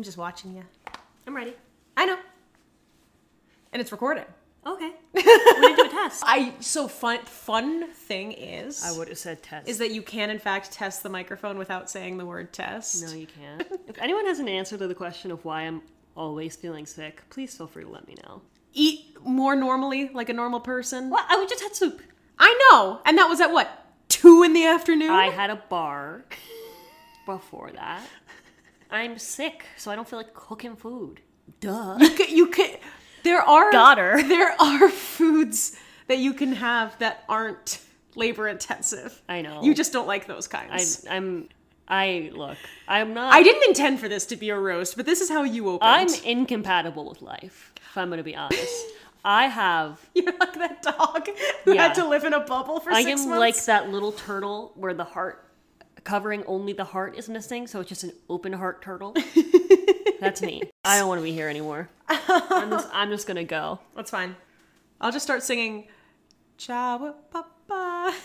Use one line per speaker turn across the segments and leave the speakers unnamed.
just watching you. I'm ready. I know. And it's recorded.
Okay. We're gonna do a test.
I so fun fun thing is
I would have said test.
is that you can in fact test the microphone without saying the word test.
no, you can't. if anyone has an answer to the question of why I'm always feeling sick, please feel free to let me know.
Eat more normally like a normal person.
Well, I would just had soup.
I know. And that was at what? 2 in the afternoon.
I had a bar before that. I'm sick, so I don't feel like cooking food. Duh.
you could, you could there are
Daughter.
there are foods that you can have that aren't labor intensive.
I know.
You just don't like those
I,
kinds.
I'm. I look. I'm not.
I, didn't intend for this to be a roast, but this is how you opened.
I'm incompatible with life. If I'm gonna be honest, I have
You're like that dog who
Yeah.
had to live in a bubble for
I
six
am
months.
like that little turtle where the heart covering only the heart is missing, so it's just an open heart turtle. That's me. I don't want to be here anymore. I'm just, I'm just gonna go.
That's fine. I'll just start singing Chawa Papa.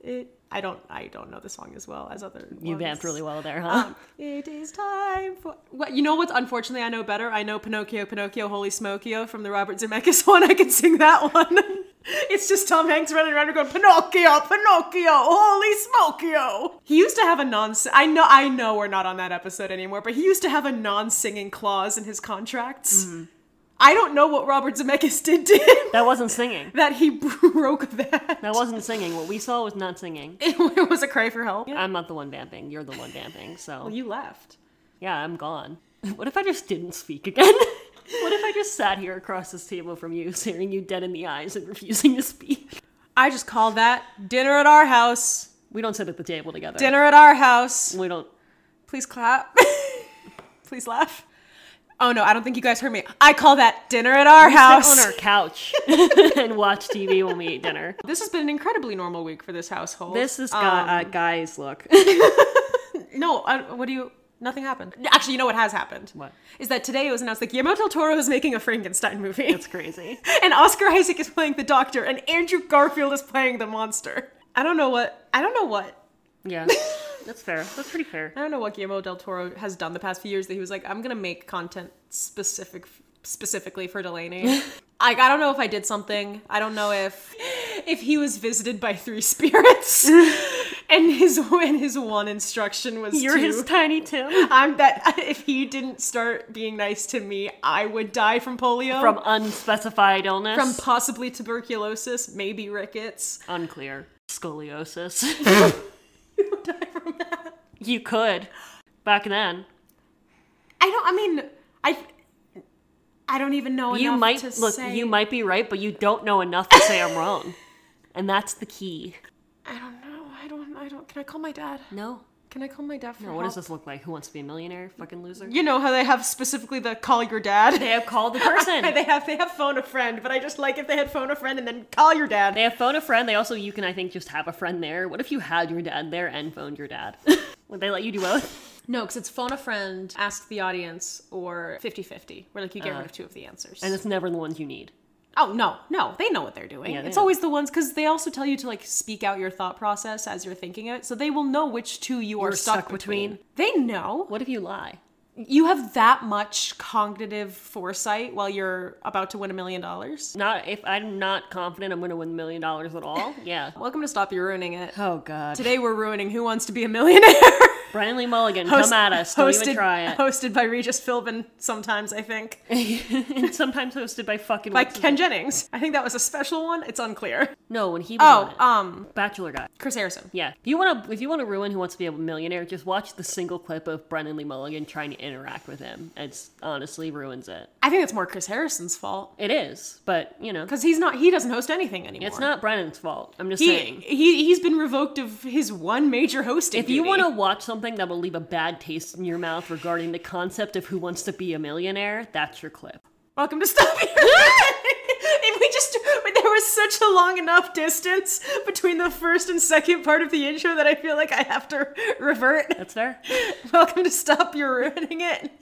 It I don't I don't know the song as well um, as other
You
ones.
vamped really well there, huh?
It is time for what you know what's unfortunately I know better. I know Pinocchio, Pinocchio, Holy Smokio from the Robert Zemeckis one. I can sing that one. it's just Tom Hanks running around going Pinocchio, Pinocchio, Holy Smokio. He used to have a non I know I know we're not on that episode anymore, but he used to have a non-singing clause in his contracts. I don't know what Robert Zemeckis did to him
that wasn't singing.
that he broke that.
That wasn't singing. What we saw was not singing.
It was a cry for help.
I'm not the one vamping. You're the one vamping. So
Well, you left.
yeah, I'm gone. What if I just didn't speak again? what if I just sat here across this table from you, staring you dead in the eyes and refusing to speak?
I just call that dinner at our house.
We don't sit at the table together.
Dinner at our house.
We don't.
Please clap. Please laugh. Oh no, I don't think you guys heard me. I call that dinner at our house.
sit on our couch and watch TV when we eat dinner.
This has been an incredibly normal week for this household.
This is
Um,
guy, uh, guys look.
no, I, what do you? Nothing happened. Actually, you know what has happened?
What?
is that today it was announced that Guillermo del Toro is making a Frankenstein movie,
It's crazy.
and Oscar Isaac is playing the Doctor, and Andrew Garfield is playing the monster. I don't know what. I don't know what.
Yeah, that's fair. That's pretty fair.
I don't know what Guillermo del Toro has done the past few years that he was like, I'm gonna make content specific specifically for Delaney. like, I don't know if I did something. I don't know if if he was visited by three spirits, and his and his one instruction was
You're
to,
his tiny Tim
I'm that if he didn't start being nice to me, I would die from polio,
from unspecified illness.
from possibly tuberculosis, maybe rickets.
unclear scoliosis. you could back then.
I don't. I mean, I. I don't even know.
You
enough
might
to
look.
say-
You might be right, but you don't know enough to say I'm wrong, and that's the key.
I don't know. I don't. I don't. Can I call my dad?
No.
Can I call my dad for
No, what does this look like? Who wants to be a millionaire? Fucking loser.
You know how they have specifically the call your dad.
They have called the person.
they have they have phone a friend, but I just like if they had phone a friend and then call your dad.
They have phone a friend. They also you can I think just have a friend there. What if you had your dad there and phoned your dad? Would they let you do both?
No, because it's phone a friend, ask the audience, or 50-50, where like you get rid of two of the answers.
And it's never the ones you need.
oh no, no, they know what they're doing.
Yeah, they
it's
know.
always the ones because they also tell you to like speak out your thought process as you're thinking it, so they will know which two you are
You're
stuck,
stuck between.
They know.
What if you lie?
You have that much cognitive foresight while you're about to win a million dollars.
Not if I'm not confident I'm going to win a million dollars at all. Yeah.
Welcome to Stop You Ruining It.
Oh God.
Today we're ruining Who Wants to Be a Millionaire?
Brian Lee Mulligan,
Host-
come at us. Don't
hosted-
even try it.
Hosted by Regis Philbin sometimes, I think.
and sometimes hosted by fucking.
By
what's his-
Ken Jennings. I think that was a special one. It's unclear.
no, when he was on
Oh,
it.
um,
Bachelor guy.
Chris Harrison.
Yeah. If you want to, if you want to ruin Who Wants to Be a Millionaire, just watch the single clip of Brennan Lee Mulligan trying to interact with him. It's honestly ruins it.
I think it's more Chris Harrison's fault.
It is, but you know,
Because he's not he doesn't host anything anymore.
it's not Brennan's fault. I'm just
he,
saying.
he he's been revoked of his one major hosting.
If you want to watch something that will leave a bad taste in your mouth regarding the concept of who wants to be a millionaire, that's your clip.
Welcome to Stop You Ruining It. And we just but there was such a long enough distance between the first and second part of the intro that I feel like I have to revert.
That's fair.
Welcome to Stop You're Ruining It.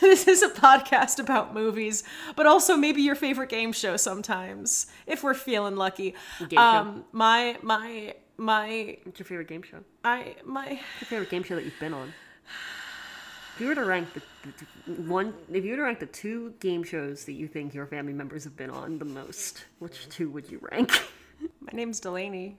this is a podcast about movies, but also maybe your favorite game show sometimes, if we're feeling lucky.
show.
Um, my my my
What's your favorite game show?
I my
What's your favorite game show that you've been on? If you were to rank the, the- the one, if you were to rank the two game shows that you think your family members have been on the most, which two would you rank?
My name's Delaney.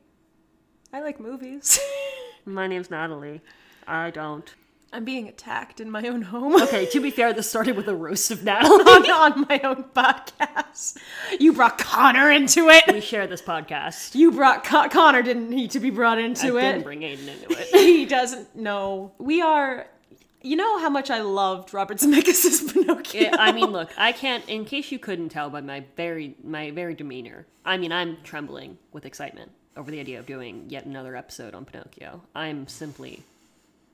I like movies.
My name's Natalie. I don't.
I'm being attacked in my own home.
Okay, to be fair, this started with a roast of Natalie.
on, on my own podcast. You brought Connor into it.
we share this podcast.
You brought Con- Connor didn't need to be brought into
I
it.
didn't bring Aiden into it.
he doesn't know. We are. You know how much I loved Robert Zemeckis' Pinocchio.
Yeah, I mean, look, I can't. In case you couldn't tell by my very my very demeanor, I mean, I'm trembling with excitement over the idea of doing yet another episode on Pinocchio. I'm simply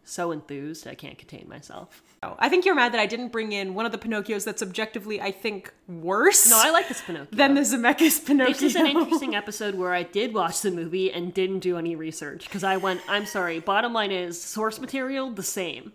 so enthused I can't contain myself.
I think you're mad that I didn't bring in one of the Pinocchios that's objectively, I think, worse
No, I like this Pinocchio.
than the Zemeckis Pinocchio.
this is an interesting episode where I did watch the movie and didn't do any research because I went. I'm sorry. Bottom line is source material the same.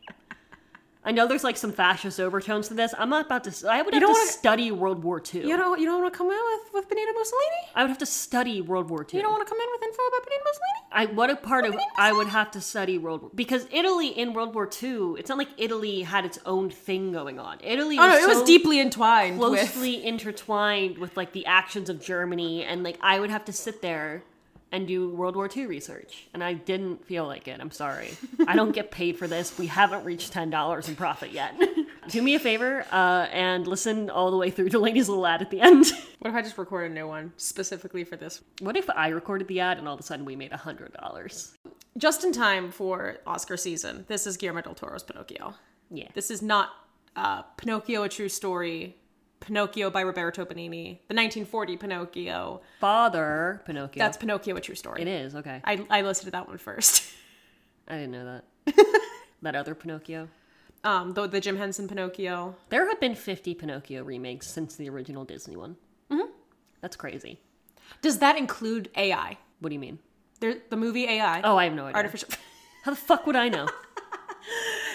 I know there's like some fascist overtones to this. I'm not about to. I would have
don't
to
wanna-
study World War II.
You don't. You don't want to come in with with Benito Mussolini.
I would have to study World War II.
You don't want to come in with info about Benito Mussolini.
I what a part of I would have to study World War because Italy in World War II, it's not like Italy had its own thing going on. Italy
Oh
was,
no, it was
so
deeply entwined with.
closely intertwined with like the actions of Germany and like I would have to sit there and do World War II research. And I didn't feel like it. I'm sorry. I don't get paid for this. We haven't reached ten dollars in profit yet. do me a favor, uh, and listen all the way through to Ladies Little Ad at the end.
What if I just record a new one specifically for this?
what if I recorded the ad and all of a sudden we made a hundred dollars?
Just in time for Oscar season. This is Guillermo del Toro's Pinocchio.
Yeah.
This is not uh, Pinocchio: A True Story. Pinocchio by Roberto Benigni, the 1940 Pinocchio.
father Pinocchio.
That's Pinocchio: A True Story.
it is okay. I,
I, I listed that one first.
didn't know that. that other Pinocchio.
Um, the, the Jim Henson Pinocchio.
There have been fifty Pinocchio remakes since the original Disney one. Mm-hmm. That's crazy.
Does that include AI?
What do you mean?
There, the movie AI,
Oh, I have no idea.
artificial.
How the fuck would I know?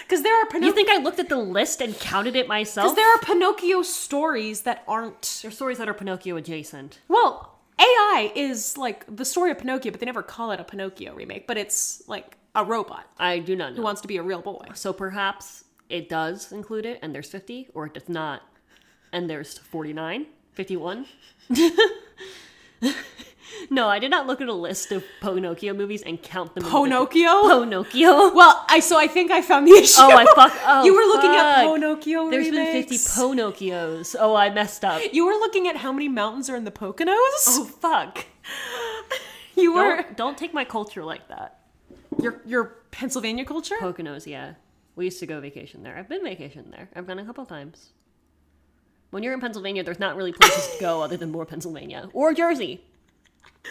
Because there are
you
Pinocchio.
think I looked at the list and counted it myself?
Because there are Pinocchio stories that aren't.
There's stories that are Pinocchio adjacent.
Well, AI is like the story of Pinocchio, but they never call it a Pinocchio remake. But it's like a robot
I do not know.
who wants to be a real boy.
so perhaps it does include it, and there's fifty, or it does not, and there's 49, 51. no, I did not look at a list of Pinocchio movies and count them. individually.
Pinocchio.
Pinocchio.
Well, I so I think I found the issue.
Oh, I fuck- oh,
you were looking at
fuck.
Pinocchio
There's been 50
remakes.
Pinocchios. Oh, I messed up.
you were looking at how many mountains are in the Poconos.
Oh, fuck.
you were
Don't, don't take my culture like that.
your your Pennsylvania culture.
Poconos, yeah. We used to go vacation there. I've been vacation there. I've gone a couple times. When you're in Pennsylvania, there's not really places to go other than more Pennsylvania or Jersey.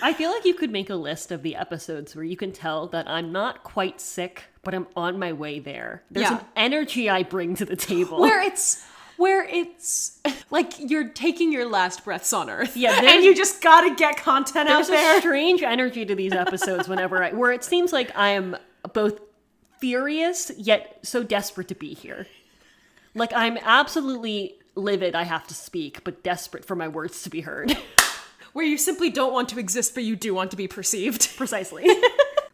I feel like you could make a list of the episodes where you can tell that I'm not quite sick, but I'm on my way there. There's
Yeah.
an energy I bring to the table.
where it's where it's like you're taking your last breaths on earth.
Yeah,
and
there's-
you just gotta get content out
There's a
there.
strange energy to these episodes whenever I, where it seems like I am both furious yet so desperate to be here. Like I'm absolutely livid I have to speak, but desperate for my words to be heard.
Where you simply don't want to exist, but you do want to be perceived.
Precisely.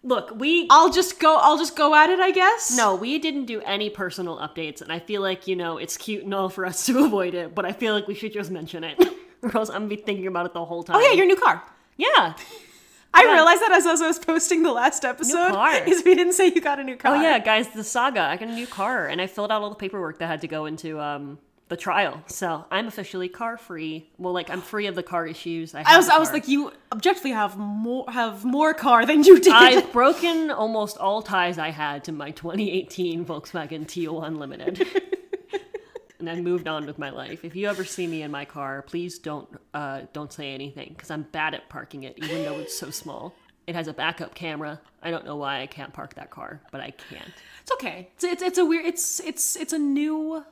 Look, we
I'll just go. I'll just go at it. I guess.
no, we didn't do any personal updates, and I feel like, you know, it's cute and all for us to avoid it, but I feel like we should just mention it. or else I'm gonna be thinking about it the whole time.
Oh yeah, your new car.
yeah.
I realized that as, as I was posting the last episode.
car.
Is we didn't say you got a new car.
Oh yeah, guys, the saga. I got a new car, and I filled out all the paperwork that had to go into um, the trial. So I'm officially car free. Well, like I'm free of the car issues. I,
I
have
was.
the
I was
car.
like, you objectively have more have more car than you did.
I've broken almost all ties I had to my 2018 Volkswagen T01 Unlimited. And I moved on with my life. If you ever see me in my car, please don't uh, don't say anything because I'm bad at parking it, even though it's so small. It has a backup camera. I don't know why I can't park that car, but I can't.
It's okay. It's, it's it's a weird. It's it's it's a new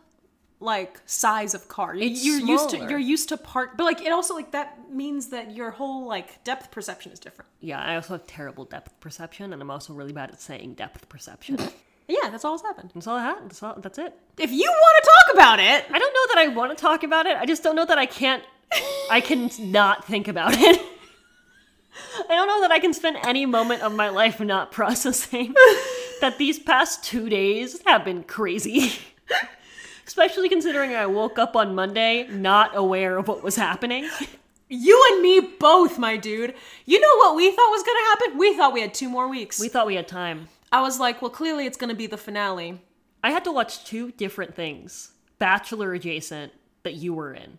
like size of car. You-
It's
you're used to
smaller.
you're used to park, but like it also like that means that your whole like depth perception is different.
Yeah, I also have terrible depth perception, and I'm also really bad at saying depth perception.
Yeah, that's all that's happened.
that's all I had. That's all. That's it.
If you want to talk about it,
I don't know that I want to talk about it. I just don't know that I can't. I can not think about it. I don't know that I can spend any moment of my life not processing that these past two days have been crazy. Especially considering I woke up on Monday not aware of what was happening.
You and me both, my dude. You know what we thought was gonna happen? We thought we had two more weeks.
We thought we had time.
I was like, well, clearly it's gonna be the finale.
I had to watch two different things, Bachelor adjacent, that you were in.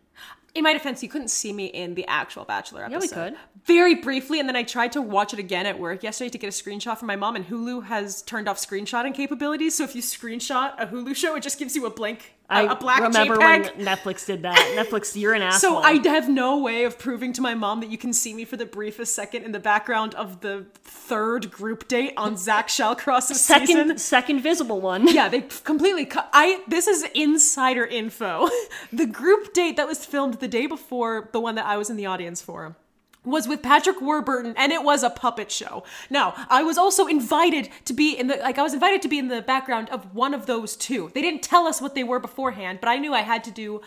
In my defense, you couldn't see me in the actual Bachelor
we
episode.
could.
Very briefly, and then I tried to watch it again at work yesterday to get a screenshot from my mom, and Hulu has turned off screenshotting capabilities. So if you screenshot a Hulu show, it just gives you a blank,
I
a a black
remember
JPEG.
when Netflix did that. Netflix, you're an asshole.
So I have no way of proving to my mom that you can see me for the briefest second in the background of the third group date on Zach Shellcross's
second
season.
second visible one.
Yeah, they completely cut. I this is insider info. The group date that was filmed the day before the one that I was in the audience for was with Patrick Warburton and it was a puppet show. Now, I was also invited to be in the like I was invited to be in the background of one of those two. They didn't tell us what they were beforehand, but I knew I had to do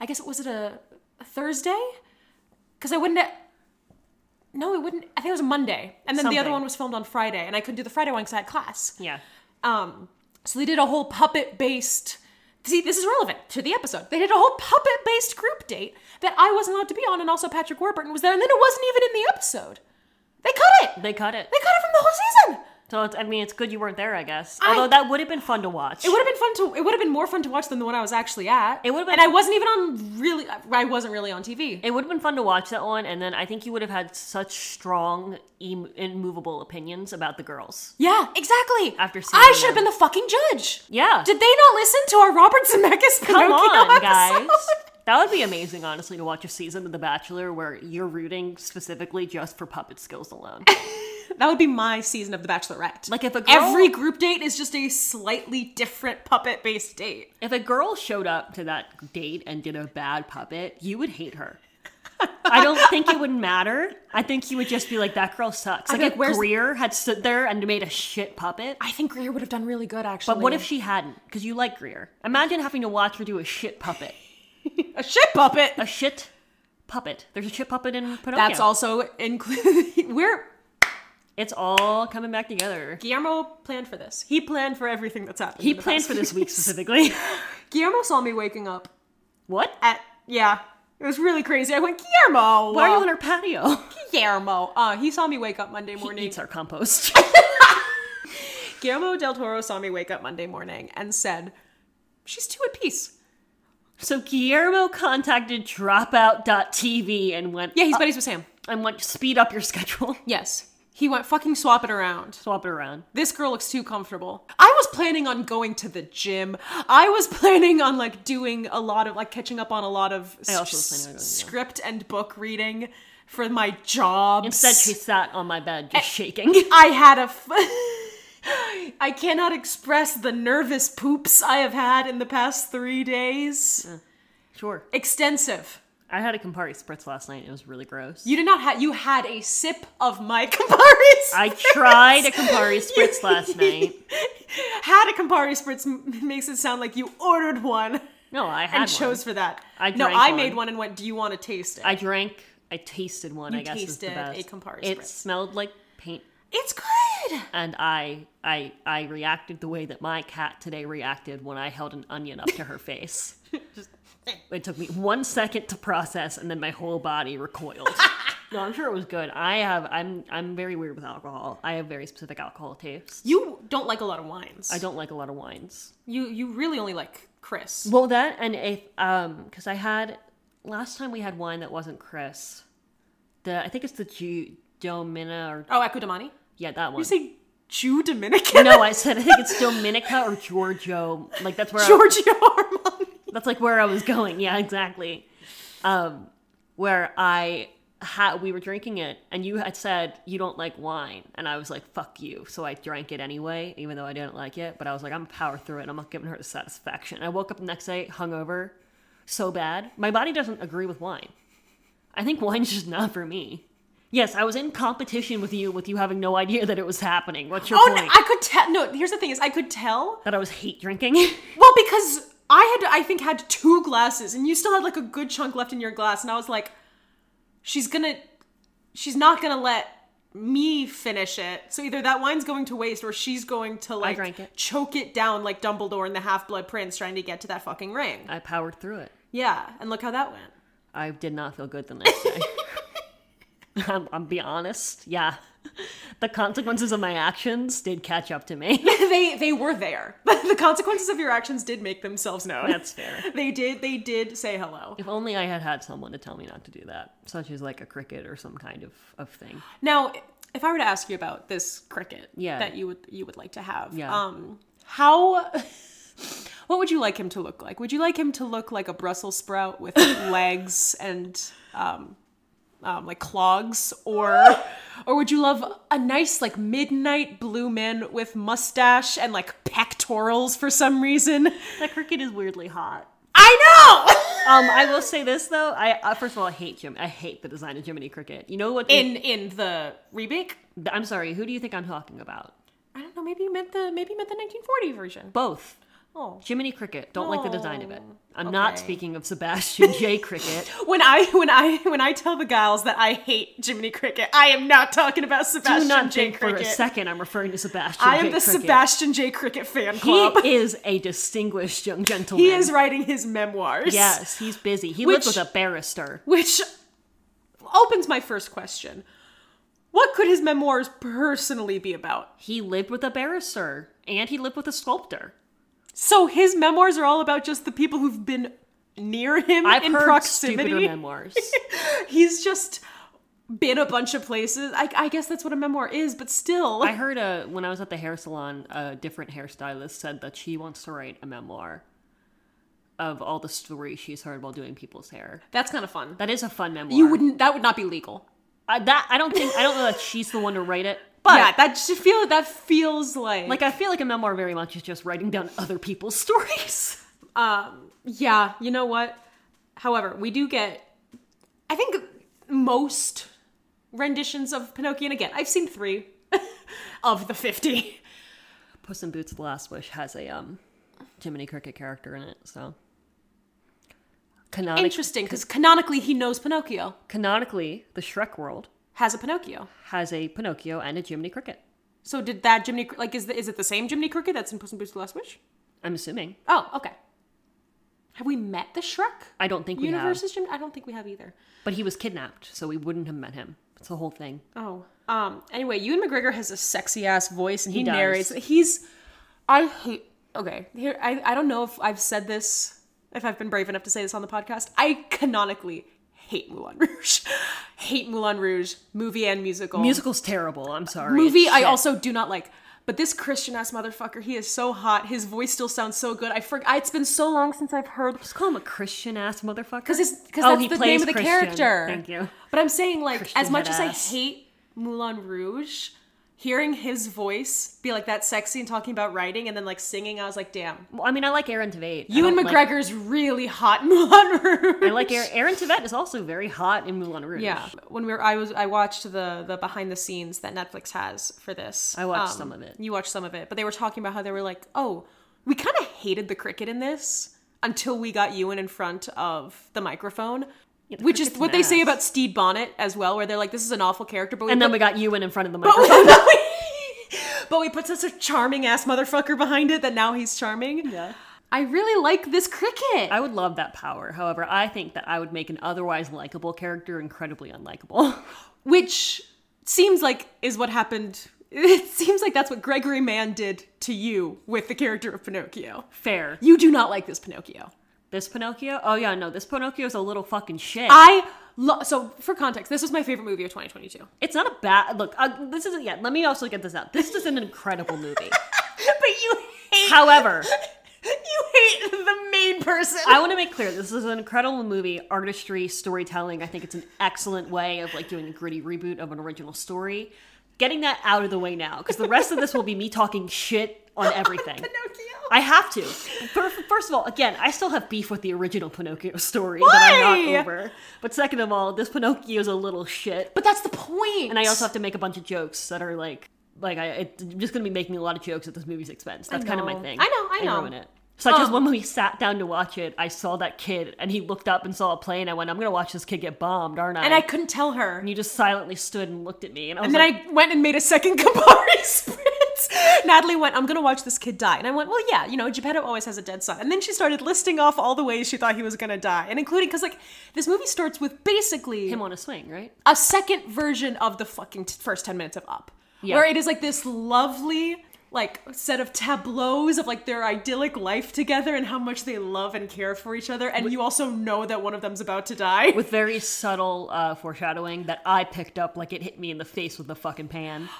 I guess it was it a, a Thursday? Cuz I wouldn't No, it wouldn't. I think it was a Monday. And then the other
Something.
one was filmed on Friday and I couldn't do the Friday one cuz I had class.
Yeah.
Um, so they did a whole puppet based. See, this is relevant to the episode. They did a whole puppet based group date that I wasn't allowed to be on, and also Patrick Warburton was there, and then it wasn't even in the episode. They cut it.
They cut it.
They cut it from the whole season.
So it's, I mean, it's good you weren't there, I guess.
I-
Although that would have been fun to watch.
It would have been fun to. It would have been more fun to watch than the one I was actually at.
It would've been-
and I wasn't even on really. I wasn't really on TV.
It would have been fun to watch that one, and then I think you would have had such strong, im- immovable opinions about the girls.
yeah, exactly.
After seeing
I should have
them.
been the fucking judge.
Yeah.
Did they not listen to our Robert Zemeckis
Come
Pinocchio
on,
episode?
guys. That would be amazing, honestly, to watch a season of The Bachelor where you're rooting specifically just for puppet skills alone.
That would be my season of The Bachelorette.
Like, if a girl-
every group date is just a slightly different puppet based date.
if a girl showed up to that date and did a bad puppet, you would hate her. I don't think it would matter. I think you would just be like, that girl sucks. Like,
be like,
if
"Where's-
Greer had stood there and made a shit puppet,
I think Greer would have done really good actually.
But what if she hadn't? Because you like Greer. Imagine having to watch her do a shit puppet.
a shit puppet?
A shit puppet. There's a shit puppet in Pinocchio.
That's also included. We're
It's all coming back together.
Guillermo planned for this. He planned for everything that's happened.
He
in the
planned
past
for
few
this
years.
week specifically.
Guillermo saw me waking up
what?
at yeah. It was really crazy. I went Guillermo.
Why are you on our patio?
Guillermo? Uh, he saw me wake up Monday morning.
He eats our compost.
Guillermo del Toro saw me wake up Monday morning and said, "She's two at peace."
so Guillermo contacted dropout.tv and went,
Yeah, he's buddies with Sam.
and went, speed up your schedule.
Uh, Yes. He went fucking swap it around.
Swap it around.
This girl looks too comfortable. I was planning on going to the gym. I was planning on like doing a lot of like catching up on a lot of
I also
s-
was planning on going to the gym.
script and book reading for my jobs.
Instead, she sat on my bed just shaking.
I had a. F- I cannot express the nervous poops I have had in the past three days.
sure.
Extensive.
I had a Campari spritz last night. It was really gross.
You did not have. You had a sip of my Campari.
I
spritz.
tried a Campari spritz last night.
had a Campari spritz m- makes it sound like you ordered one and
No, I had one.
chose for that.
I
no,
drank
I
one.
made one and went, "Do you want to taste it?"
I drank. I tasted one.
You
I guess is
tasted
the
a
best.
Campari
It
Spritz.
smelled like paint,
it's good.
and I, I, I reacted the way that my cat today reacted when I held an onion up to her face.
eh.
it took me one second to process, and then my whole body recoiled. no, I'm sure it was good. I have. I'm. I'm very weird with alcohol. I have very specific alcohol tastes.
You don't like a lot of wines.
I don't like a lot of wines.
You you really only like Chris.
Well, that and if um, because I had last time we had wine that wasn't Chris. The I think it's the Ju Domina or
Oh, Ecudomani.
yeah that one.
You say Jew Dominican?
no, I said I think it's Dominica or Giorgio. Like that's where I,
Giorgio Armani.
that's like where I was going. Yeah, exactly. Um, where I had we were drinking it, and you had said you don't like wine, and I was like fuck you. So I drank it anyway, even though I didn't like it. But I was like I'm gonna power through it. I'm not giving her the satisfaction. I woke up the next day hungover, so bad. My body doesn't agree with wine. I think wine's just not for me. Yes, I was in competition with you, with you having no idea that it was happening. What's your
Oh,
point?
no, I could tell. No, here's the thing: is I could tell.
that I was hate drinking.
Well, because I had I think had two glasses, and you still had like a good chunk left in your glass, and I was like, she's gonna, she's not gonna let me finish it. So either that wine's going to waste or she's going to like
drank it.
choke it down like Dumbledore in the Half Blood Prince trying to get to that fucking ring.
I powered through it.
Yeah, and look how that went.
I did not feel good the next day. I'm, I'm be honest. Yeah. The consequences of my actions did catch up to me.
they they were there. the consequences of your actions did make themselves known.
That's fair.
They did they did say hello.
If only I had had someone to tell me not to do that, such as like a cricket or some kind of, of thing.
Now, if I were to ask you about this cricket
Yeah.
that you would you would like to have,
Yeah.
um, how what would you like him to look like? Would you like him to look like a Brussels sprout with legs and um, um, like clogs, or or would you love a nice like midnight blue man with mustache and like pectorals for some reason?
The cricket is weirdly hot.
I know.
Um, I will say this though. I uh, first of all I hate Jim. I hate the design of Jiminy Cricket. You know what?
in in the remake,
I'm sorry. Who do you think I'm talking about?
I don't know. Maybe you meant the maybe you meant the 1940 version.
Both.
Oh.
Jiminy Cricket. Don't like the design of it. I'm
Okay.
not speaking of Sebastian J. Cricket.
When I when I when I tell the gals that I hate Jiminy Cricket, I am not talking about Sebastian
Do not
J.
think
Cricket.
for a second I'm referring to Sebastian.
I am
J.
the
Cricket.
Sebastian J. Cricket fan
He
club.
is a distinguished young gentleman.
He is writing his memoirs.
Yes, he's busy. He lives
Which-
with a barrister.
Which opens my first question. What could his memoirs personally be about?
He lived with a barrister, and he lived with a sculptor.
So his memoirs are all about just the people who've been near him
I've
in
heard stupider
proximity.
memoirs.
He's just been a bunch of places. I, I guess that's what a memoir is, but still.
I heard uh when I was at the hair salon, a different hairstylist said that she wants to write a memoir of all the stories she's heard while doing people's hair.
that's kind of fun.
That is a fun memoir.
You wouldn't. That would not be legal.
I, that I don't think I don't know that she's the one to write it, but
yeah, that should feel. That feels like.
like I feel like a memoir very much is just writing down other people's stories.
um. Yeah. You know what? However, we do get. I think most renditions of Pinocchio, and again, I've seen three of the fifty.
Puss in Boots: The Last Wish has a um, Jiminy Cricket character in it, so Canonic-
Interesting, because canonically, he knows Pinocchio
canonically, the Shrek world
has a Pinocchio.
has a Pinocchio and a Jiminy Cricket.
So did that Jiminy Cr- like is the, is it the same Jiminy Cricket that's in Puss in Boots: The Last Wish?
I'm assuming.
Oh, okay. Have we met the Shrek
I don't think we have,
universes? Jim, I don't think we have either.
but he was kidnapped, so we wouldn't have met him. It's the whole thing.
Oh. Um. Anyway, Ewan McGregor has a sexy ass voice, and he,
He does.
narrates. He's. I hate. Okay. Here, I. I don't know if I've said this. If I've been brave enough to say this on the podcast, I canonically hate Moulin Rouge. hate Moulin Rouge movie and musical.
Musical's terrible. I'm sorry.
movie.
It's
I
shit.
also do not like. But this Christian ass motherfucker, he is so hot. His voice still sounds so good. I forgot. It's been so long since I've heard.
just call him a Christian ass motherfucker.
'Cause it's- 'cause
oh,
that's
he
the name
plays
of the
Christian.
character.
Thank you.
But I'm saying, like,
Christian
as much as I
headass.
hate Moulin Rouge, hearing his voice be like that sexy and talking about writing and then like singing, I was like, damn.
Well, I mean, I like Aaron Tveit. I
Ewan
don't like-
McGregor's really hot in Moulin Rouge.
I like Aaron. Aaron Tveit is also very hot in Moulin Rouge.
Yeah, when we were, I was, I watched the the behind the scenes that Netflix has for this. Um,
I watched some of it.
You watched some of it, but they were talking about how they were like, "Oh, we kind of hated the cricket in this until we got Ewan in front of the microphone,"
the
which is
cricket's
what
an
they say
ass.
about Steve Bonnet as well, where they're like, "This is an awful character," but we
And then
put-
we got Ewan in front of the
but
microphone.
we, but we- but we put such a charming ass motherfucker behind it that now he's charming.
Yeah.
I really like this cricket.
I would love that power. However, I think that I would make an otherwise likable character incredibly unlikable.
which seems like is what happened it seems like that's what gregory mann did to you with the character of pinocchio
Fair.
you do not like this pinocchio
This Pinocchio? Oh yeah, no, this Pinocchio is a little fucking shit.
i love so for context this was my favorite movie of 2022
it's not a bad look. Uh, this isn't yet. Let me also get this out. This is an incredible movie.
but you hate
However,
you hate the main person
I want to make clear this is an incredible movie. Artistry, storytelling. I think it's an excellent way of like doing a gritty reboot of an original story. Getting that out of the way now, because the rest of this will be me talking shit on everything.
pinocchio
I have to. Fir- First of all, again, I still have beef with the original Pinocchio story that I'm
Why?
not over. But second of all, this Pinocchio's a little shit.
but that's the point
And I also have to make a bunch of jokes that are like, like I, it, I'm just gonna be making a lot of jokes at this movie's expense. That's kind of my
know.
thing.
I know, Oh. I know.
ruin it. Such as when we sat down to watch it, I saw that kid and he looked up and saw a plane. I went, I'm going to watch this kid get bombed, aren't I?
And I couldn't tell her.
And you just silently stood and looked at me. And I was
And then
like,
I went and made a second Campari spritz. Natalie went, I'm going to watch this kid die. And I went, well, yeah, you know, Geppetto always has a dead son. And then she started listing off all the ways she thought he was going to die, and including, because, like, this movie starts with basically
him on a swing, right?
a second version of the fucking t- first 10 minutes of Up.
Yeah.
Where it is like this lovely, like, set of tableaus of like their idyllic life together and how much they love and care for each other. And you also know that one of them's about to die.
With very subtle uh, foreshadowing that I picked up like it hit me in the face with a fucking pan.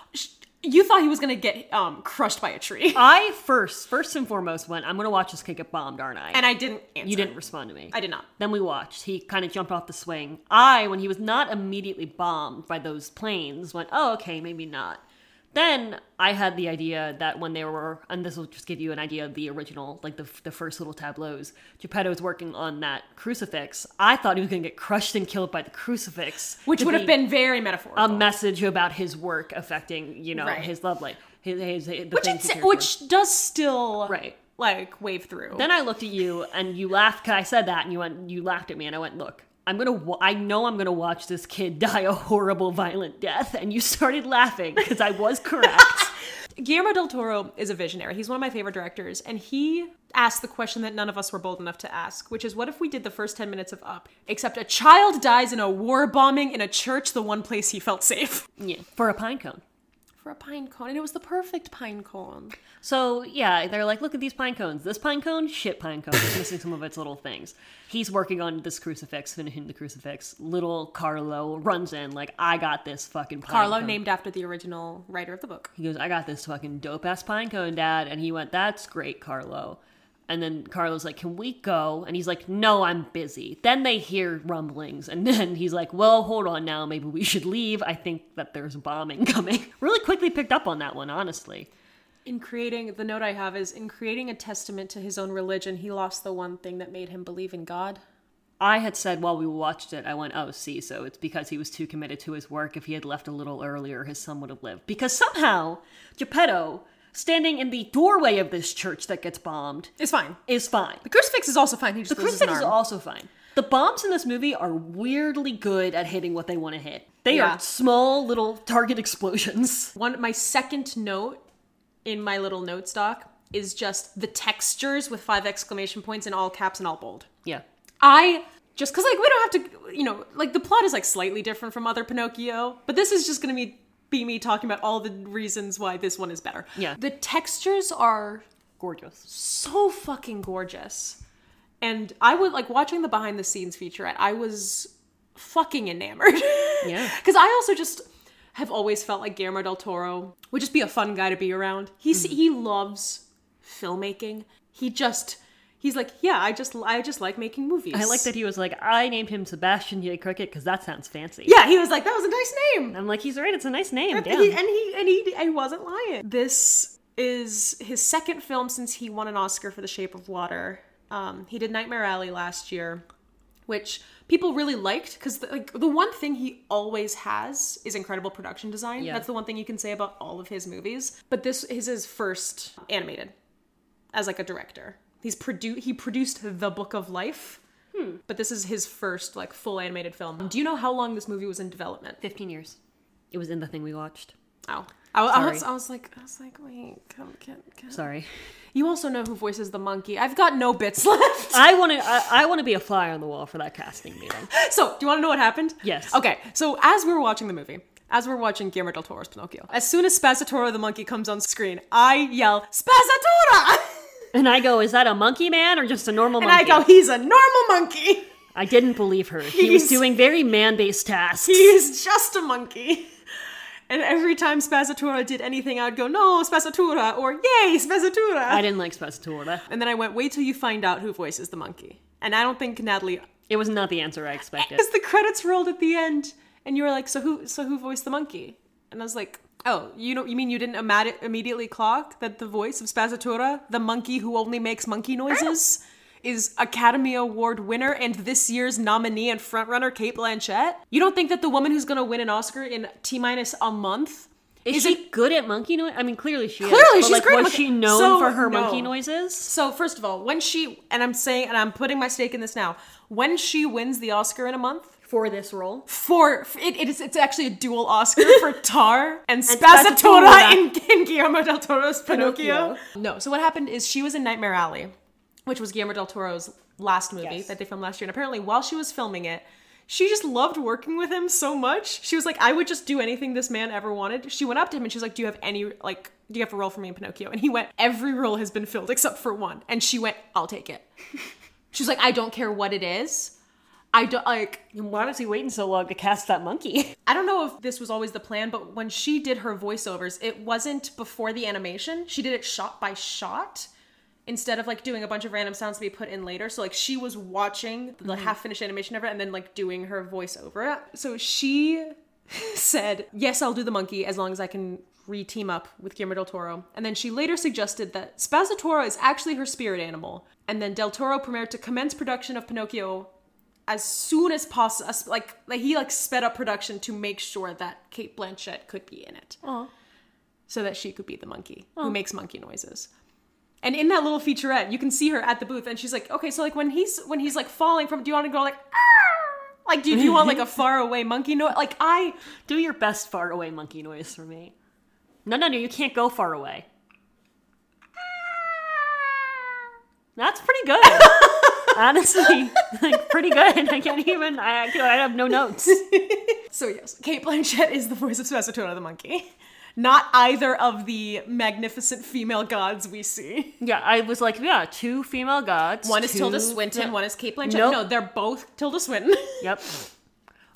you thought he was going to get um, crushed by a tree.
I first, first and foremost, went, I'm going to watch this kid get bombed, aren't I?
and I didn't answer.
you didn't respond to me.
I did not.
Then we watched. He kind of jumped off the swing. I, when he was not immediately bombed by those planes, went, oh, okay, maybe not. Then I had the idea that when they were, and this will just give you an idea of the original, like the, the first little tableaus, Geppetto's working on that crucifix. I thought he was going to get crushed and killed by the crucifix.
Which
to
would have
be
been very metaphorical.
a message about his work affecting, you know,
Right.
his love life. His, his, the
which,
things he
it's,
cared for.
which does still,
Right.
like, wave through.
Then I looked at you and you laughed because I said that and you went, you laughed at me and I went, look, I'm gonna, wa- I know I'm gonna watch this kid die a horrible, violent death, and you started laughing because I was correct.
Guillermo del Toro is a visionary. He's one of my favorite directors, and he asked the question that none of us were bold enough to ask, which is what if we did the first 10 minutes of Up, except a child dies in a war bombing in a church, the one place he felt safe?
yeah, for a pine cone.
For a pine cone, and it was the perfect pine cone.
So yeah, they're like, look at these pine cones. This pine cone, shit pine cone, it's missing some of its little things. He's working on this crucifix, finishing the crucifix. Little Carlo runs in like, I got this fucking pine
Carlo,
cone."
named after the original writer of the book.
He goes, I got this fucking dope ass pine cone, dad. And he went, That's great, Carlo. And then Carlo's like, Can we go? And he's like, No, I'm busy. Then they hear rumblings. And then he's like, Well, hold on now. Maybe we should leave. I think that there's a bombing coming. really quickly picked up on that one, honestly.
In creating, the note I have is in creating a testament to his own religion, he lost the one thing that made him believe in God.
I had said while we watched it, I went, Oh, see, so it's because he was too committed to his work. If he had left a little earlier, his son would have lived. Because somehow, Geppetto, standing in the doorway of this church that gets bombed,
It's fine.
is fine.
The crucifix is also fine. He just
The
loses an
crucifix is
arm.
also fine. The bombs in this movie are weirdly good at hitting what they want to hit. They
Yeah.
are small little target explosions.
One my second note in my little notes doc is just the textures with five exclamation points in all caps and all bold.
Yeah.
I just cuz like we don't have to you know like the plot is like slightly different from other Pinocchio, but this is just going to be be me talking about all the reasons why this one is better.
Yeah.
The textures are
Gorgeous.
so fucking gorgeous. And I would like watching the behind the scenes featurette, I was fucking enamored.
Yeah.
Because I also just have always felt like Guillermo del Toro would just be a fun guy to be around. He's
Mm-hmm.
he loves filmmaking. He just he's like, yeah, I just I just like making movies.
I like that he was like, I named him Sebastian J. Cricket because that sounds fancy.
Yeah, he was like, that was a nice name.
And I'm like, he's right, it's a nice name.
And
Damn.
he, and he and he and he wasn't lying. This is his second film since he won an Oscar for The Shape of Water. Um, he did Nightmare Alley last year, which people really liked because the, like the one thing he always has is incredible production design.
Yeah.
That's the one thing you can say about all of his movies. But this is his first animated as like a director. He's produ- he produced The Book of Life. But this is his first like full animated film. Do you know how long this movie was in development?
15 years. It was in the thing we watched.
Oh. I, I,
Sorry.
was, I was like, I was like, wait, come, can, can.
Sorry.
You also know who voices the monkey. I've got no bits left.
I want to I, I want to be a fly on the wall for that casting meeting.
so, do you want to know what happened?
Yes.
Okay, so as we were watching the movie, as we we're watching Guillermo del Toro's Pinocchio, as soon as Spazzatoro the monkey comes on screen, I yell, Spazzatura!
And I go, is that a monkey man or just a normal
and I
monkey?
go, he's a normal monkey.
I didn't believe her. He
He's-
was doing very man-based tasks.
He's just a monkey. And every time Spazzatura did anything, I'd go, no, Spazzatura, or yay, Spazzatura.
I didn't like Spazzatura.
and then I went, wait till you find out who voices the monkey. And I don't think Natalie
It was not the answer I expected.
because the credits rolled at the end, and you were like, "So who? So who voiced the monkey?" And I was like, "Oh, you know, you mean you didn't ima- immediately clock that the voice of Spazzatura, the monkey who only makes monkey noises, is Academy Award winner and this year's nominee and frontrunner Kate Blanchett? You don't think that the woman who's going to win an Oscar in t minus a month?"
Is,
Is
she good at monkey noise? I mean, clearly she is.
Clearly
but,
she's
like,
great at
Was
monkey-
she known
So,
for her
no.
monkey noises?
So first of all, when she and I'm saying and I'm putting my stake in this now, when she wins the Oscar in a month
For this role,
for it, it is it's actually a dual Oscar for Tar and
Spazzatura.
Spazzatura in, in Guillermo del Toro's Pinocchio. No, so what happened is she was in Nightmare Alley, which was Guillermo del Toro's last movie
Yes.
that they filmed last year, and apparently while she was filming it. She just loved working with him so much. She was like, I would just do anything this man ever wanted. She went up to him and she was like, Do you have any, like, do you have a role for me in Pinocchio? And he went, Every role has been filled except for one. And she went, I'll take it. She's like, I don't care what it is. I don't, like,
why was he waiting so long to cast that monkey?
I don't know if this was always the plan, but when she did her voiceovers, it wasn't before the animation. She did it shot by shot instead of like doing a bunch of random sounds to be put in later. So like she was watching the half finished animation of it and then like doing her voiceover. it. So she said, Yes, I'll do the monkey as long as I can re team up with Guillermo del Toro. And then she later suggested that Spazzatura is actually her spirit animal. And then del Toro premiered to commence production of Pinocchio as soon as possible. Like, like he like sped up production to make sure that Kate Blanchett could be in it,
Oh,
so that she could be the monkey who makes monkey noises. And in that little featurette, you can see her at the booth, and she's like, "Okay, so like when he's when he's like falling from, do you want to go like, "Ah!" like do, do you want like a far away monkey noise? Like I,
do your best far away monkey noise for me. No, no, no, you can't go far away. That's pretty good. Honestly, like pretty good. I can't even. I, I have no notes.
So yes, Kate Blanchett is the voice of Spazzatura the monkey, not either of the magnificent female gods we see.
Yeah, I was like, yeah, two female gods.
One is
two-
Tilda Swinton, one is Kate Blanchett.
Nope.
No, they're both Tilda Swinton,
Yep.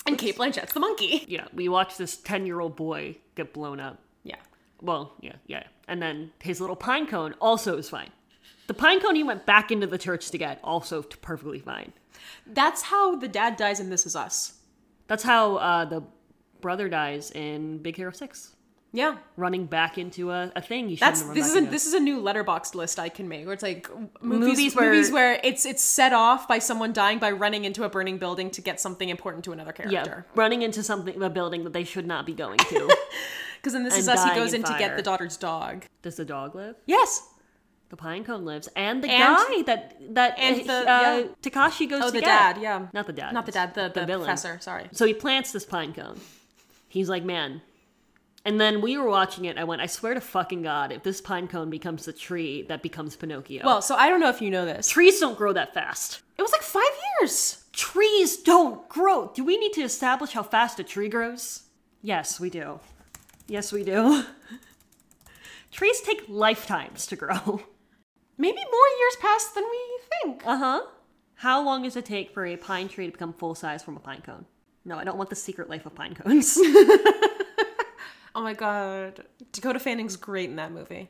and Kate Blanchett's the monkey.
Yeah, we watched this ten-year-old boy get blown up.
Yeah.
Well, yeah, yeah, and then his little pine cone also is fine. The pine cone he went back into the church to get also t- perfectly fine.
That's how the dad dies in This Is Us.
That's how uh, the brother dies in Big Hero Six,
Yeah.
running back into a, a thing. He shouldn't
That's
have run
this
back
is a
into.
this is a new letterbox list I can make where it's like movies
Movies
movies
where-
where, it's it's set off by someone dying by running into a burning building to get something important to another
yeah,
character.
running into something a building that they should not be going to.
Because in This
And
Is Us he
dying
goes
in
in to
fire.
get the daughter's dog.
Does the dog live?
Yes.
The pine cone lives, and the
And-
guy that that
and
uh,
the-
uh,
yeah.
Takashi goes
Oh,
to
the
get.
dad, yeah.
Not the dad.
Not the dad, the, the,
villain.
professor, sorry.
So he plants this pine cone. He's like, man. And then we were watching it. I went, I swear to fucking god, if this pine cone becomes the tree that becomes Pinocchio.
Well, so I don't know if you know this.
trees don't grow that fast.
It was like five years.
Trees don't grow. Do we need to establish how fast a tree grows? Yes, we do. Yes, we do. trees take lifetimes to grow.
Maybe more years passed than we think.
Uh huh. How long does it take for a pine tree to become full size from a pine cone? No, I don't want the secret life of pine cones.
Oh my god. Dakota Fanning's great in that movie.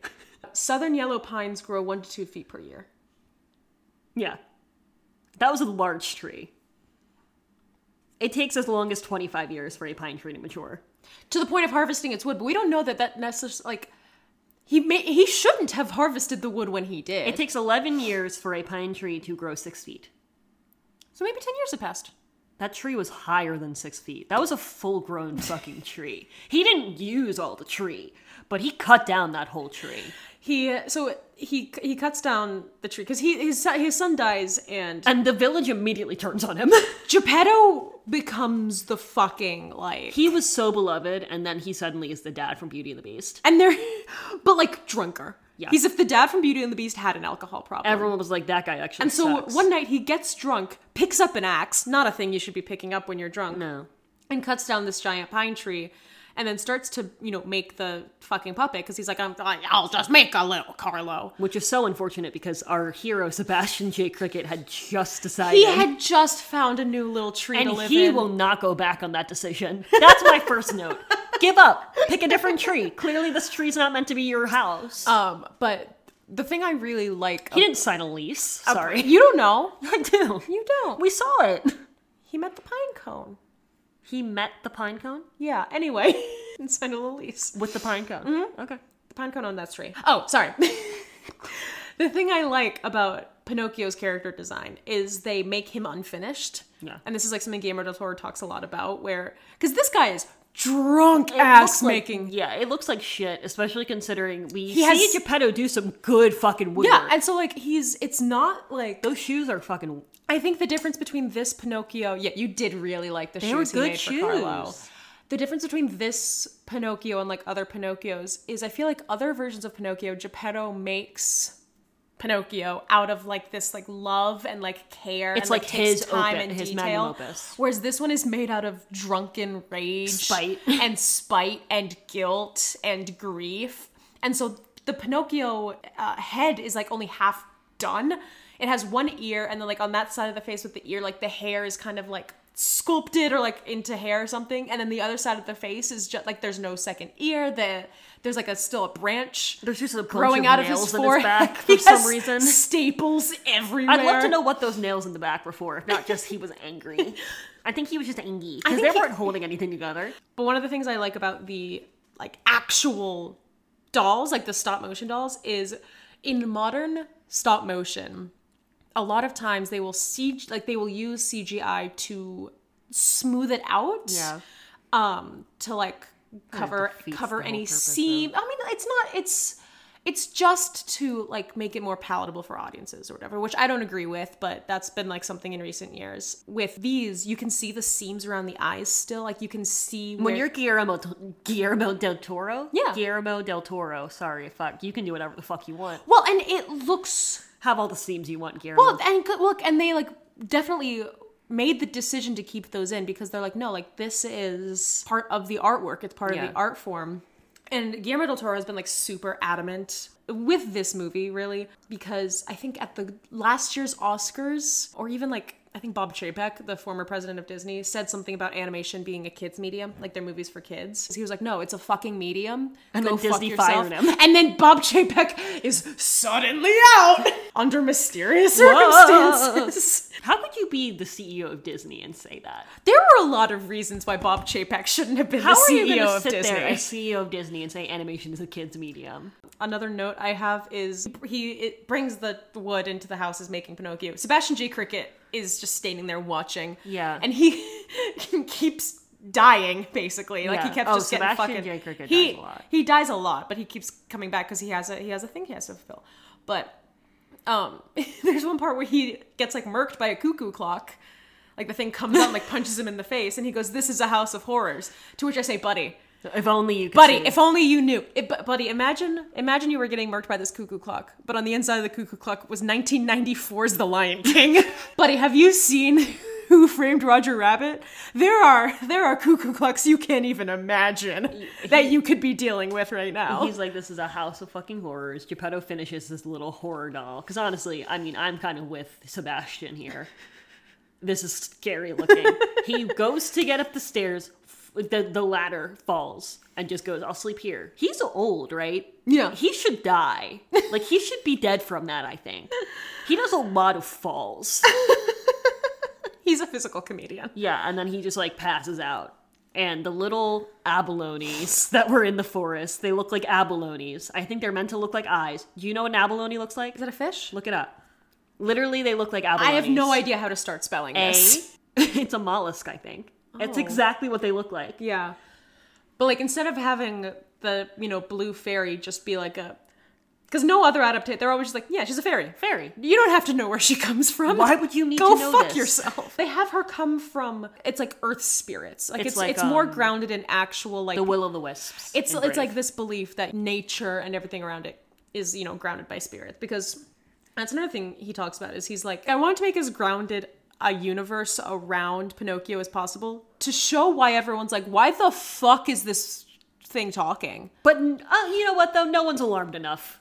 Southern yellow pines grow one to two feet per year.
yeah. That was a large tree. It takes as long as 25 years for a pine tree to mature.
to the point of harvesting its wood. But we don't know that that necessarily like he may he shouldn't have harvested the wood when he did.
It takes 11 years for a pine tree to grow six feet.
so maybe ten years have passed.
That tree was higher than six feet. That was a full grown fucking tree. He didn't use all the tree, but he cut down that whole tree.
He so he he cuts down the tree because he his son- his son dies and
And the village immediately turns on him.
Geppetto becomes the fucking like
he was so beloved, and then he suddenly is the dad from Beauty and the Beast.
and they're but like drunker.
Yeah.
He's if the dad from Beauty and the Beast had an alcohol problem.
Everyone was like, that guy actually
and so
sucks."
one night he gets drunk, picks up an axe, not a thing you should be picking up when you're drunk.
No.
and cuts down this giant pine tree and then starts to you know make the fucking puppet because he's like I'm, i'll just make a little carlo
Which is so unfortunate because our hero, Sebastian J. Cricket, had just decided.
he had just found a new little tree
and
to live
he
in
will not go back on that decision. That's my first note. Give up. Pick a different tree. Clearly, this tree's not meant to be your house.
um but the thing i really like
he didn't sign Oh. a lease. Sorry.
you don't know
I do.
you don't
We saw it.
he met the pine cone
He met the pine cone
yeah anyway and signed a little lease
with the pine cone. Okay.
the pine cone on that tree. Oh, sorry. the thing I like about Pinocchio's character design is they make him unfinished.
Yeah.
And this is like something Guillermo del Toro talks a lot about, where because this guy is drunk
It
ass
looks like-
making.
yeah, it looks like shit, especially considering we
He
see
has-
Geppetto do some good fucking woodwork.
yeah, and so like he's it's not like
those shoes are fucking.
I think the difference between this Pinocchio, yeah, you did really like the
They were
shoes he
good
made
shoes.
for Carlo. The difference between this Pinocchio and like other Pinocchios is I feel like other versions of Pinocchio, Geppetto makes Pinocchio out of like this like love and like care.
It's
and, like,
like
takes
his
time
opi-
and
his
detail.
magnum opus.
Whereas this one is made out of drunken rage,
Spite.
and spite and guilt and grief. And so the Pinocchio uh, head is like only half done. It has one ear, and then like on that side of the face with the ear, like the hair is kind of like sculpted or like into hair or something. And then the other side of the face is just like there's no second ear. The there's like a still a branch
There's just a bunch
growing out of his
nails in
forehead
back for
He
some
has
reason.
Staples everywhere.
I'd love to know what those nails in the back were for, if not just he was angry. I think he was just angry because
think
they
he-
weren't holding anything together.
But one of the things I like about the like actual dolls, like the stop motion dolls, is in modern stop motion, a lot of times they will CG like they will use CGI to smooth it out. Um, to like cover
defeats
cover
the whole
any
purpose of-
seam. I mean, it's not it's it's just to like make it more palatable for audiences or whatever, which I don't agree with, but that's been like something in recent years. With these, you can see the seams around the eyes still, like you can see
When
where-
you're Guillermo Guillermo del Toro,
Yeah.
Guillermo del Toro. Sorry, fuck, you can do whatever the fuck you want.
Well, and it looks
Have all the seams you want, Guillermo.
well, and good look, and they like definitely made the decision to keep those in because they're like, no, like this is part of the artwork. It's part
Yeah.
of the art form. And Guillermo del Toro has been like super adamant with this movie, really, because I think at the last year's Oscars, or even like I think Bob Chapek, the former president of Disney, said something about animation being a kids medium, like their movies for kids. He was like, "No, it's a fucking medium."
And then Disney
yourself."
fired him.
And then Bob Chapek is suddenly out under mysterious
Whoa.
circumstances.
How could you be the CEO of Disney and say that?
There were a lot of reasons why Bob Chapek shouldn't have been
How
the
are you
CEO
going to
of
sit
Disney.
there as CEO of Disney and say animation is a kids medium?
Another note I have is he it brings the wood into the house is making Pinocchio. Sebastian J. Cricket is just standing there watching.
Yeah.
And he keeps dying basically like he
Yeah.
kept
Oh,
just getting
Sebastian
fucking
J. Cricket
he,
dies a lot.
he dies a lot but he keeps coming back because he has a he has a thing he has to fulfill but um there's one part where he gets like murked by a cuckoo clock like the thing comes out and like punches him in the face and he goes this is a house of horrors to which i say buddy
If only you could
Buddy,
see.
if only you knew. It, bu- buddy, imagine imagine you were getting marked by this cuckoo clock, but on the inside of the cuckoo clock was 1994's The Lion King. buddy, have you seen Who Framed Roger Rabbit? There are there are cuckoo clocks you can't even imagine that you could be dealing with right now.
He's like, this is a house of fucking horrors. Geppetto finishes this little horror doll. Because honestly, I mean, I'm kind of with Sebastian here. This is scary looking. he goes to get up the stairs. f- The, the ladder falls and just goes, I'll sleep here. He's old, right?
Yeah.
He should die. Like, he should be dead from that, I think. He does a lot of falls.
He's a physical comedian.
Yeah, and then he just like passes out. And the little abalones that were in the forest, they look like abalones. I think they're meant to look like eyes. Do you know what an abalone looks like?
Is that a fish?
Look it up. Literally, they look like abalones.
I have no idea how to start spelling
A.
this.
it's a mollusk, I think. It's
Oh.
exactly what they look like.
Yeah. But like instead of having the, you know, blue fairy just be like a because no other adaptation, they're always just like, yeah, she's a fairy.
Fairy.
You don't have to know where she comes from.
Why would you need
Go
to know
fuck
this?
yourself. They have her come from it's like earth spirits. Like
It's
it's it's,
like,
more
um,
grounded in actual like
The will o' the wisps.
it's
in
it's like
Brave.
this belief that nature and everything around it is you know grounded by spirit because that's another thing he talks about is he's like I wanted to make as grounded a universe around Pinocchio as possible to show why everyone's like why the fuck is this thing talking
But uh, you know what though? No one's alarmed enough.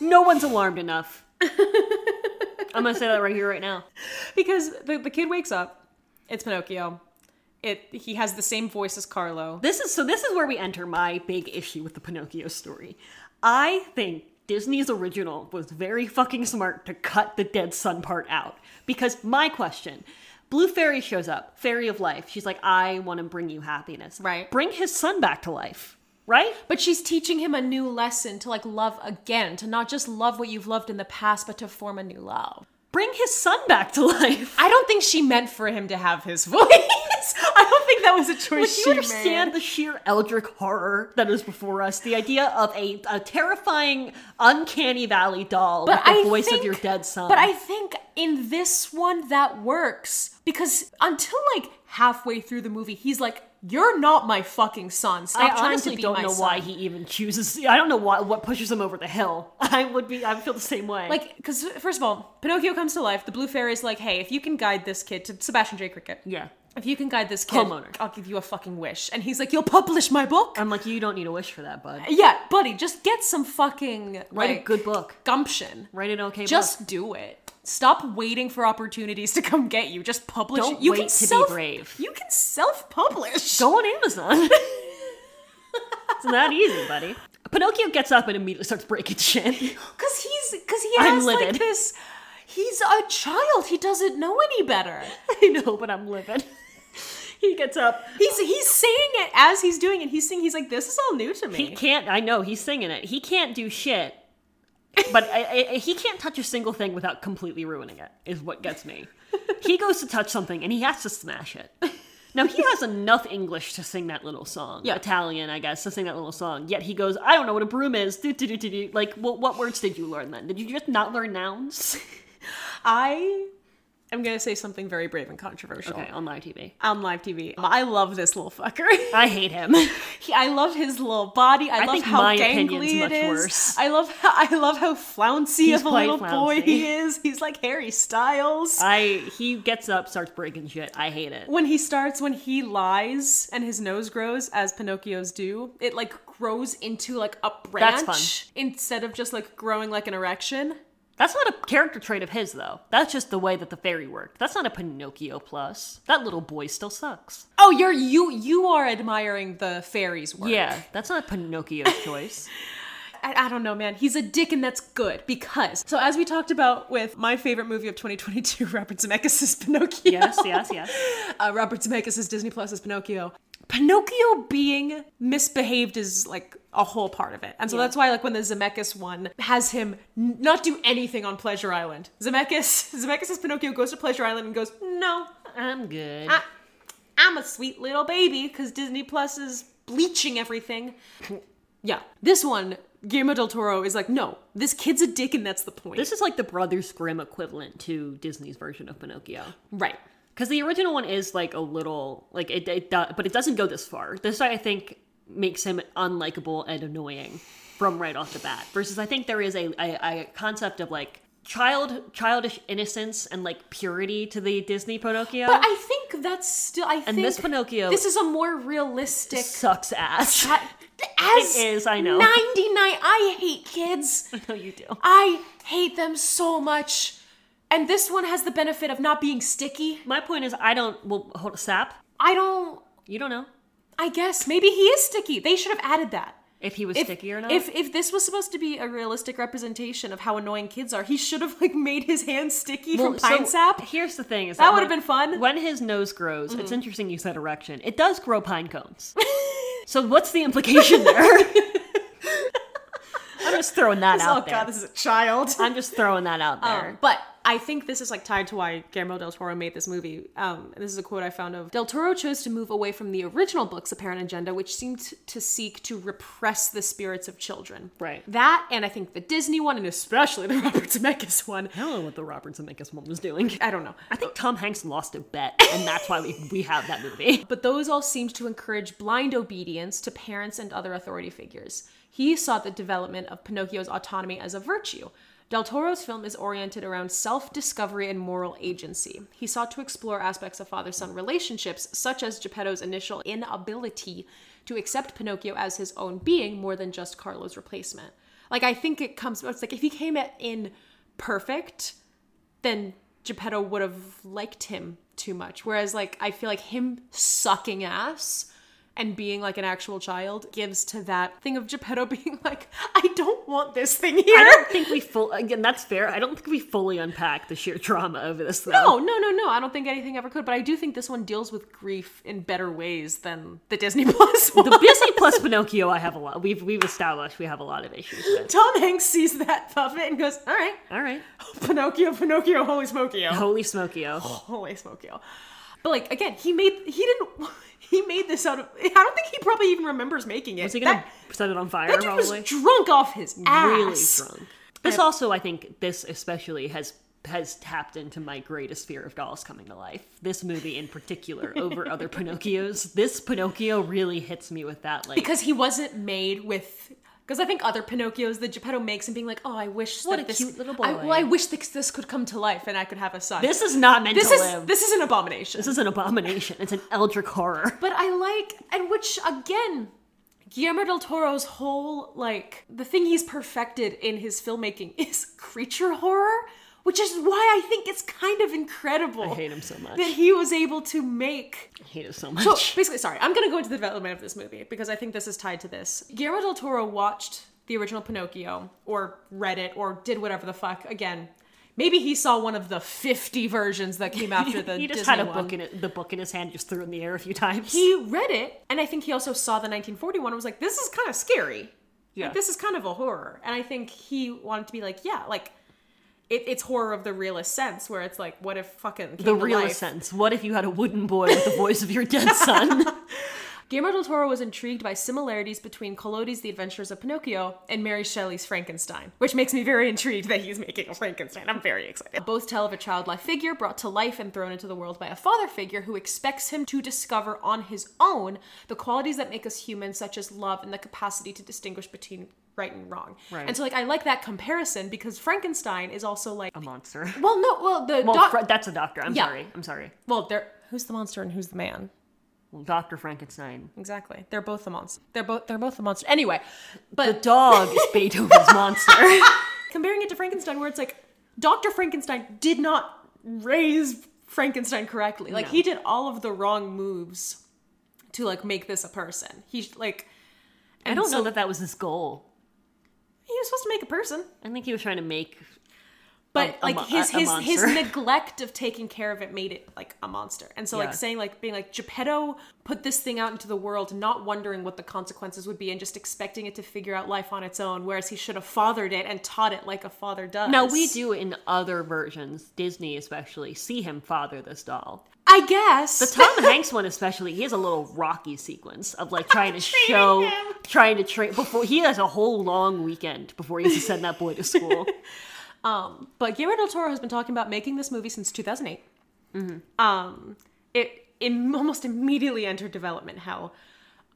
no one's alarmed enough. I'm gonna say that right here, right now.
because the, the kid wakes up it's Pinocchio it he has the same voice as Carlo
This is so this is where we enter my big issue with the Pinocchio story. I think Disney's original was very fucking smart to cut the dead son part out because my question Blue Fairy shows up, Fairy of Life. She's like, I want to bring you happiness.
Right.
Bring his son back to life. Right?
But she's teaching him a new lesson to like love again, to not just love what you've loved in the past, but to form a new love.
Bring his son back to life.
I don't think she meant for him to have his voice. yes, I don't think that was a choice
Do
she
you understand
made.
the sheer eldritch horror that is before us? The idea of a, a terrifying, uncanny valley doll
But
with
I
the voice
think-
of your dead son.
But I think in this one that works because until like halfway through the movie, he's like, "You're not my fucking son.
I
Stop trying to
honestly
be
don't
my
know
son."
why he even chooses. I don't know why what pushes him over the hill. I would be. I would feel the same way.
Like, because first of all, Pinocchio comes to life. The blue fairy's like, "Hey, if you can guide this kid to Sebastian J. Cricket,
yeah.
if you can guide this kid,
Homeowner. Um,
I'll give you a fucking wish." And he's like, "You'll publish my book."
I'm like, you don't need a wish for that, bud.
yeah, buddy, just get some fucking
Write a
like,
good book.
gumption.
Write an okay book.
Just do it. Stop waiting for opportunities to come get you. Just publish.
Don't
it. You can
wait to be
self-
brave.
You can self-publish.
Go on Amazon. it's not easy, buddy. Pinocchio gets up and immediately starts breaking shit.
Because he's because he
I'm
has like
livid.
this. He's a child. He doesn't know any better.
I know, but I'm livid. he gets up.
He's he's saying it as he's doing it. He's saying he's like, "This is all new to me."
He can't. I know he's singing it. He can't do shit. But I, I, he can't touch a single thing without completely ruining it. Is what gets me. he goes to touch something and he has to smash it. Now he has enough English to sing that little song.
Yeah.
Italian, I guess, to sing that little song. Yet he goes, I don't know what a broom is. Do, do, do, do, do. Like, what, what words did you learn then? Did you just not learn nouns?
I am gonna say something very brave and controversial
Okay, on live TV.
on live TV. I love this little fucker.
I hate him.
He- I love his little body. I, love
think
how
my opinion's
gangly it
much
is.
worse.
I love how I love how flouncy
He's
of a
quite
little boy
flouncy.
he is. He's like Harry Styles.
I he gets up, starts breaking shit. I hate it.
when he starts when he lies and his nose grows as pinocchio's do it like grows into like a branch
That's
instead of just like growing like an erection
That's not a character trait of his, though. That's just the way that the fairy worked. That's not a Pinocchio plus. That little boy still sucks.
oh you're you you are admiring the fairies work
Yeah, that's not a Pinocchio's choice.
I, I don't know man he's a dick and that's good because so as we talked about with my favorite movie of 2022 robert zemeckis' pinocchio
Yes, yes, yes.
uh, Robert Zemeckis' Disney Plus' Pinocchio. Pinocchio being misbehaved is like a whole part of it. And so that's why like when the Zemeckis one has him n- not do anything on Pleasure Island. Zemeckis Zemeckis' Pinocchio goes to Pleasure Island and goes, "No,
I'm good.
I, I'm a sweet little baby cuz Disney Plus is bleaching everything." yeah. This one Guillermo del Toro is like, "No, this kid's a dick and that's the point."
This is like the Brothers Grimm equivalent to Disney's version of Pinocchio. Uh,
right.
Because the original one is like a little, like it, it do, but it doesn't go this far. This I think makes him unlikable and annoying from right off the bat. Versus, I think there is a, a, a concept of like child childish innocence and like purity to the Disney Pinocchio.
But I think that's still I
and
think
this Pinocchio
this is a more realistic
sucks ass.
I- as
It is, I know.
99 I hate kids.
I know you do.
I hate them so much. And this one has the benefit of not being sticky.
My point is, I don't. Well, hold sap.
I don't
You don't know
I guess maybe he is sticky. They should have added that.
if he was
If,
sticky or not.
if if this was supposed to be a realistic representation of how annoying kids are, he should have like made his hands sticky
Well,
from pine
so
sap.
Here's the thing: is
That
when-
would've been fun.
When his nose grows, it's interesting you said erection. It does grow pine cones. so what's the implication there? I'm just throwing that out there.
"Oh, is a child.
I'm just throwing that out there.
Um, but I think this is like tied to why Guillermo del Toro made this movie. Um, and this is a quote I found of Del Toro chose to move away from the original book's apparent agenda, which seemed to seek to repress the spirits of children.
Right.
That, and I think the Disney one, and especially the Robert Zemeckis one.
I don't know what the Robert Zemeckis mom was doing.
I don't know.
I think Tom Hanks lost a bet, and that's why we, we have that movie.
But those all seemed to encourage blind obedience to parents and other authority figures. He sought the development of Pinocchio's autonomy as a virtue. Del Toro's film is oriented around self discovery and moral agency. He sought to explore aspects of father son relationships, such as Geppetto's initial inability to accept Pinocchio as his own being more than just Carlo's replacement. Like, I think it comes, it's like if he came in perfect, then Geppetto would have liked him too much. Whereas, like, I feel like him sucking ass and being like an actual child gives to that thing of Geppetto being like, I don't want this thing
I
here.
don't think we full again. That's fair. I don't think we fully unpack the sheer drama of this. Though.
No, no, no, no. I don't think anything ever could. But I do think this one deals with grief in better ways than the Disney Plus one.
the Disney plus Pinocchio. I have a lot. We've we've established we have a lot of issues with.
Tom Hanks sees that puppet and goes, All right,
All right,
Pinocchio, Pinocchio, holy smokio.
holy Smokio.
Holy smokio. But like again, he made he didn't he made this out of. I don't think he probably even remembers making it.
Was he gonna
That-
set it on fire?
that dude was
probably
drunk off his ass.
really drunk. This also, I think, this especially has has tapped into my greatest fear of dolls coming to life. This movie in particular, over other Pinocchios, this Pinocchio really hits me with that. Like,
because he wasn't made with because I think other Pinocchios that Geppetto makes and being like, oh, I wish
What
that
a
this,
cute little
I,
boy."
well, I wish this, this could come to life and I could have a son.
this is not meant
this
to
is
live.
this is an abomination.
This is an abomination. It's an eldritch horror.
but I like and which again, Guillermo del Toro's whole like the thing he's perfected in his filmmaking is creature horror, which is why I think it's kind of incredible.
I hate him so much.
that he was able to make
I hate him so much.
So basically, sorry, I'm going to go into the development of this movie because I think this is tied to this. Guillermo del Toro watched the original Pinocchio or read it or did whatever the fuck. Again, maybe he saw one of the 50 versions that came after the
he just
Disney
had a
one.
book in it, the book in his hand, just threw it in the air a few times.
He read it, and I think he also saw the 1941 and was like, this is kind of scary.
Yeah.
Like, this is kind of a horror. And I think he wanted to be like, yeah, like, it, it's horror of the realist sense, where it's like, what if fucking came
the
to
realest
life?
sense. What if you had a wooden boy with the voice of your dead son?
Guillermo del Toro was intrigued by similarities between Collodi's The Adventures of Pinocchio and Mary Shelley's Frankenstein, which makes me very intrigued that he's making a Frankenstein. I'm very excited. Both tell of a childlike figure brought to life and thrown into the world by a father figure who expects him to discover on his own the qualities that make us human, such as love and the capacity to distinguish between right and wrong.
Right.
And so, like, I like that comparison because Frankenstein is also like,
a monster.
well, no, well, the
Well,
doc-
Fre- that's a doctor. I'm
Yeah.
sorry. I'm sorry.
well, there, who's the monster and who's the man?
Well, Doctor Frankenstein.
Exactly. They're both the monster. They're both they're both the monster. Anyway,
The
but
dog is Beethoven's monster.
comparing it to Frankenstein, where it's like Doctor Frankenstein did not raise Frankenstein correctly. Like
No.
he did all of the wrong moves to like make this a person. He like
I don't know that that was his goal.
he was supposed to make a person,
I think he was trying to make.
but
a
like
mon-
his
a- a
his his
monster.
neglect of taking care of it made it like a monster. And so
Yeah.
like saying like being like Geppetto put this thing out into the world, not wondering what the consequences would be, and just expecting it to figure out life on its own, whereas he should have fathered it and taught it like a father does.
Now we do in other versions, Disney especially, see him father this doll.
I guess.
The Tom Hanks one especially, he has a little Rocky sequence of like trying to show,
him.
trying to train before he has a whole long weekend before he has to send that boy to school.
but Guillermo del Toro has been talking about making this movie since 2008. Um, it, it almost immediately entered development hell.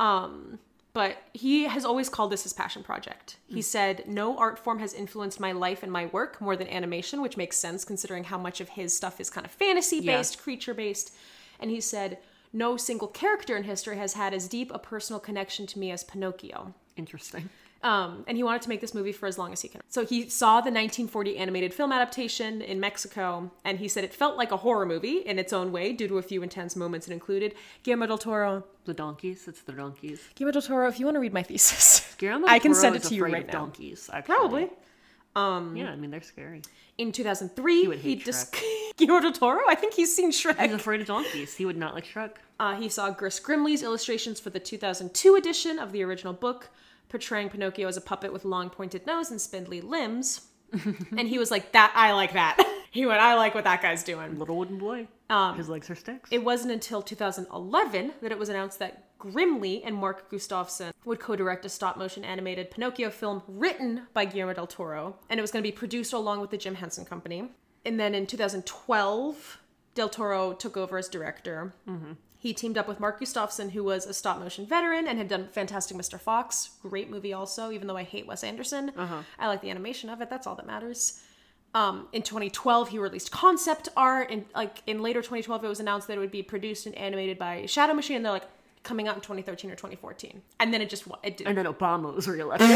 Um, but he has always called this his passion project. He said, No art form has influenced my life and my work more than animation, which makes sense considering how much of his stuff is kind of fantasy based, creature based. And he said, No single character in history has had as deep a personal connection to me as Pinocchio.
Interesting.
Um, and he wanted to make this movie for as long as he can. So he saw the 1940 animated film adaptation in Mexico, and he said it felt like a horror movie in its own way due to a few intense moments it included. Guillermo del Toro.
The donkeys, it's the donkeys.
Guillermo del Toro, if you want to read my thesis,
Guillermo
I can
Toro
send it
is
to you
afraid
right
of
now.
Donkeys, actually. Mm.
Probably.
Yeah, I mean they're scary.
In 2003,
would
he
hate
dis- Guillermo del Toro. I think he's seen Shrek.
He's afraid of donkeys. He would not like Shrek.
Uh, he saw Gris Grimley's illustrations for the 2002 edition of the original book, portraying Pinocchio as a puppet with long pointed nose and spindly limbs. and he was like, "That I like that." He went, "I like what that guy's doing."
Little wooden boy. His legs are sticks.
Um, It wasn't until 2011 that it was announced that Grimley and Mark Gustafson would co-direct a stop-motion animated Pinocchio film written by Guillermo del Toro, and it was going to be produced along with the Jim Henson Company. And then in 2012, del Toro took over as director. He teamed up with Mark Gustafson, who was a stop motion veteran and had done Fantastic Mr. Fox. Great movie, also, even though I hate Wes Anderson. I like the animation of it, that's all that matters. Um, in 2012, he released concept art, and like in later 2012, it was announced that it would be produced and animated by Shadow Machine, and they're like coming out in 2013 or 2014, and then it just wa- it did.
and then Obama was reelected.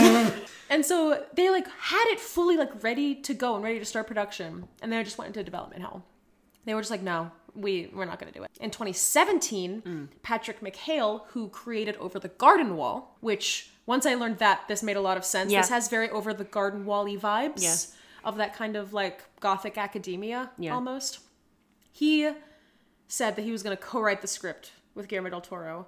And so they like had it fully like ready to go and ready to start production, and then it just went into development hell. They were just like, no, we we're not going to do it. In 2017,
Hmm.
Patrick McHale, who created Over the Garden Wall, which once I learned that this made a lot of sense.
Yeah.
This has very Over the Garden Wall-y vibes
Yeah.
of that kind of like gothic academia
Yeah.
almost. He said that he was going to co-write the script with Guillermo del Toro,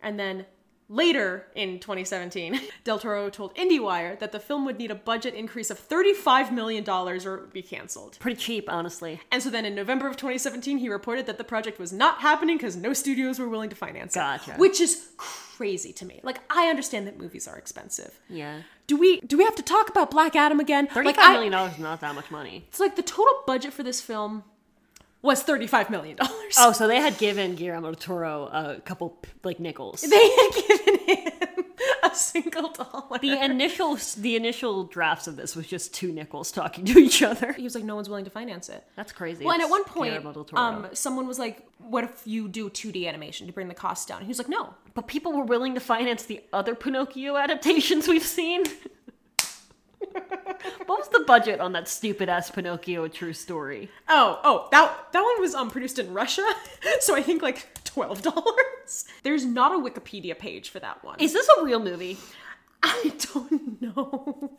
and then Later in 2017, Del Toro told IndieWire that the film would need a budget increase of $35 million or it would be canceled.
Pretty cheap, honestly.
And so then in November of 2017, he reported that the project was not happening because no studios were willing to finance it.
Gotcha.
Which is crazy to me. Like, I understand that movies are expensive.
Yeah.
Do we do we have to talk about Black Adam again?
Thirty-five
Like, I-
million dollars is not that much money.
It's like the total budget for this film was $35 million.
Oh, so they had given Guillermo del Toro a couple like nickels.
They had given him a single dollar.
The initial the initial drafts of this was just two nickels talking to each other.
he was like, no one's willing to finance it.
That's crazy.
Well, and at
It's
one
Guillermo del
point,
Toro.
um, someone was like, "What if you do 2D animation to bring the cost down?" And he was like, "No,
but people were willing to finance the other Pinocchio adaptations we've seen. what was the budget on that stupid ass Pinocchio true story?
oh, oh, that that one was um produced in Russia, so I think like twelve dollars." There's not a Wikipedia page for that one.
Is this a real movie?
I don't know.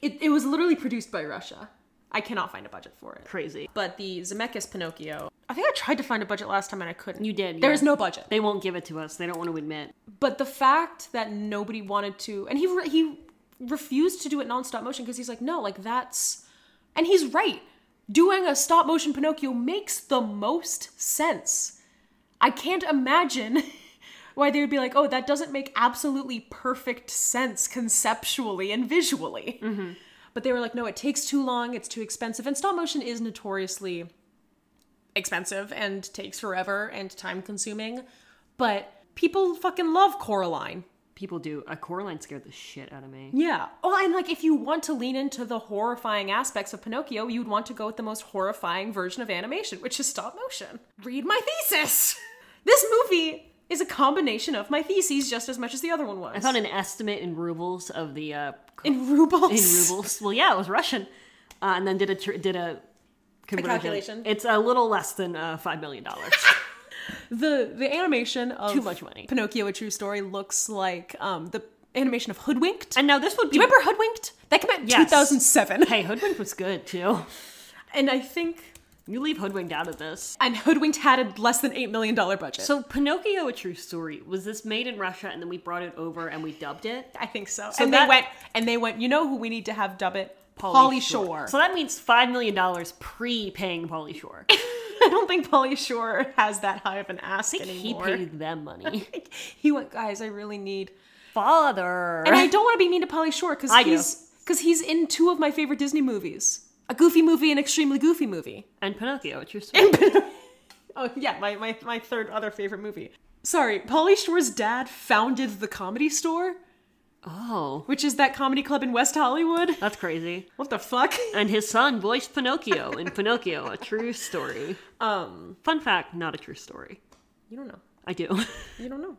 It it was literally produced by Russia. I cannot find a budget for it.
Crazy.
But the Zemeckis Pinocchio, I think I tried to find a budget last time and I couldn't.
You did,
There
yeah.
is no budget.
They won't give it to us. They don't want to admit.
but the fact that nobody wanted to and he re- he refused to do it non stop motion because he's like no like that's and he's right doing a stop motion pinocchio makes the most sense i can't imagine why they would be like oh that doesn't make absolutely perfect sense conceptually and visually but they were like no it takes too long it's too expensive and stop motion is notoriously expensive and takes forever and time consuming but people fucking love Coraline.
People do. A Coraline scared the shit out of me.
Yeah. Well, Oh, and like if you want to lean into the horrifying aspects of Pinocchio, you'd want to go with the most horrifying version of animation, which is stop motion. Read my thesis. this movie is a combination of my theses just as much as the other one was.
I found an estimate in rubles of the uh,
in rubles.
in rubles. Well, yeah, it was Russian, uh, and then did a tr- did a conversion.
calculation.
It's a little less than uh, five million dollars.
The the animation of
Too much money.
Pinocchio: A True Story looks like um the animation of Hoodwinked.
and now this would be.
Do you remember Hoodwinked? That came out in
Yes.
2007.
Hey, Hoodwinked was good too.
And I think
You leave Hoodwinked out of this.
and Hoodwinked had a less than eight million dollar budget.
So Pinocchio: A True Story was this made in Russia, and then we brought it over and we dubbed it.
I think so.
So
and
that-
they went and they went, you know who we need to have dub it? Polly Shore.
So that means five million dollars pre-paying Polly Shore.
I don't think Polly Shore has that high of an ass
he
anymore.
paid them money.
He went, guys, I really need
Father.
And I don't want to be mean to Polly Shore because
I do.
he's because he's in two of my favorite Disney movies. A goofy movie and extremely goofy movie.
and Pinocchio: A True Story.
Oh yeah, my, my, my third other favorite movie. Sorry, Polly Shore's dad founded the comedy store,
oh,
which is that comedy club in West Hollywood.
that's crazy.
What the fuck?
and his son voiced Pinocchio in Pinocchio, a true story.
Um
Fun fact, not a true story.
you don't know.
I do.
You don't know.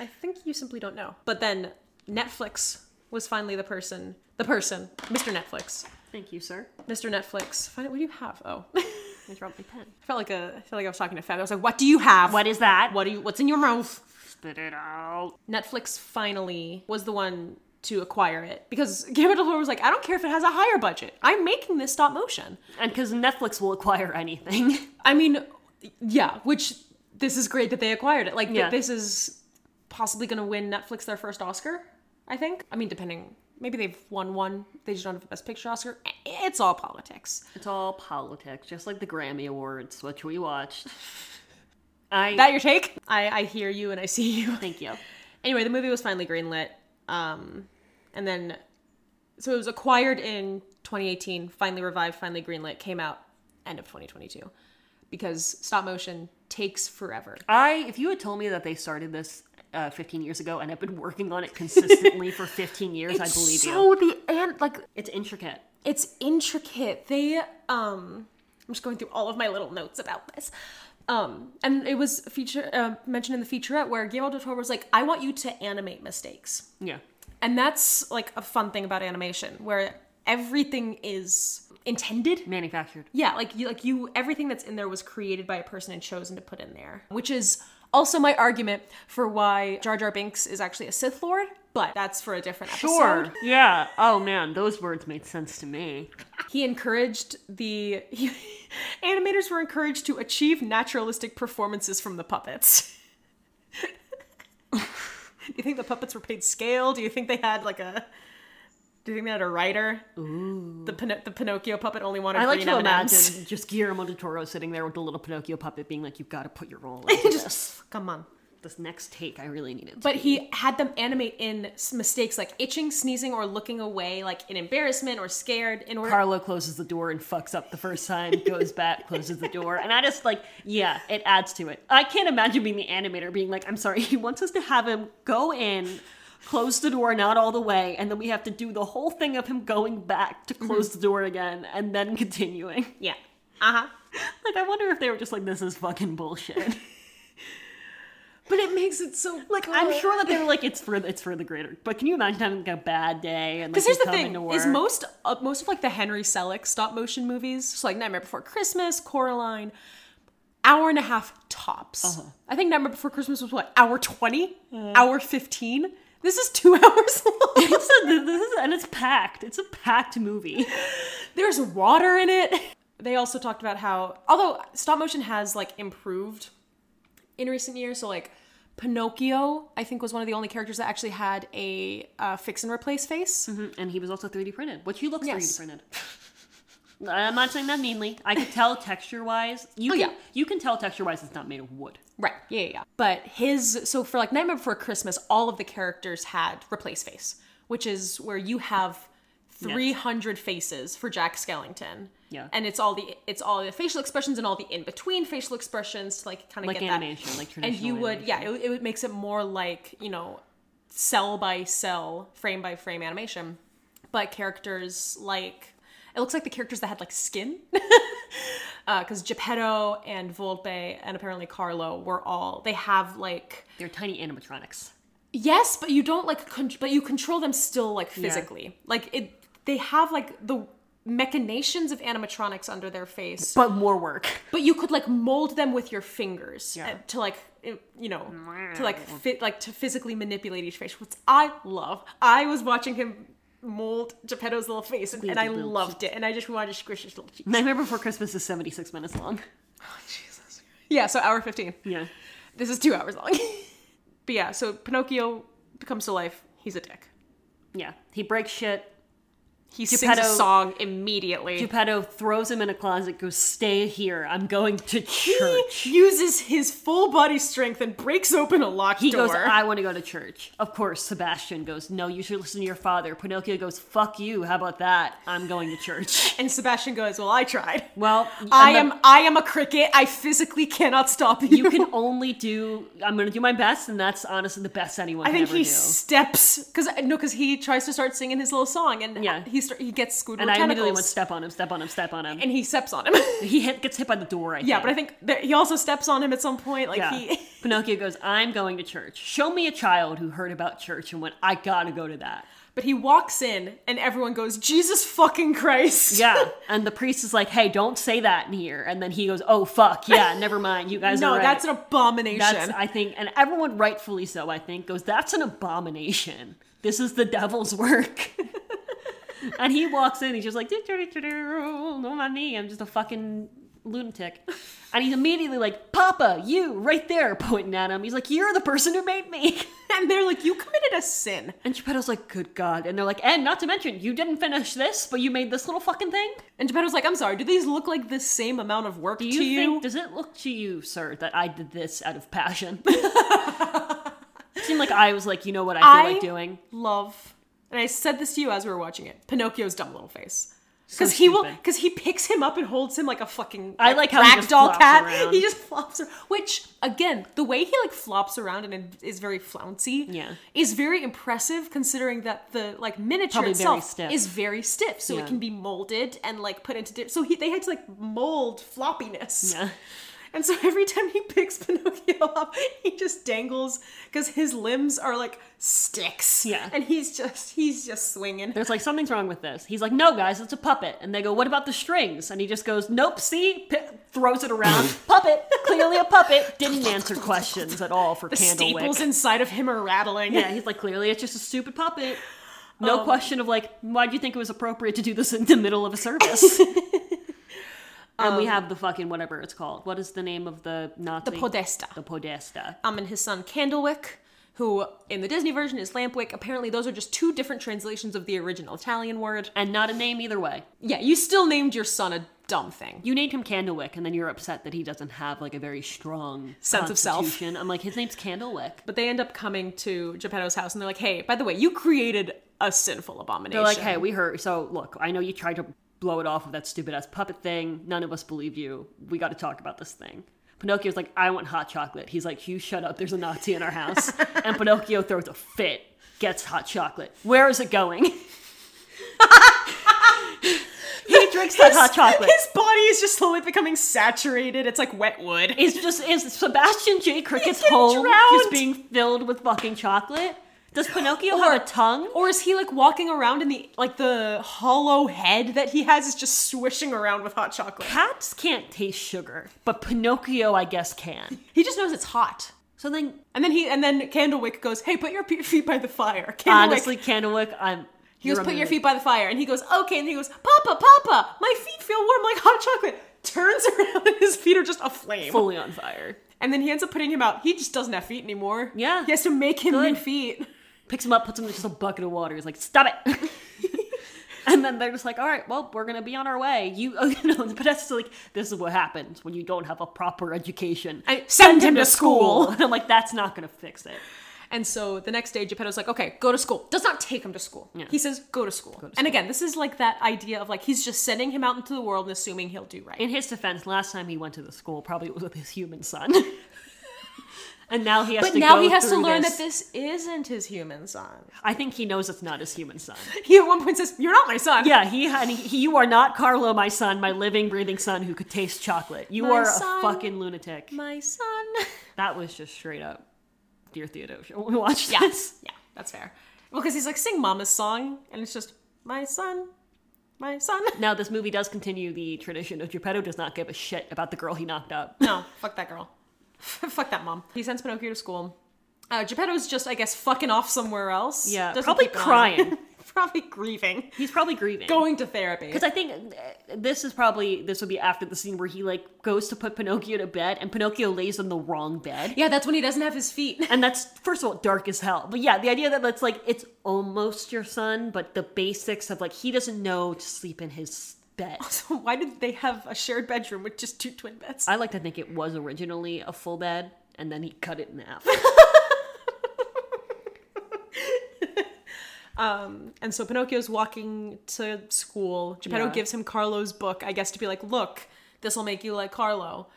I think you simply don't know. But then Netflix was finally the person, the person, Mr. Netflix,
Thank you, sir.
Mr. Netflix. Find it. What do you have? Oh, I
I dropped my pen.
felt like a, I felt like I was talking to Fab. I was like, "What do you have?
What is that?
What do you? What's in your mouth?"
Spit it out.
Netflix finally was the one to acquire it because Guillermo del Toro was like, "I don't care if it has a higher budget. I'm making this stop motion."
And because Netflix will acquire anything.
I mean, yeah, which this is great that they acquired it. Like, th-
Yeah.
this is possibly going to win Netflix their first Oscar, I think. I mean, depending, maybe they've won one, they just don't have a Best Picture Oscar. I- It's all politics.
It's all politics, just like the Grammy Awards, which we watched. I
That your take? I, I hear you and I see you.
thank you.
Anyway, the movie was finally greenlit. Um, and then, so it was acquired in 2018, finally revived, finally greenlit, came out end of 2022 because stop motion takes forever.
I if you had told me that they started this uh, 15 years ago and have been working on it consistently for 15 years, I believe you.
so the and like
It's intricate.
it's intricate they um i'm just going through all of my little notes about this um and it was feature uh, mentioned in the featurette where Guillermo del Toro was like i want you to animate mistakes
Yeah.
and that's like a fun thing about animation where everything is intended
Manufactured.
yeah, like you, like you, everything that's in there was created by a person and chosen to put in there, which is also my argument for why Jar Jar Binks is actually a Sith Lord, but that's for a different episode.
Sure. Yeah. Oh man, those words made sense to me.
He encouraged the he- animators were encouraged to achieve naturalistic performances from the puppets. you think the puppets were paid scale? Do you think they had like a? Do you think they had a writer? Ooh. The Pin- the Pinocchio puppet only wanted
I like
green
to
M&Ms.
imagine just Guillermo del Toro sitting there with the little Pinocchio puppet, being like, "You've got to put your role into this.
Come on.
This next take, I really need it."
But he had them animate in s- mistakes like itching, sneezing, or looking away, like in embarrassment or scared, in order.
Carlo closes the door and fucks up the first time, goes back, closes the door, and I just like, yeah, it adds to it. I can't imagine being the animator being like, I'm sorry, he wants us to have him go in, close the door not all the way, and then we have to do the whole thing of him going back
Mm-hmm.
to close the door again and then continuing.
yeah. Uh huh.
Like, I wonder if they were just like, this is fucking bullshit.
But it makes it so
Like, I'm sure that they were like, it's for it's for the greater. But can you imagine having like, a bad day and like
Because here's
you
the
come
thing:
into work?
is most uh, most of like the Henry Selick stop motion movies, so like Nightmare Before Christmas, Coraline, hour and a half tops.
Uh-huh.
I think Nightmare Before Christmas was what hour twenty, hour fifteen. This is two hours long.
This is- this is- and it's packed. It's a packed movie.
There's water in it. They also talked about how, although stop motion has like improved in recent years, so like Pinocchio, I think was one of the only characters that actually had a uh, fix and replace face.
And he was also 3D printed, which he looks
Yes.
3D printed. I'm not saying that meanly. I could tell texture wise. You
Oh,
can,
yeah.
you can tell texture wise it's not made of wood.
Right. Yeah, yeah, yeah. But his so for like Nightmare Before Christmas, all of the characters had replace face, which is where you have 300 faces for Jack Skellington.
Yeah.
And it's all the it's all the facial expressions and all the in between facial expressions to like kind of
Like
get
animation,
that.
like
and
traditional.
you would
animation.
yeah, it, it makes it more like you know cell by cell, frame by frame animation. But characters like it looks like the characters that had like skin because Geppetto and Volpe and apparently Carlo were all they have like
They're tiny animatronics.
yes, but you don't like con- but you control them still like physically. Like it, they have like the machinations of animatronics under their face,
But more work.
but you could like mold them with your fingers uh, to like i- you know to like fit like to physically manipulate each face, which I love. I was watching him mold Geppetto's little face and, and I
little
loved it, and I just wanted to squish his little cheek.
Nightmare Before Christmas is 76 minutes long.
Yeah, so hour fifteen.
Yeah.
This is two hours long. but yeah, so Pinocchio comes to life. He's a dick.
Yeah. He breaks shit.
He
Geppetto-
sings a song immediately.
Geppetto throws him in a closet, goes, Stay here. I'm going to
he
church.
uses his full body strength and breaks open a locked
He
door.
goes, I want to go to church. Of course, Sebastian goes, No, you should listen to your father. Pinocchio goes, Fuck you. How about that? I'm going to church.
and Sebastian goes, "Well, I tried.
Well,
I
and the-
am I am a cricket. I physically cannot stop you."
you can only do i'm gonna do my best and that's honestly the best anyone
I
can
think
ever
he
do
steps because no, because he tries to start singing his little song and
Yeah.
he start, he gets Squidward
and i immediately
tentacles
went step on him step on him step on him
and he steps on him.
he hit, gets hit by the door I
yeah,
think.
but I think that he also steps on him at some point. Like
Yeah.
he.
pinocchio goes i'm going to church show me a child who heard about church and went i gotta go to that
But he walks in and everyone goes, Jesus fucking Christ.
yeah and the priest is like hey don't say that in here and then he goes oh fuck yeah never mind you guys
No,
are right.
that's an abomination.
that's i think and everyone rightfully so i think goes that's an abomination this is the devil's work and he walks in he's just like "Doo, doo, doo, doo, doo, no my knee i'm just a fucking lunatic and he's immediately like papa you right there pointing at him he's like you're the person who made me
and they're like, You committed a sin.
and geppetto's like good god and they're like and not to mention you didn't finish this but you made this little fucking thing
And Geppetto's like, I'm sorry, do these look like the same amount of work
do
to
you
you?
think does it look to you sir that i did this out of passion seemed like i was like you know what i feel
I-
like doing
Love. And I said this to you as we were watching it Pinocchio's dumb little face.
So
Because he will,
stupid.
because he picks him up and holds him like a fucking
I like how he just flops
cat.
around.
He just flops around. Which, again, the way he like flops around and is very flouncy,
Yeah.
is very impressive considering that the like miniature
Probably very
itself
stiff.
is very stiff, so
Yeah.
it can be molded and like put into. Di- so he, they had to like mold floppiness.
Yeah.
And so every time he picks Pinocchio up, he just dangles because his limbs are like sticks.
Yeah.
And he's just he's just swinging.
There's like something's wrong with this. He's like, no, guys, it's a puppet. And they go, what about the strings? And he just goes, nope, see, P- throws it around. puppet, clearly a puppet. Didn't answer questions at all for
The
Candlewick.
staples inside of him are rattling.
yeah, he's like, clearly it's just a stupid puppet. No
Um,
question of like, why do you think it was appropriate to do this in the middle of a service? and
Um,
we have the fucking whatever it's called. What is the name of the Nazi?
The Podesta.
The Podesta.
Um, and his son Candlewick, who in the Disney version is Lampwick. Apparently, those are just two different translations of the original Italian word.
And not a name either way.
Yeah, you still named your son a dumb thing.
You named him Candlewick, and then you're upset that he doesn't have like a very strong
Sense of self.
constitution. I'm like, his name's Candlewick.
But they end up coming to Geppetto's house and they're like, hey, by the way, you created a sinful abomination.
They're like, hey, we heard. So look, I know you tried to blow it off with that stupid ass puppet thing. None of us believe you. We got to talk about this thing. Pinocchio's like, I want hot chocolate. He's like, you shut up. There's a Nazi in our house. and Pinocchio throws a fit, gets hot chocolate. Where is it going? he drinks that hot chocolate.
His body is just slowly becoming saturated. It's like wet wood.
Is just is Sebastian J. Cricket's
getting
home
drowned.
just being filled with fucking chocolate? Does Pinocchio have a tongue?
Or is he like walking around in the like the hollow head that he has is just swishing around with hot chocolate?
Cats can't taste sugar, but Pinocchio, I guess, can.
He just knows it's hot.
So then
And then he and then Candlewick goes, "Hey, put your pe- feet by the fire." Candlewick,
Honestly, Candlewick, I'm.
he goes,
you're
"Put your
amazing."
feet by the fire," and he goes, "Okay." And he goes, "Papa, Papa, my feet feel warm like hot chocolate." Turns around and his feet are just aflame.
fully on fire.
And then he ends up putting him out. He just doesn't have feet anymore.
Yeah.
he has to make him new
Good.
feet.
Picks him up, puts him in just a bucket of water. He's like, "Stop it!" and then they're just like, "All right, well, we're gonna be on our way." You, oh, you know, the pedestrians are like, "This is what happens when you don't have a proper education."
I- send him to school.
and I'm like, "That's not gonna fix it."
And so the next day, Geppetto's like, okay, go to school. Does not take him to school. He says, go to school. And again, this is like that idea of like, he's just sending him out into the world and assuming he'll do right.
In his defense, last time he went to the school, probably it was with his human son, and now he has.
but
to
now
go
he has to
through
learn
this.
that this isn't his human son.
I think he knows it's not his human son.
He at one point says, you're not my son.
Yeah, he, honey, he, you are not Carlo, my son, my living, breathing son who could taste chocolate. You
My
are
son.
a fucking lunatic.
My son.
That was just straight up, dear Theodosia. When we watched
yes.
this,
Yeah, that's fair. Well, because he's like, sing mama's song. And it's just, my son, my son.
now this movie does continue the tradition of Geppetto does not give a shit about the girl he knocked up.
No, fuck that girl. fuck that mom. He sends Pinocchio to school. Uh, Geppetto's just, I guess, fucking off somewhere else.
Yeah,
Doesn't
probably
keep an eye on
crying.
him. probably grieving.
He's probably grieving.
Going to therapy.
because I think uh, this is probably this would be after the scene where he like goes to put Pinocchio to bed and Pinocchio lays on the wrong bed.
Yeah, that's when he doesn't have his feet.
And that's first of all dark as hell. But yeah, the idea that that's like it's almost your son, but the basics of like he doesn't know to sleep in his bed.
So why did they have a shared bedroom with just two twin beds?
I like to think it was originally a full bed, and then he cut it in half.
And so Pinocchio's walking to school. Geppetto
Yeah.
gives him Carlo's book, I guess, to be like, look, this will make you like Carlo.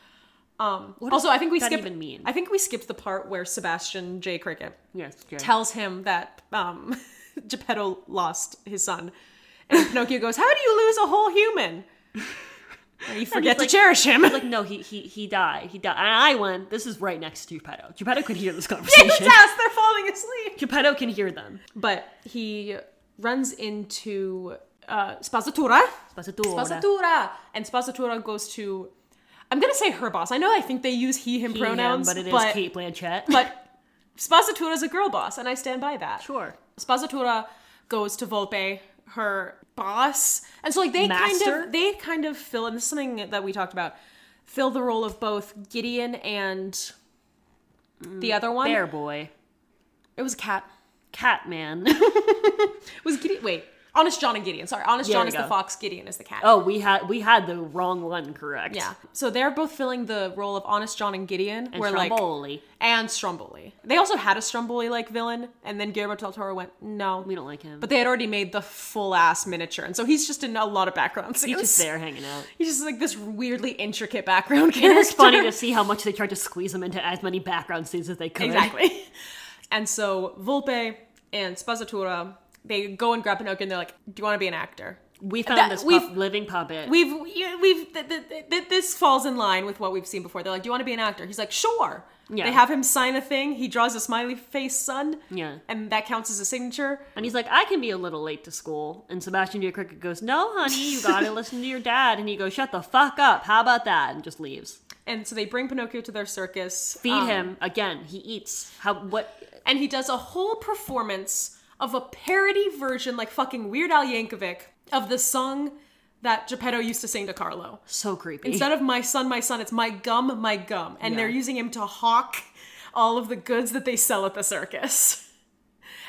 Um, also, I think we
that
skipped.
even mean?
I think we skipped the part where Sebastian J. Cricket
yes, Jay.
tells him that um, Geppetto lost his son, and Pinocchio goes, "How do you lose a whole human? And you forget to
like-
cherish him."
like no, he he he died. He died, and I went. This is right next to Geppetto. Geppetto could hear this
Yes,
conversation.
they're falling asleep.
Geppetto can hear them.
but he runs into uh, Spazzatura.
Spazzatura.
Spazzatura. And Spazzatura goes to, I'm going to say her boss. I know I think they use he, him
He, him,
pronouns,
but it is
but,
Kate Blanchett.
but Spazzatura is a girl boss, and I stand by that.
sure,
Spazzatura goes to Volpe, her boss, and so like they kind
Master?
of they kind of fill, and this is something that we talked about, fill the role of both Gideon and the other one.
Mm. bear boy,
It was Cat.
cat man.
Was Gideon? Wait, Honest John and Gideon. Sorry, Honest
Yeah,
John
there
is
you
the
go.
fox. Gideon is the cat.
oh, we had we had the wrong one correct.
Yeah. So they're both filling the role of Honest John and Gideon.
and
where, like-
Stromboli.
and Stromboli. They also had a Stromboli like villain, and then Guillermo del Toro went no.
we don't like him,
But
but
they had already made the full ass miniature, and so he's just in a lot of background scenes.
he's just there hanging out.
He's just like this weirdly intricate background character.
It is funny to see how much they tried to squeeze him into as many background scenes as they could.
Exactly. and so Volpe and Spazzatura, they go and grab Pinocchio, and they're like, "Do you want to be an actor?"
We found
That-
this
we've-
pup, living puppet.
We've you- we've th- th- th- th- this falls in line with what we've seen before. They're like, "Do you want to be an actor?" He's like, "Sure."
Yeah.
They have him sign a thing. He draws a smiley face sun.
Yeah.
And that counts as a signature.
And he's like, I can be a little late to school. And Sebastian J. Cricket goes, No, honey, you gotta listen to your dad. And he goes, Shut the fuck up. How about that? And just leaves.
And so they bring Pinocchio to their circus.
Feed
um,
him again. He eats. How? What?
And he does a whole performance of a parody version, like fucking Weird Al Yankovic, of the song that Geppetto used to sing to Carlo.
So creepy.
Instead of my son, my son, it's my gum, my gum. And
Yeah.
they're using him to hawk all of the goods that they sell at the circus.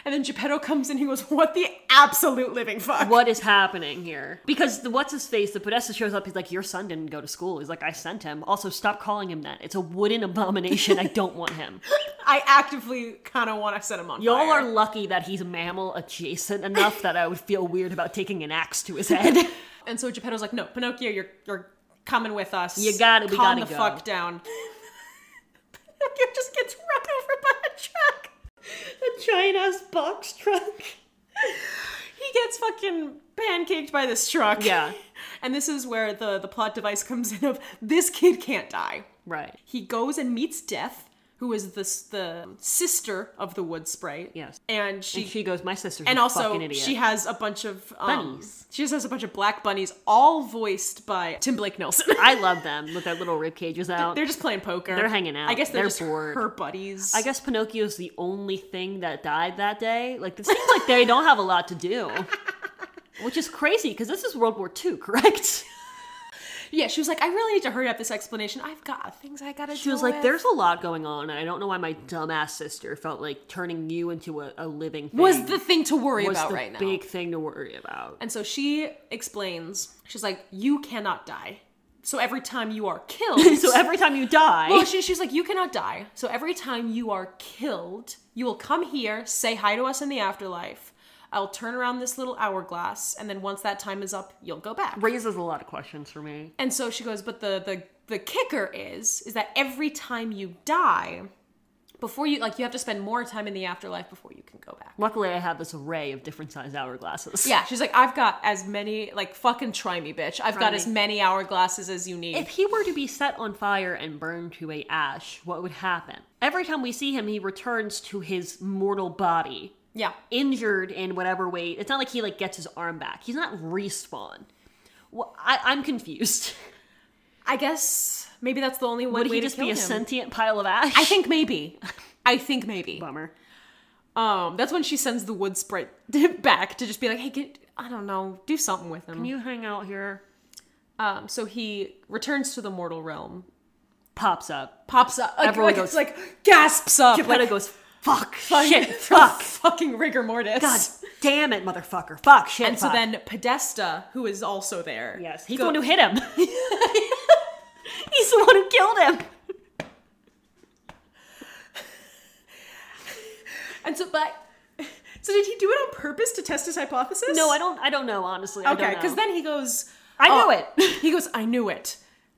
And then Geppetto comes in. He goes, "What the absolute living fuck?"
What is happening here? Because the what's his face, the Podesta shows up. He's like, "Your son didn't go to school." He's like, "I sent him." Also, stop calling him that. It's a wooden abomination. I don't want him.
I actively kind of want to set him on
Y'all
fire.
are lucky that he's mammal adjacent enough that I would feel weird about taking an axe to his head.
And so Geppetto's like, "No, Pinocchio, you're you're coming with us.
You got it, we
Calm
gotta
the
go."
fuck down." Pinocchio just gets run over by a truck.
a giant ass box truck.
He gets fucking pancaked by this truck.
Yeah.
And this is where the the plot device comes in of this kid can't die.
Right.
He goes and meets Death, who is this the sister of the wood sprite.
Yes.
And she
And she goes, my sister's
and
a
also
fucking idiot.
she has a bunch of um,
Bunnies.
She just has a bunch of black bunnies, all voiced by Tim Blake Nelson.
I love them with their little rib cages out.
they're just playing poker.
They're hanging out.
I guess they're,
They're
just
bored.
her buddies.
I guess Pinocchio's the only thing that died that day. Like, it seems like they don't have a lot to do. Which is crazy because this is World War II, correct?
Yeah, she was like, I really need to hurry up this explanation. I've got things I gotta do.
She was like, there's a lot going on, and I don't know why my dumbass sister felt like turning you into a, a living thing
was the thing to worry
was
about
the
right now.
big thing to worry about.
And so she explains, she's like, You cannot die. So every time you are killed.
so every time you die,
Well, Oh, she, she's like, You cannot die. So every time you are killed, you will come here, say hi to us in the afterlife. I'll turn around this little hourglass, and then once that time is up, you'll go back.
raises a lot of questions for me.
And so she goes, but the the the kicker is is that every time you die, before you like you have to spend more time in the afterlife before you can go back.
Luckily, I have this array of different sized hourglasses.
Yeah, she's like, I've got as many like fucking try me, bitch. I've got
me.
as many hourglasses as you need.
If he were to be set on fire and burned to a ash, what would happen? Every time we see him, he returns to his mortal body,
yeah,
injured in whatever way. It's not like he like gets his arm back. He's not respawn. Well, I, I'm confused.
I guess maybe that's the only one
Would
way
he
to
just
kill
be a
him.
sentient pile of ash?
I think maybe. I think maybe.
Bummer.
Um, that's when she sends the wood sprite back to just be like, hey, get I don't know, do something with him.
You hang out here.
Um, so he returns to the mortal realm
Pops up.
pops up. Like,
Everyone
like,
goes-
it's like gasps up.
Geppetto
like,
goes, fuck,
fucking-
shit, fuck.
fucking rigor mortis.
God damn it, motherfucker. Fuck, shit,
And so
fuck.
then Podesta, who is also there,
Yes, he's
go-
the one who hit him. he's the one who killed him.
and so but so did he do it on purpose to test his hypothesis?
No, I don't. I don't know. Honestly, I
Okay,
don't know.
because then he goes,
I knew
"Oh," He goes, I knew it.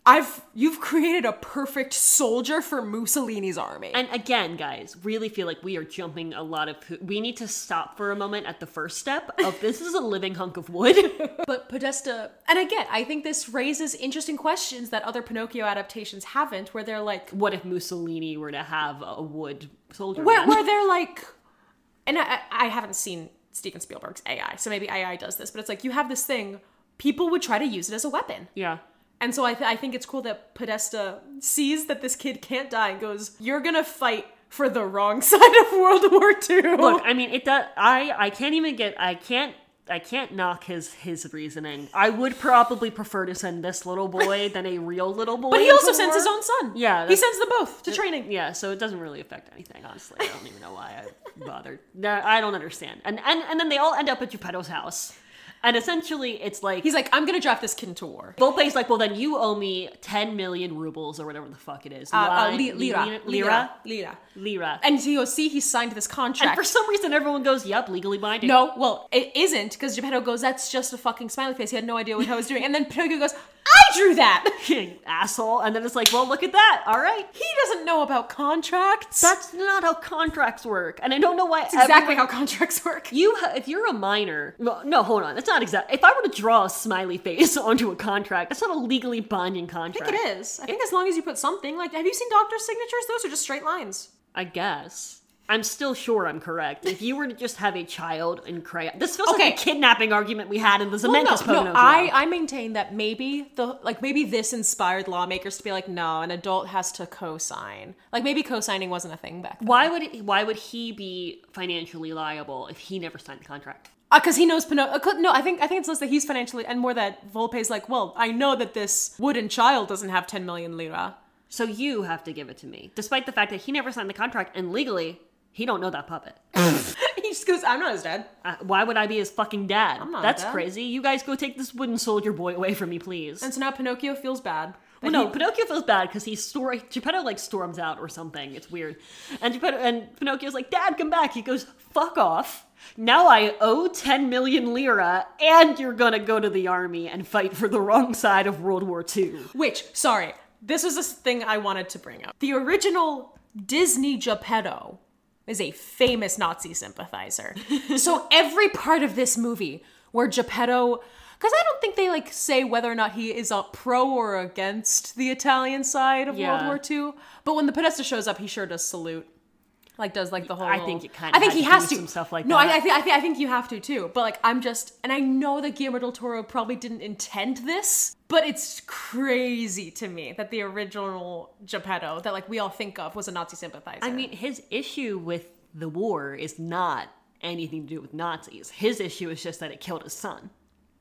I've you've created a perfect soldier for Mussolini's army.
and again, guys, really feel like we are jumping a lot of. hoo- We need to stop for a moment at the first step of this is a living hunk of wood.
But Podesta, and again, I think this raises interesting questions that other Pinocchio adaptations haven't, where they're like,
what if Mussolini were to have a wood soldier?
where,
man?
where they're like and I, I haven't seen steven spielberg's ai so maybe ai does this but it's like you have this thing people would try to use it as a weapon
Yeah.
and so i, th- I think it's cool that podesta sees that this kid can't die and goes you're gonna fight for the wrong side of world war ii
Look, I mean, it does. I I can't even get. I can't. I can't knock his his reasoning. I would probably prefer to send this little boy than a real little boy.
but he also
into
sends
war.
his own son
Yeah,
he
that's-
sends them both to training
Yeah, so it doesn't really affect anything, honestly. I don't even know why I bothered. That- I don't understand. And, and and then they all end up at Geppetto's house. And essentially it's like
he's like i'm gonna draft this kid into war
Volpe's like, well then you owe me ten million rubles or whatever the fuck it is.
uh, uh,
Line-
li- lira,
lira,
lira,
lira,
lira,
lira.
and so you see, he signed this contract.
And for some reason everyone goes, Yep, legally binding.
No, well, it isn't because Geppetto goes, "That's just a fucking smiley face." He had no idea what I was doing, and then Pinocchio goes, "I drew that."
You asshole. And then it's like, well look at that, alright.
He doesn't know about contracts.
That's not how contracts work. And I don't know why
That's exactly how contracts work.
You, ha- if you're a minor, well, no, hold on. That's not exact. If I were to draw a smiley face onto a contract, that's not a legally binding
I
contract.
think it is. I think as long as you put something like, have you seen doctor signatures? Those are just straight lines.
I guess. I'm still sure I'm correct. If you were to just have a child and cry, this feels
Okay.
like a kidnapping argument we had in the
Well,
Zemeckis
Oh, no, no,
Pinocchio.
I, I maintain that maybe the like maybe this inspired lawmakers to be like, no, an adult has to co-sign. Like maybe co-signing wasn't a thing back then.
Why would it, why would he be financially liable if he never signed the contract?
because Uh, he knows Pinocchio. No, I think I think it's less that he's financially, and more that Volpe's like, well, I know that this wooden child doesn't have ten million lira,
So you have to give it to me, despite the fact that he never signed the contract and legally he don't know that puppet.
he just goes, I'm not his dad.
Uh, why would I be his fucking dad?
I'm not
That's
dad.
crazy. You guys go take this wooden soldier boy away from me, please.
And so now Pinocchio feels bad.
Well,
that
no,
he-
Pinocchio feels bad because he's story. Geppetto like storms out or something. It's weird, and Geppetto and Pinocchio's like, "Dad, come back." He goes, "Fuck off." Now I owe ten million lira, and you're gonna go to the army and fight for the wrong side of World War II.
Which, sorry, this was this thing I wanted to bring up. The original Disney Geppetto is a famous Nazi sympathizer. so every part of this movie where Geppetto because I don't think they like say whether or not he is a pro or against the Italian side of World
Yeah.
War II, but when the Podesta shows up, he sure does salute. Like does like the whole.
I think it kinda
I think
had
he
to
has to
do some stuff like
no,
that.
I, I, thi- I, thi- I think you have to too. But like, I'm just, and I know that Guillermo del Toro probably didn't intend this, but it's crazy to me that the original Geppetto that like we all think of was a Nazi sympathizer.
I mean, his issue with the war is not anything to do with Nazis. His issue is just that it killed his son.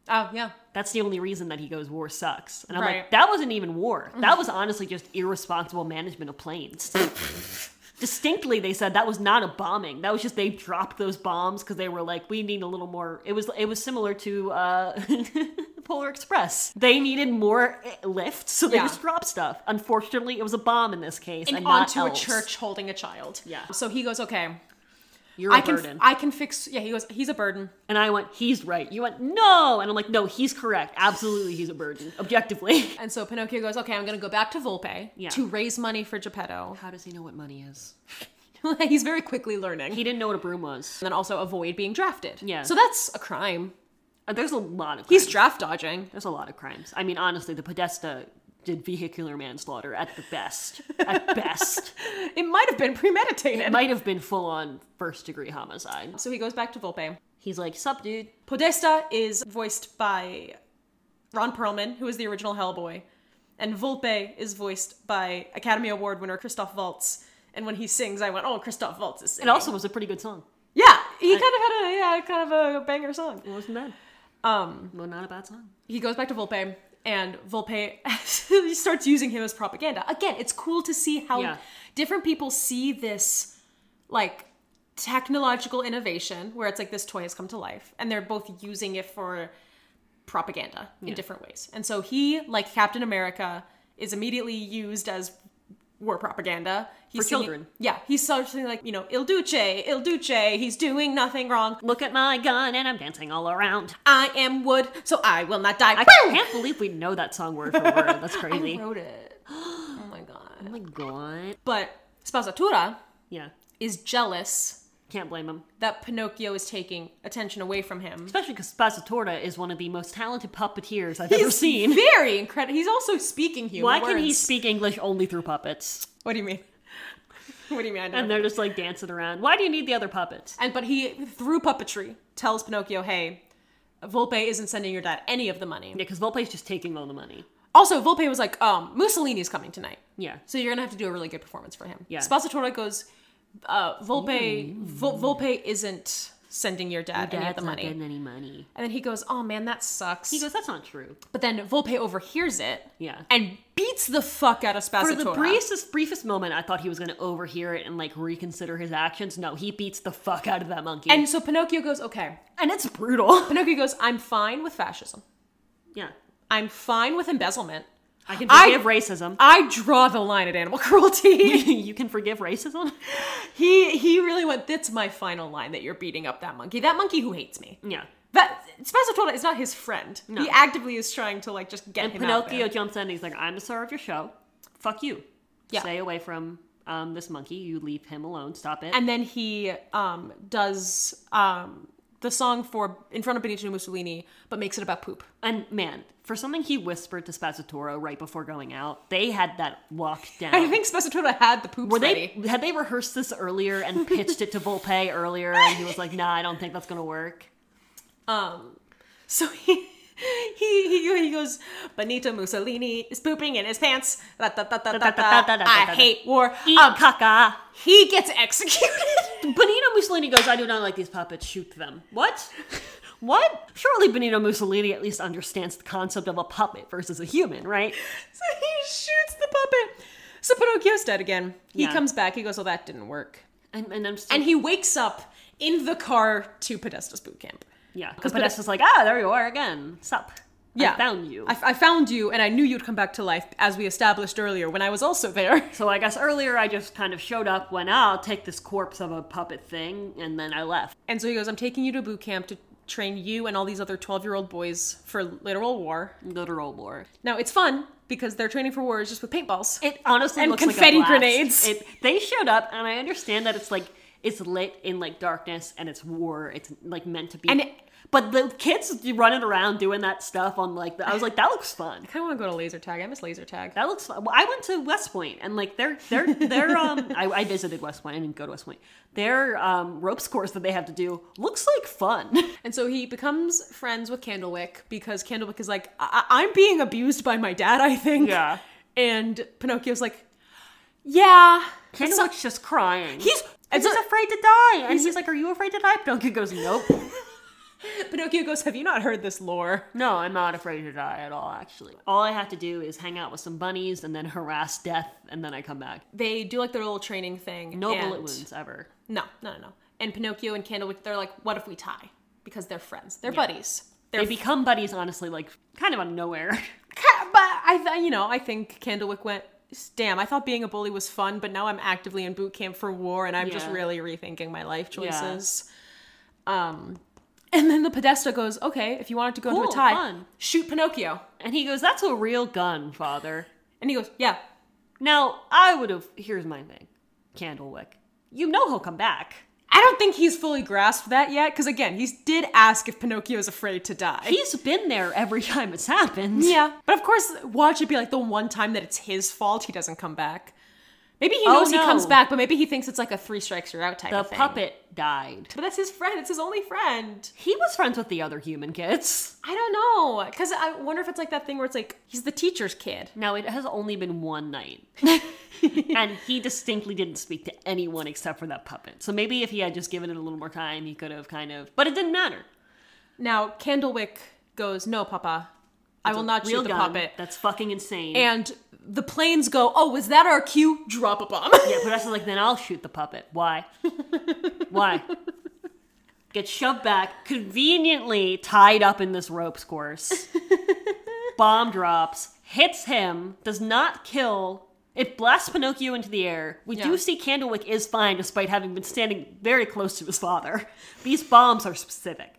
oh yeah,
That's the only reason that he goes war sucks. And I'm like,
Right.
that wasn't even war. That was honestly just irresponsible management of planes. Distinctly, they said that was not a bombing. That was just they dropped those bombs because they were like, we need a little more. It was it was similar to uh, Polar Express. They needed more eh, lift, so they
Yeah.
just dropped stuff. Unfortunately, it was a bomb in this case, and,
and
not
onto
elves.
a church holding a child.
Yeah.
So he goes, okay,
You're a
I can,
burden.
I can fix. Yeah, he goes, he's a burden.
and I went, he's right. You went, no, and I'm like, no, he's correct. Absolutely, he's a burden. Objectively.
And so Pinocchio goes, okay, I'm gonna go back to Volpe
Yeah.
to raise money for Geppetto.
How does he know what money is?
he's very quickly learning.
He didn't know what a broom was.
and then also avoid being drafted.
Yeah.
So that's a crime.
Uh, There's a lot of crimes.
He's draft dodging.
There's a lot of crimes. I mean, honestly, the Podesta did vehicular manslaughter at the best. At best.
It might have been premeditated.
it might have been full on first degree homicide.
So he goes back to Volpe.
He's like, sup, dude.
Podesta is voiced by Ron Perlman, who is the original Hellboy, and Volpe is voiced by Academy Award winner Christoph Waltz. And when he sings, I went, "Oh, Christoph Waltz is."
It
Singing.
also was a pretty good song.
yeah, he kind of had a yeah, kind of a banger song.
It wasn't bad.
Um,
Well, not a bad song.
he goes back to Volpe, and Volpe he starts using him as propaganda. Again, it's cool to see how
Yeah.
different people see this, like technological innovation where it's like this toy has come to life and they're both using it for propaganda in different ways. And so he, like Captain America, is immediately used as war propaganda. He's
For
singing-
children.
Yeah. He's something like, you know, Il Duce, Il Duce, he's doing nothing wrong.
Look at my gun and I'm dancing all around.
I am wood, so I will not die.
I can't believe we know that song word for word. That's crazy.
I wrote it. oh my
Oh
god.
my god.
But Spazzatura
Yeah.
is jealous
Can't blame him.
that Pinocchio is taking attention away from him.
Especially because Spazzatorta is one of the most talented puppeteers I've ever seen.
Very incredible. He's also speaking human
Why can he
words.
speak English only through puppets?
What do you mean? what do you mean? I don't
And
know.
they're just like dancing around. Why do you need the other puppets?
And but he through puppetry tells Pinocchio, "Hey, Volpe isn't sending your dad any of the money."
Yeah, because Volpe's just taking all the money.
Also, Volpe was like, "Um, Mussolini's coming tonight."
Yeah.
So you're gonna have to do a really good performance for him.
Yeah.
Spazzatura goes, uh, "Volpe, Vol- Volpe isn't sending your dad any of
Dad's
the
not
money."
getting any money.
And then he goes, "Oh man, that sucks."
He goes, that's not true.
but then Volpe overhears it
Yeah.
and beats the fuck out of Spazzatura.
For the briefest, briefest moment, I thought he was going to overhear it and like reconsider his actions. No, he beats the fuck out of that monkey.
and so Pinocchio goes, "Okay."
and it's brutal.
Pinocchio goes, "I'm fine with fascism.
yeah.
I'm fine with embezzlement.
I can
I-
forgive racism.
I draw the line at animal cruelty."
you can forgive racism?
he he really went, "That's my final line that you're beating up that monkey. That monkey who hates me."
Yeah.
That Spazzatura is not his friend. He actively is trying to like just get
And
him out
Pinocchio
there.
jumps in and he's like, I'm the star of your show. Fuck you.
Yeah.
Stay away from um, this monkey. You leave him alone. Stop it.
and then he um, does um, the song for in front of Benito Mussolini, but makes it about poop.
And man, for something he whispered to Spazzatoro right before going out, they had that locked down.
I think Spessatoda had the poops
Were they
ready.
had they rehearsed this earlier and pitched it to Volpe earlier, and he was like, "Nah, I don't think that's gonna work."
Um, so he. He, he he goes. Benito Mussolini is pooping in his pants. Da, da, da, da, da, da. I hate war.
Eat
Um,
caca.
he gets executed.
Benito Mussolini goes, "I do not like these puppets. Shoot them." What? What? Surely Benito Mussolini at least understands the concept of a puppet versus a human, right?
so he shoots the puppet. So Pinocchio's dead again. He
Yeah.
comes back. He goes, "Well, that didn't work,"
And, and I'm still.
and he wakes up in the car to Podesta's boot camp.
yeah. Because Podesta's like, ah, there you are again. Sup. I found you.
I, I found you, and I knew you'd come back to life, as we established earlier when I was also there.
So I guess earlier I just kind of showed up, went, ah, I'll take this corpse of a puppet thing, and then I left.
And so he goes, I'm taking you to boot camp to train you and all these other 12 year old boys for literal war.
Literal war.
Now, it's fun because their training for war is just with paintballs.
It honestly
And
looks
confetti
like a blast.
grenades.
It, they showed up, and I understand that it's like it's lit in like darkness and it's war. It's like meant to be.
And it-
but the kids running around doing that stuff on like the, I was like, that looks fun.
I kind of want to go to laser tag. I miss laser tag.
That looks fun. Well, I went to West Point, and like they're they're they're um I, I visited West Point. I didn't go to West Point. Their um ropes course that they have to do looks like fun.
and so he becomes friends with Candlewick because Candlewick is like, I- I- I'm being abused by my dad, I think.
Yeah.
And Pinocchio's like, yeah.
Candlewick's just crying.
He's.
and
And so
he's afraid to die, and he's, like, "Are you afraid to die?" Pinocchio goes, "Nope,
Pinocchio goes, Have you not heard this lore?
no, I'm not afraid to die at all. Actually, all I have to do is hang out with some bunnies and then harass death, and then I come back.
They do like their little training thing.
No
and-
bullet wounds ever.
No, no, no, no. And Pinocchio and Candlewick, they're like, what if we tie? Because they're friends. They're buddies. They're
They become buddies, honestly, like kind of out of nowhere.
Ca- but I, th- you know, I think Candlewick went. Damn, I thought being a bully was fun, but now I'm actively in boot camp for war, and I'm just
Yeah.
really rethinking my life choices. Um, and then the Podesta goes, "Okay, if you wanted to go into
Cool,
a tie,
fun.
shoot Pinocchio."
and he goes, "That's a real gun, father."
And he goes, "Yeah,
Now, I would have. Here's my thing Candlewick. You know he'll come back.
I don't think he's fully grasped that yet, because again, he did ask if Pinocchio's afraid to die."
He's been there every time it's happened.
Yeah, but of course, watch it be like the one time that it's his fault he doesn't come back. Maybe he
Oh,
knows
no.
he comes back, but maybe he thinks it's like a three strikes you're out type
The
of thing.
puppet died.
But that's his friend. It's his only friend.
He was friends with the other human kids.
I don't know, because I wonder if it's like that thing where it's like he's the teacher's kid.
Now, it has only been one night. and he distinctly didn't speak to anyone except for that puppet. So maybe if he had just given it a little more time, he could have kind of. But it didn't matter.
Now Candlewick goes, "No, Papa, I will not shoot the
gun.
puppet."
That's fucking insane.
And the planes go, "Oh, was that our cue? Drop a bomb."
Yeah, Podesta's like, then I'll shoot the puppet. Why? Why? Gets shoved back, conveniently tied up in this ropes course. Bomb drops, hits him, does not kill. It blasts Pinocchio into the air. We
Yeah.
do see Candlewick is fine despite having been standing very close to his father. These bombs are specific.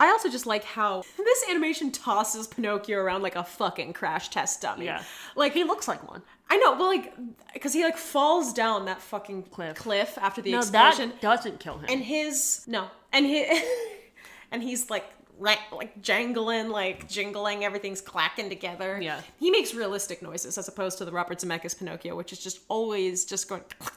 I also just like how this animation tosses Pinocchio around like a fucking crash test dummy.
Yeah.
Like
He looks like one.
I know, well, like, because he like falls down that fucking
Cliff.
cliff, after the
No,
explosion,
that doesn't kill him.
and his no, and his, and he's like ra- like jangling, like jingling, everything's clacking together.
Yeah.
he makes realistic noises as opposed to the Robert Zemeckis Pinocchio, which is just always just going.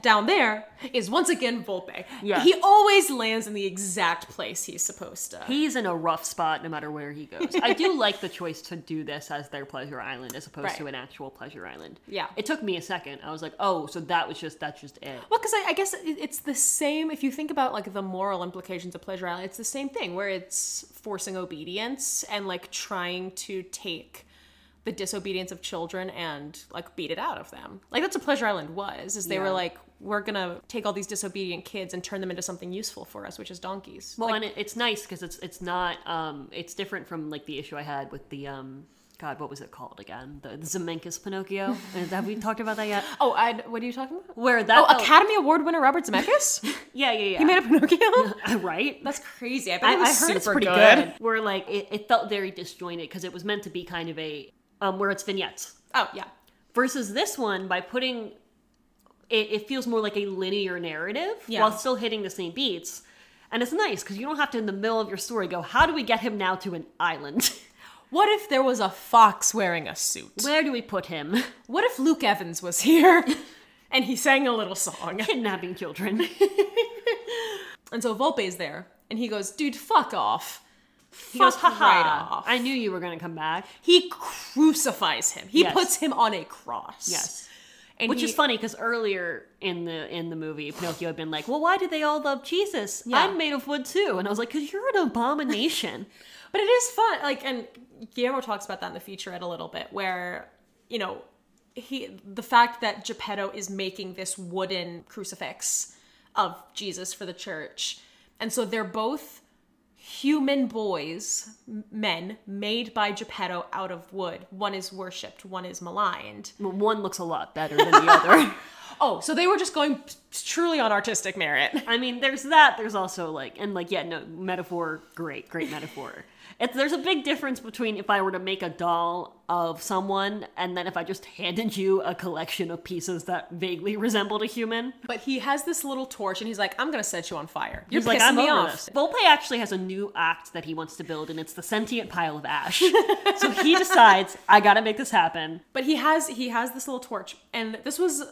Down there is once again Volpe.
Yeah.
He always lands in the exact place he's supposed to.
He's in a rough spot no matter where he goes. I do like the choice to do this as their pleasure island as opposed
Right.
to an actual pleasure island.
Yeah.
It took me a second. I was like, oh, so that was just that's just it.
Well, because I, I guess it- it's the same. If you think about like the moral implications of Pleasure Island, it's the same thing where it's forcing obedience and like trying to take the disobedience of children and like beat it out of them. Like that's what Pleasure Island was. Is they were
Yeah.
like, we're gonna take all these disobedient kids and turn them into something useful for us, which is donkeys.
Well, and it, it's nice because it's it's not um it's different from like the issue I had with the um God what was it called again the Zemeckis Pinocchio. Is- Have we talked about that yet?
oh, I, what are you talking about?
Where that
Oh,
felt-
Academy Award winner Robert Zemeckis.
yeah yeah yeah
he made a Pinocchio.
right
That's crazy. I, bet
I,
it
I
was
heard it's
super
pretty
good.
good. Where like it, it felt very disjointed because it was meant to be kind of a um where it's vignettes.
Oh yeah,
versus this one by putting it, it feels more like a linear narrative
Yeah.
while still hitting the same beats and it's nice because you don't have to in the middle of your story go how do we get him now to an island
What if there was a fox wearing a suit?
where do we put him
What if Luke Evans was here and he sang a little song?
kidnapping children
And so Volpe is there and he goes, dude, fuck off.
he goes
Fuck
haha
right off.
i knew you were going to come back
He crucifies him. He
Yes.
puts him on a cross.
yes
And
which
he-
is funny because earlier in the in the movie pinocchio had been like well why do they all love jesus
Yeah.
i'm made of wood too and i was like because you're an abomination
But it is fun. Like, and Guillermo talks about that in the featurette a little bit, where you know he the fact that Geppetto is making this wooden crucifix of Jesus for the church, and so they're both human boys, m- men made by Geppetto out of wood. One is worshipped, one is maligned.
Well, One looks a lot better than the other.
Oh, so they were just going truly on artistic merit.
I mean, there's that. There's also like, and like, yeah, no, metaphor, great, great metaphor. It's, there's a big difference between if I were to make a doll of someone and then if I just handed you a collection of pieces that vaguely resembled a human.
But he has this little torch, and he's like, "I'm gonna set you on fire." You're
He's like,
pissing
I'm
me
over
off.
this. Volpe actually has a new act that he wants to build, and it's the sentient pile of ash. so he decides, I gotta make this happen.
But he has he has this little torch, and this was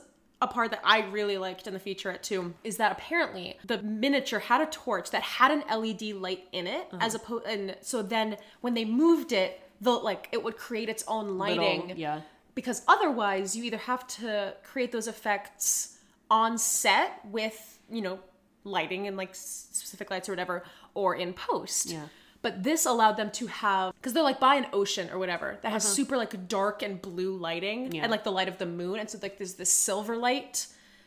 a part that I really liked in the featurette too. Is that apparently the miniature had a torch that had an LED light in it, as opposed, and so then when they moved it, the like it would create its own
Little-
lighting.
yeah.
because otherwise you either have to create those effects on set with you know lighting and like s- specific lights or whatever or in post
Yeah.
but this allowed them to have because they're like by an ocean or whatever that has super like dark and blue lighting
Uh-huh. Yeah.
and like the light of the moon and so like there's this silver light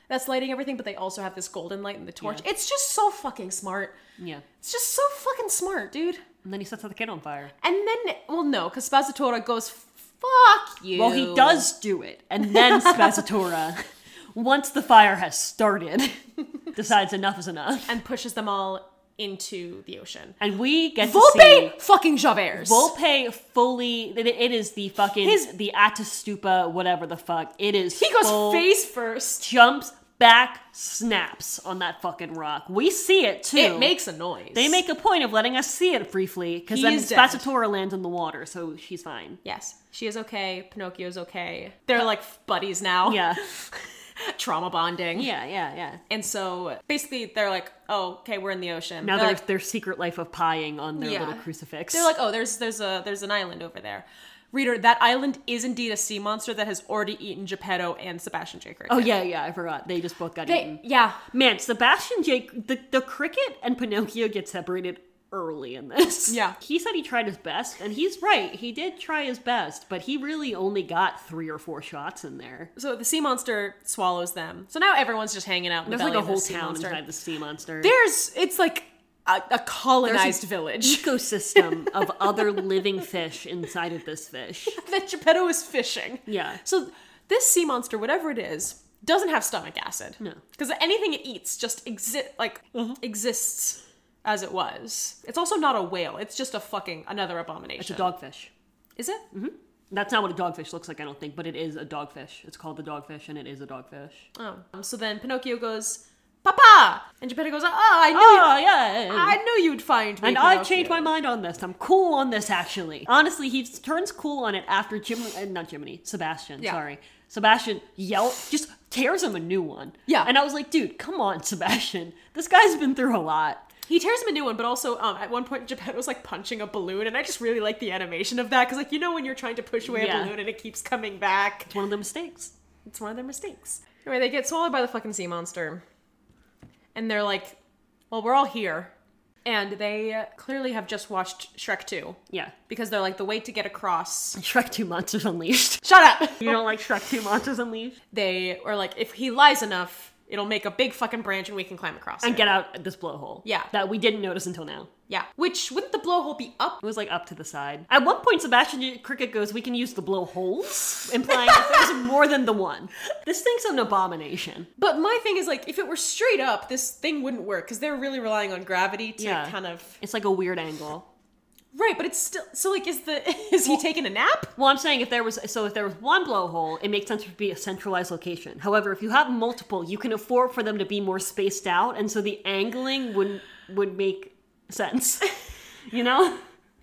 that's lighting everything but they also have this golden light in the torch
Yeah.
it's just so fucking smart
Yeah.
it's just so fucking smart dude
And then he sets the kid on fire.
and then well no because spazzatura goes fuck you
Well, he does do it, and then Spazzatura, once the fire has started, decides enough is enough,
and pushes them all into the ocean.
and we get to see
Volpe fucking Javert.
Volpe fully. It, it is the fucking
His-
the Atastupa, whatever the fuck. It is.
he goes
full-
face first.
jumps back, snaps on that fucking rock. We see it too.
It makes a noise.
They make a point of letting us see it briefly because
He
then
is dead.
Spazzatura lands in the water, so she's fine.
Yes, she is okay. Pinocchio's okay. They're like buddies now.
Yeah,
Trauma bonding.
yeah, yeah, yeah.
And so basically they're like, oh, okay, we're in the ocean.
Now
they're
their
like,
their secret life of pieing on their
Yeah.
little crucifix.
they're like, oh, there's there's a there's an island over there. Reader, that island is indeed a sea monster that has already eaten Geppetto and Sebastian J. Cricket.
Oh yeah, yeah, I forgot. They just both got
They,
eaten.
yeah,
Man, Sebastian Jake, the, the cricket and Pinocchio get separated early in this.
Yeah.
He said he tried his best, and he's right. He did try his best, but he really only got three or four shots in there.
so the sea monster swallows them. So now everyone's just hanging out. In
There's
the belly
like a
of the
whole
sea
town
monster.
inside the sea monster.
There's it's like a, a colonized village
ecosystem of other living fish inside of this fish.
that Geppetto is fishing.
Yeah.
So this sea monster, whatever it is, doesn't have stomach acid. No. Because anything it eats just exi- like
Mm-hmm.
exists as it was. It's also not a whale. It's just a fucking another abomination.
It's a Mm-hmm. dogfish.
Is it?
That's not what a dogfish looks like, I don't think, but it is a dogfish. It's called the dogfish, and it is a dogfish.
Oh. Um, So then Pinocchio goes, "Papa," and Geppetto goes, "Oh, I knew,
Oh, yeah.
I knew you'd find me."
And I've
Pinocchio."
changed my mind on this. I'm cool on this, actually. Honestly, he turns cool on it after Jim, uh, not Jiminy, Sebastian,
Yeah.
sorry. Sebastian yell just tears him a new one.
Yeah.
And I was like, dude, come on, Sebastian. This guy's been through a lot.
He tears him a new one, but also um, at one point Geppetto was like punching a balloon, and I just really like the animation of that because like you know when you're trying to push away
Yeah.
a balloon and it keeps coming back,
It's one of the mistakes.
it's one of their mistakes. Anyway, they get swallowed by the fucking sea monster, and they're like, "Well, we're all here," and they uh, clearly have just watched Shrek Two
Yeah.
because they're like the way to get across.
Shrek 2 Monsters Unleashed.
Shut up.
You don't like Shrek 2 Monsters Unleashed?
They are like, if he lies enough, it'll make a big fucking branch and we can climb across.
And
it.
get out this blowhole.
Yeah.
That we didn't notice until now.
yeah, which wouldn't the blowhole be up?
It was like up to the side. At one point, Sebastian Cricket goes, We can use the blowholes, implying that there's more than the one. This thing's an abomination.
But my thing is like, if it were straight up, this thing wouldn't work because they're really relying on gravity to
Yeah.
kind of
It's like a weird angle.
right. But it's still so like, is the is he taking a nap?
Well, I'm saying if there was so if there was one blowhole, it makes sense for it to be a centralized location. However, if you have multiple, you can afford for them to be more spaced out, and so the angling would would make sense. You know,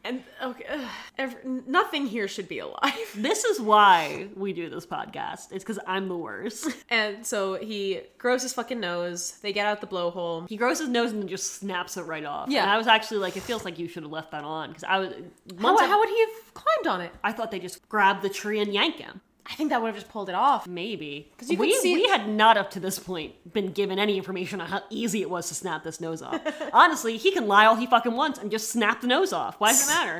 And okay, ugh, ev- nothing here should be alive.
this is why we do this podcast. It's because I'm the worst.
And so he grows his fucking nose. They get out the blowhole.
He grows his nose and then just snaps it right off.
Yeah.
and I was actually like, it feels like you should have left that on because I was
How,
once I,
how would he have climbed on it?
I thought they just grabbed the tree and yank him.
I think that would have just pulled it off.
Maybe.
'Cause you could
we,
see-
we had not up to this point been given any information on how easy it was to snap this nose off. Honestly, he can lie all he fucking wants and just snap the nose off. Why does it matter?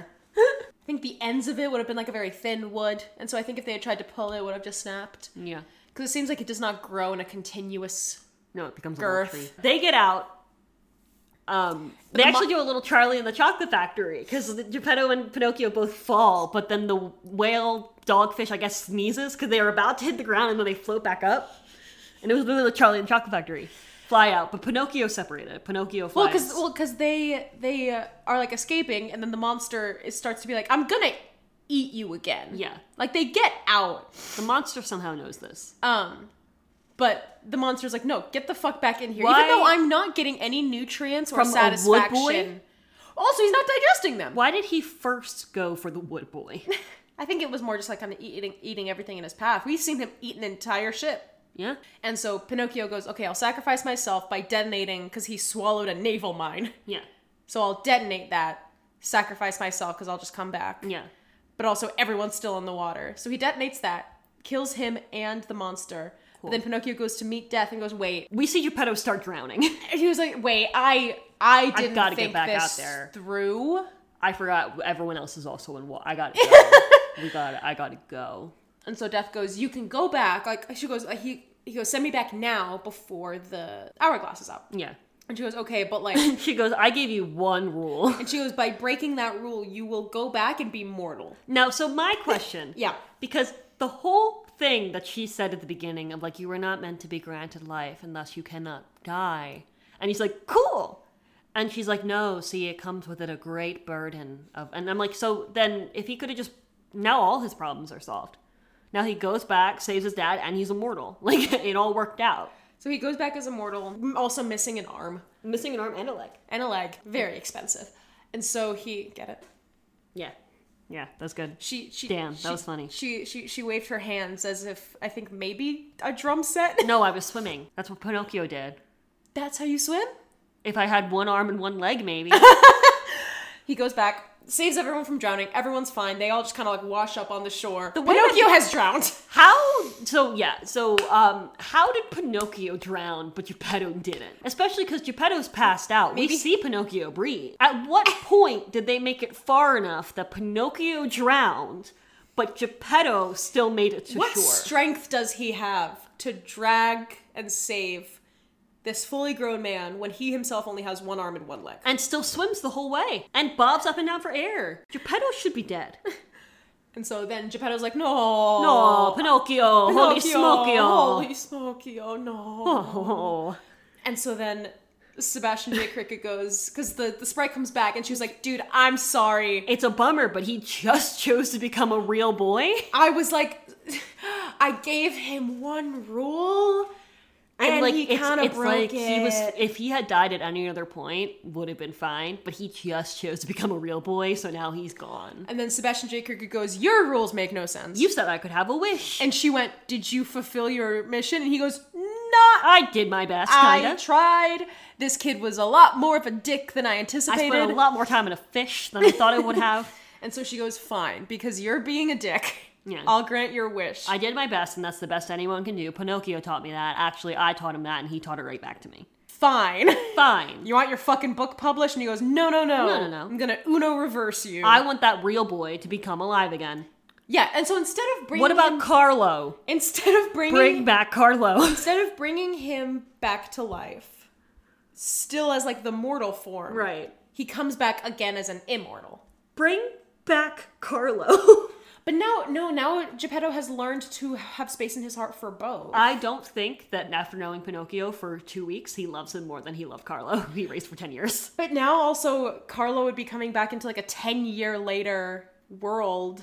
I think the ends of it would have been like a very thin wood, and so I think if they had tried to pull it, it would have just snapped.
Yeah.
Because it seems like it does not grow in a continuous.
No, it becomes
Girth.
a little tree. They get out. Um, they
the
actually
mo-
do a little Charlie and the Chocolate Factory because Geppetto and Pinocchio both fall, but then the whale dogfish, I guess, sneezes because they are about to hit the ground and then they float back up. And it was literally Charlie and the Chocolate Factory fly out, but Pinocchio separated. Pinocchio
Well,
flies.
because they they uh, are like escaping, and then the monster is, starts to be like, "I'm gonna eat you again."
Yeah.
like they get out,
the monster somehow knows this.
um, but the monster's like, "No, get the fuck back in here."
Why-
Even though I'm not getting any nutrients or
From a wood boy?
satisfaction. Also, he's not digesting them.
Why did he first go for the wood boy?
I think it was more just like kind of eating eating everything in his path. We've seen him eat an entire ship.
yeah.
And so Pinocchio goes, okay, I'll sacrifice myself by detonating because he swallowed a naval mine.
Yeah.
So I'll detonate that, sacrifice myself because I'll just come back.
Yeah.
But also, everyone's still in the water. So he detonates that, kills him and the monster. But then Pinocchio goes to meet death and goes, wait.
We see Geppetto start drowning.
And he was like, wait, I I didn't
gotta get
think
back
this
out there.
through.
I forgot everyone else is also in wa- I gotta go. we got to I gotta go.
And so Death goes, you can go back. Like she goes, like, he he goes, send me back now before the hourglass is up.
Yeah.
And she goes, okay, but like
She goes, I gave you one rule.
And she goes, by breaking that rule, you will go back and be mortal.
Now, so my question.
Yeah.
Because the whole thing that she said at the beginning of like, you were not meant to be granted life and thus you cannot die. And he's like, cool. And she's like, no, see, it comes with it a great burden of. And I'm like, so then if he could have just. Now all his problems are solved. Now he goes back, saves his dad, and he's immortal. Like, it all worked out.
So he goes back as immortal, m- also missing an arm
Missing an arm and a leg.
and a leg, very expensive. And so he get it.
Yeah. Yeah, that's good.
She she
Damn, that
she-
was funny.
She she she waved her hands as if I think maybe a drum set.
No, I was swimming. That's what Pinocchio did.
That's how you swim.
If I had one arm and one leg, maybe.
He goes back, saves everyone from drowning. Everyone's fine. They all just kind of like wash up on the shore. The
way that
Pinocchio has drowned.
how? So yeah. So um, how did Pinocchio drown, but Geppetto didn't? Especially because Geppetto's passed out.
Maybe-
We see Pinocchio breathe. At what point did they make it far enough that Pinocchio drowned, but Geppetto still made it to
What
shore?
strength does he have to drag and save this fully grown man when he himself only has one arm and one leg?
and still swims the whole way and bobs up and down for air. Geppetto should be dead.
And so then Geppetto's like, no,
No, Pinocchio, holy smokio.
holy smokio, no.
Oh.
And so then Sebastian J. Cricket goes, because the, the sprite comes back and she's like, dude, I'm sorry.
It's a bummer, but he just chose to become a real boy.
I was like, I gave him one rule and, he kind of broke it.
he was if he had died at any other point, would have been fine, but he just chose to become a real boy, so now he's gone.
and then Sebastian J. Cricket goes, your rules make no sense.
You said I could have a wish.
and she went, did you fulfill your mission? And he goes, not
I did my best,
I
kinda.
tried. This kid was a lot more of a dick than I
I
anticipated.
spent a lot more time in a fish than I thought I would have.
And so she goes, Fine, because you're being a dick.
Yeah.
I'll grant your wish.
I did my best, and that's the best anyone can do. Pinocchio taught me that. Actually, I taught him that, and he taught it right back to me.
Fine.
Fine.
you want your fucking book published? And he goes, No, no, no.
No, no, no.
I'm gonna Uno reverse you.
I want that real boy to become alive again.
yeah, and so instead of bringing
What about
him-
Carlo?
instead of bringing
Bring back Carlo.
instead of bringing him back to life, still as like the mortal form,
Right.
He comes back again as an immortal.
Bring back Carlo.
But now, no, now Geppetto has learned to have space in his heart for both.
I don't think that after knowing Pinocchio for two weeks, he loves him more than he loved Carlo, who he raised for 10 years.
But now also Carlo would be coming back into like a 10 year later world.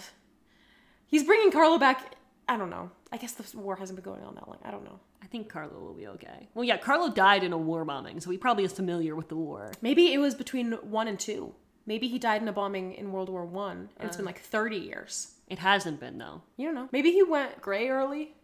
He's bringing Carlo back. I don't know. I guess the war hasn't been going on that long. I don't know.
I think Carlo will be okay. Well, yeah, Carlo died in a war bombing, so he probably is familiar with the war.
Maybe it was between 1 and 2. Maybe he died in a bombing in World War 1 and it's
Uh.
been like 30 years.
It hasn't been, though.
You don't know. Maybe he went gray early.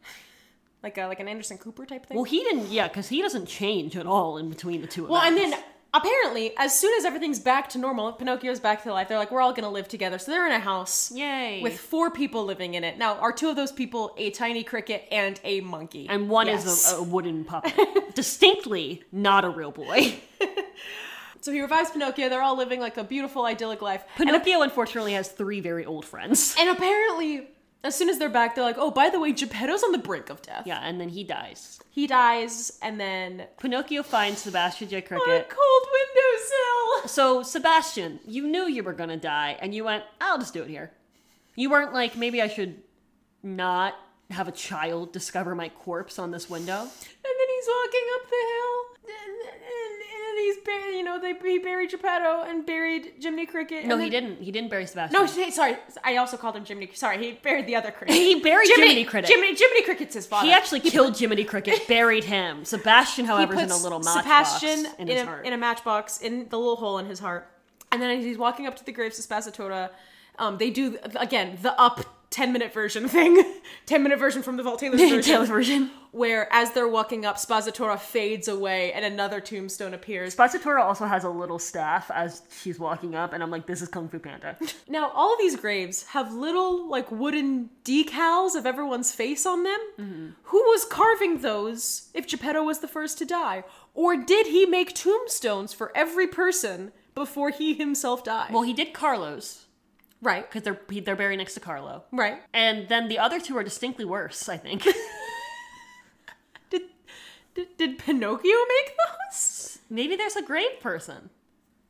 Like a, like an Anderson Cooper type thing.
Well, he didn't, yeah, because he doesn't change at all in between the two of
Well,
them.
and then apparently, as soon as everything's back to normal, Pinocchio's back to life. They're like, we're all gonna live together. So they're in a house
Yay.
with four people living in it. Now, are two of those people a tiny cricket and a monkey?
and one
Yes.
is a, a wooden puppet. Distinctly not a real boy.
so he revives Pinocchio. They're all living like a beautiful, idyllic life.
Pinocchio unfortunately has three very old friends.
And apparently, as soon as they're back, they're like, oh, by the way, Geppetto's on the brink of death.
Yeah, and then he dies.
He dies, and then
Pinocchio finds Sebastian J. Cricket.
on a cold windowsill.
So, Sebastian, you knew you were gonna die, and you went, I'll just do it here. You weren't like, maybe I should not have a child discover my corpse on this window.
And then he's walking up the hill, and, and, and he's buried. You know, they he buried Geppetto and buried Jiminy Cricket.
No,
and
he
then-
didn't. He didn't bury Sebastian.
No, he- sorry, I also called him Jiminy. Sorry, he buried the other cricket.
he buried Jiminy, Cricket.
Jiminy, Jiminy Cricket's his father.
he actually killed Jiminy Cricket, buried him. Sebastian,
He
however, is in a
puts
little matchbox
Sebastian
in
in,
his
a,
heart.
in a matchbox in the little hole in his heart, and then he's walking up to the graves of Spazzatura. Um, they do again the up ten minute version thing, ten minute version from the Vault Taylor's version.
Taylor's version.
Where as they're walking up, Spazzatura fades away and another tombstone appears.
Spazzatura also has a little staff as she's walking up, and I'm like, this is Kung Fu Panda.
Now, all of these graves have little, like, wooden decals of everyone's face on them.
Mm-hmm.
Who was carving those if Geppetto was the first to die? Or did he make tombstones for every person before he himself died?
well, he did Carlos
right,
because they're he- they're buried next to Carlo,
right.
and then the other two are distinctly worse. I think
Did, did, did Pinocchio make those?
maybe there's a grave person.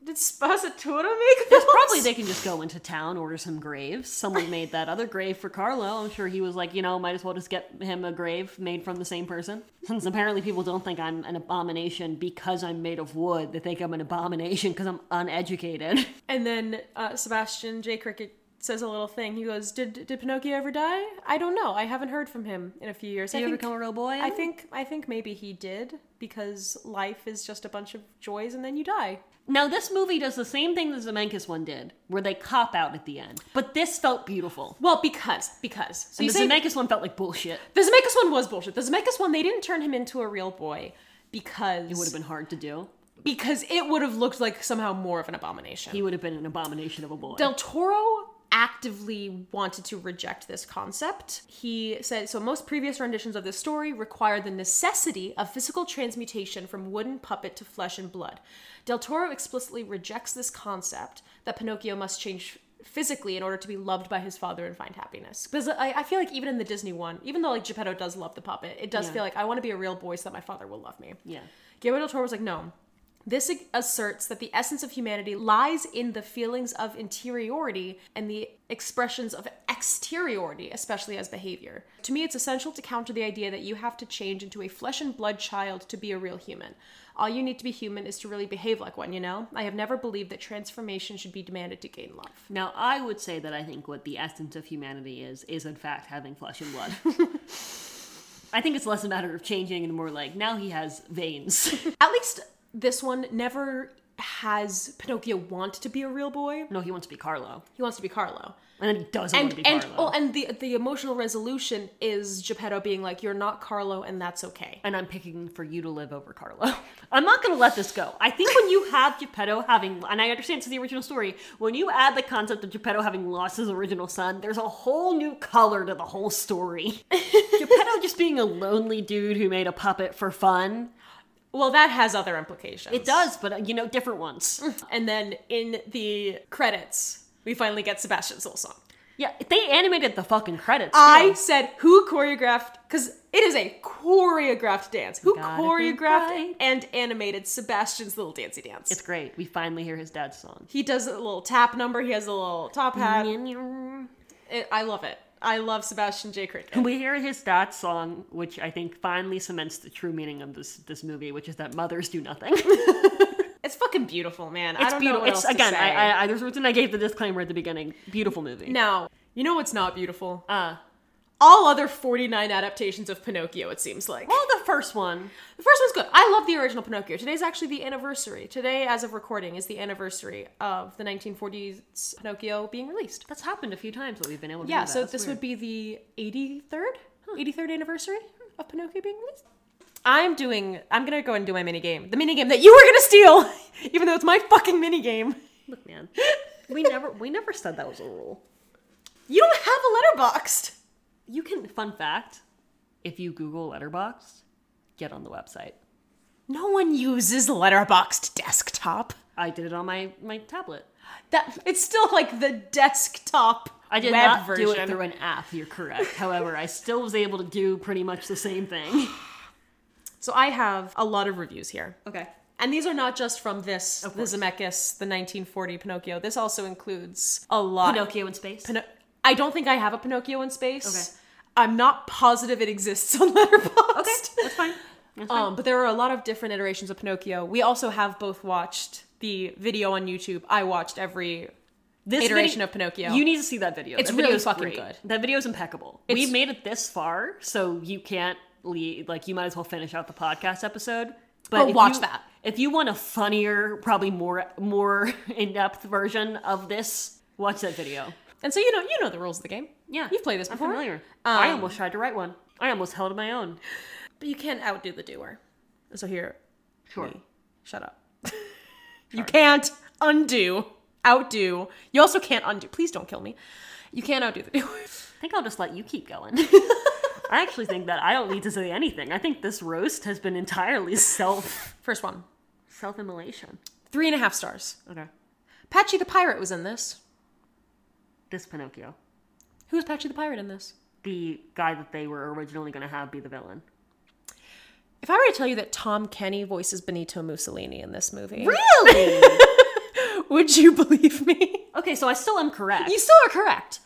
Did Spazzatura make those?
Probably they can just go into town, order some graves. Someone made that other grave for Carlo. I'm sure he was like, you know, might as well just get him a grave made from the same person. Since apparently people don't think I'm an abomination because I'm made of wood. They think I'm an abomination because I'm uneducated.
And then uh, Sebastian J. Cricket says a little thing. He goes, did, did Pinocchio ever die? I don't know. I haven't heard from him in a few years.
Did
I
you ever
think-
become a real boy?
I think I think maybe he did because life is just a bunch of joys and then you die.
Now, this movie does the same thing the Zemeckis one did, where they cop out at the end. But this felt beautiful.
Well, because because so
And
you
the
say
Zemeckis one felt like bullshit.
the Zemeckis one was bullshit. The Zemeckis one they didn't turn him into a real boy because
It would have been hard to do.
because it would have looked like somehow more of an abomination.
He would have been an abomination of a boy.
Del Toro actively wanted to reject this concept. He said so most previous renditions of this story require the necessity of physical transmutation from wooden puppet to flesh and blood. Del Toro explicitly rejects this concept that Pinocchio must change physically in order to be loved by his father and find happiness. Because I, I feel like even in the Disney one, even though like Geppetto does love the puppet, it does
Yeah.
feel like I want to be a real boy so that my father will love me.
Yeah.
Guillermo del Toro was like, no. This ag- asserts that the essence of humanity lies in the feelings of interiority and the expressions of exteriority, especially as behavior. To me, it's essential to counter the idea that you have to change into a flesh and blood child to be a real human. All you need to be human is to really behave like one, you know? I have never believed that transformation should be demanded to gain love.
Now, I would say that I think what the essence of humanity is, is in fact having flesh and blood. I think it's less a matter of changing and more like now he has veins.
At least this one never has Pinocchio want to be a real boy.
no, he wants to be Carlo.
He wants to be Carlo.
And then he doesn't want
and
to be
and
Carlo.
oh, and the the emotional resolution is Geppetto being like, "You're not Carlo, and that's okay."
and I'm picking for you to live over Carlo. I'm not going to let this go. I think when you have Geppetto having, and I understand it's the original story, when you add the concept of Geppetto having lost his original son, there's a whole new color to the whole story. Geppetto just being a lonely dude who made a puppet for fun.
Well, that has other implications.
It does, but uh, you know, different ones.
And then in the credits, we finally get Sebastian's little song.
yeah, they animated the fucking credits. too.
I said, "Who choreographed?" Because it is a choreographed dance. Who
Gotta be
choreographed
right.
and animated Sebastian's little dancey dance?
It's great. We finally hear his dad's song.
he does a little tap number. He has a little top hat.
Mm-hmm. We
It- I love it. I love Sebastian J. Cricket.
hear his dad's song, which I think finally cements the true meaning of this this movie, which is that mothers do nothing.
It's fucking beautiful, man. I don't
It's
know
beautiful.
what
It's
else to
again.
say.
I, I, I, there's a reason I gave the disclaimer at the beginning. Beautiful movie.
Now, you know what's not beautiful?
Uh,
All other 49 adaptations of Pinocchio, it seems like.
well, the first one.
The first one's good. I love the original Pinocchio. Today's actually the anniversary. Today, as of recording, is the anniversary of the 1940s Pinocchio being released.
That's happened a few times that we've been able to.
Yeah,
do that.
so
That's
this
weird.
would be the 83rd? 83rd anniversary of Pinocchio being released? I'm doing, I'm gonna go and do my mini game. The mini game that you were gonna steal! even though it's my fucking minigame.
Look, man, we never we never said that was a rule.
You don't have a letterboxed.
You can. Fun fact: if you Google Letterboxd, get on the website.
No one uses letterboxed desktop.
I did it on my my tablet.
That it's still like the desktop.
I did
web
not
version.
do it through an app. You're correct. However, I still was able to do pretty much the same thing.
So I have a lot of reviews here.
Okay.
And these are not just from this, the
course.
Zemeckis, the 1940 Pinocchio. This also includes a lot.
Pinocchio in space.
Pino- I don't think I have a Pinocchio in space.
Okay.
I'm not positive it exists on Letterboxd.
okay, that's fine. That's fine.
Um, but there are a lot of different iterations of Pinocchio. We also have both watched the video on YouTube. I watched every.
this
iteration of Pinocchio.
You need to see that video.
It's
that
really
video's
fucking
great.
good.
That video's impeccable.
It's-
We've made it this far, so you can't leave. Like, you might as well finish out the podcast episode.
Or
if
watch
you-
that.
If you want a funnier, probably more more in depth version of this, watch that video.
And so you know, you know the rules of the game.
Yeah,
You've played this before.
I'm familiar. I
Um,
almost tried to write one. I almost held my own.
But you can't outdo the doer. So here,
Sure.
shut up. you can't undo, outdo. You also can't undo. Please don't kill me. You can't outdo the doer.
I think I'll just let you keep going. I actually think that I don't need to say anything. I think this roast has been entirely self
First one,
self immolation.
three and a half stars.
Okay.
Patchy the pirate was in this.
This Pinocchio.
Who was Patchy the pirate in this?
the guy that they were originally going to have be the villain.
If I were to tell you that Tom Kenny voices Benito Mussolini in this movie,
Really?
would you believe me?
okay, so I still am correct.
You still are correct.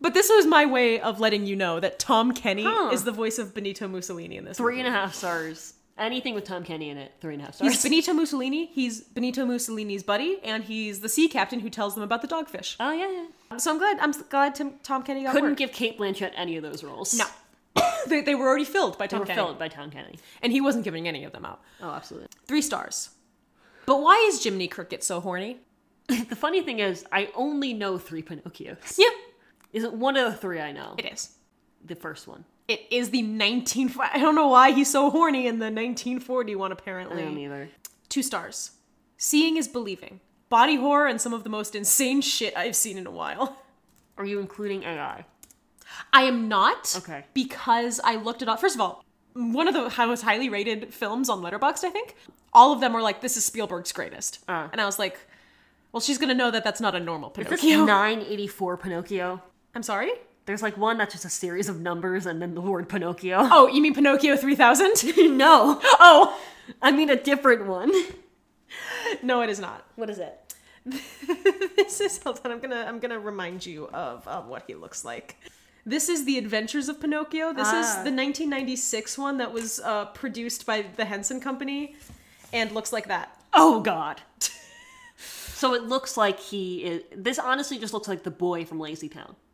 But this was my way of letting you know that Tom Kenny
Huh.
is the voice of Benito Mussolini in this.
Three and a half stars. Anything with Tom Kenny in it, three and a half stars.
He's Benito Mussolini. He's Benito Mussolini's buddy, and he's the sea captain who tells them about the dogfish.
oh yeah, yeah.
So I'm glad. I'm glad Tim, Tom Kenny got
Couldn't
work.
give Kate Blanchett any of those roles.
No. they, they were already filled by
They
Tom
were
Kenny,
filled by Tom Kenny.
and he wasn't giving any of them out.
Oh, absolutely.
Three stars. But why is Jiminy Cricket so horny?
the funny thing is, I only know three Pinocchios.
Yep,
Isn't one of the three I know?
it is.
the first one.
It is the 19. I don't know why he's so horny in the 1940 one.
I don't
Apparently,
either.
two stars. Seeing is believing. Body horror and some of the most insane shit I've seen in a while.
Are you including AI?
I am not.
Okay.
Because I looked it up. First of all, one of the hi- most highly rated films on Letterboxd, I think. All of them were like, this is Spielberg's greatest.
Ah.
And I was like, well, she's going to know that that's not a normal
This
Pinocchio.
984 Pinocchio.
I'm sorry?
There's like one that's just a series of numbers and then the word Pinocchio.
Oh, you mean Pinocchio 3000?
no,
oh,
I mean a different one.
no, it is not.
What is it?
this is hold on. I'm gonna I'm gonna remind you of of what he looks like. This is the Adventures of Pinocchio. This is
Ah.
the 1996 one that was uh, produced by the Henson Company, and looks like that.
Oh God. so it looks like he is. This honestly just looks like the boy from Lazy Town.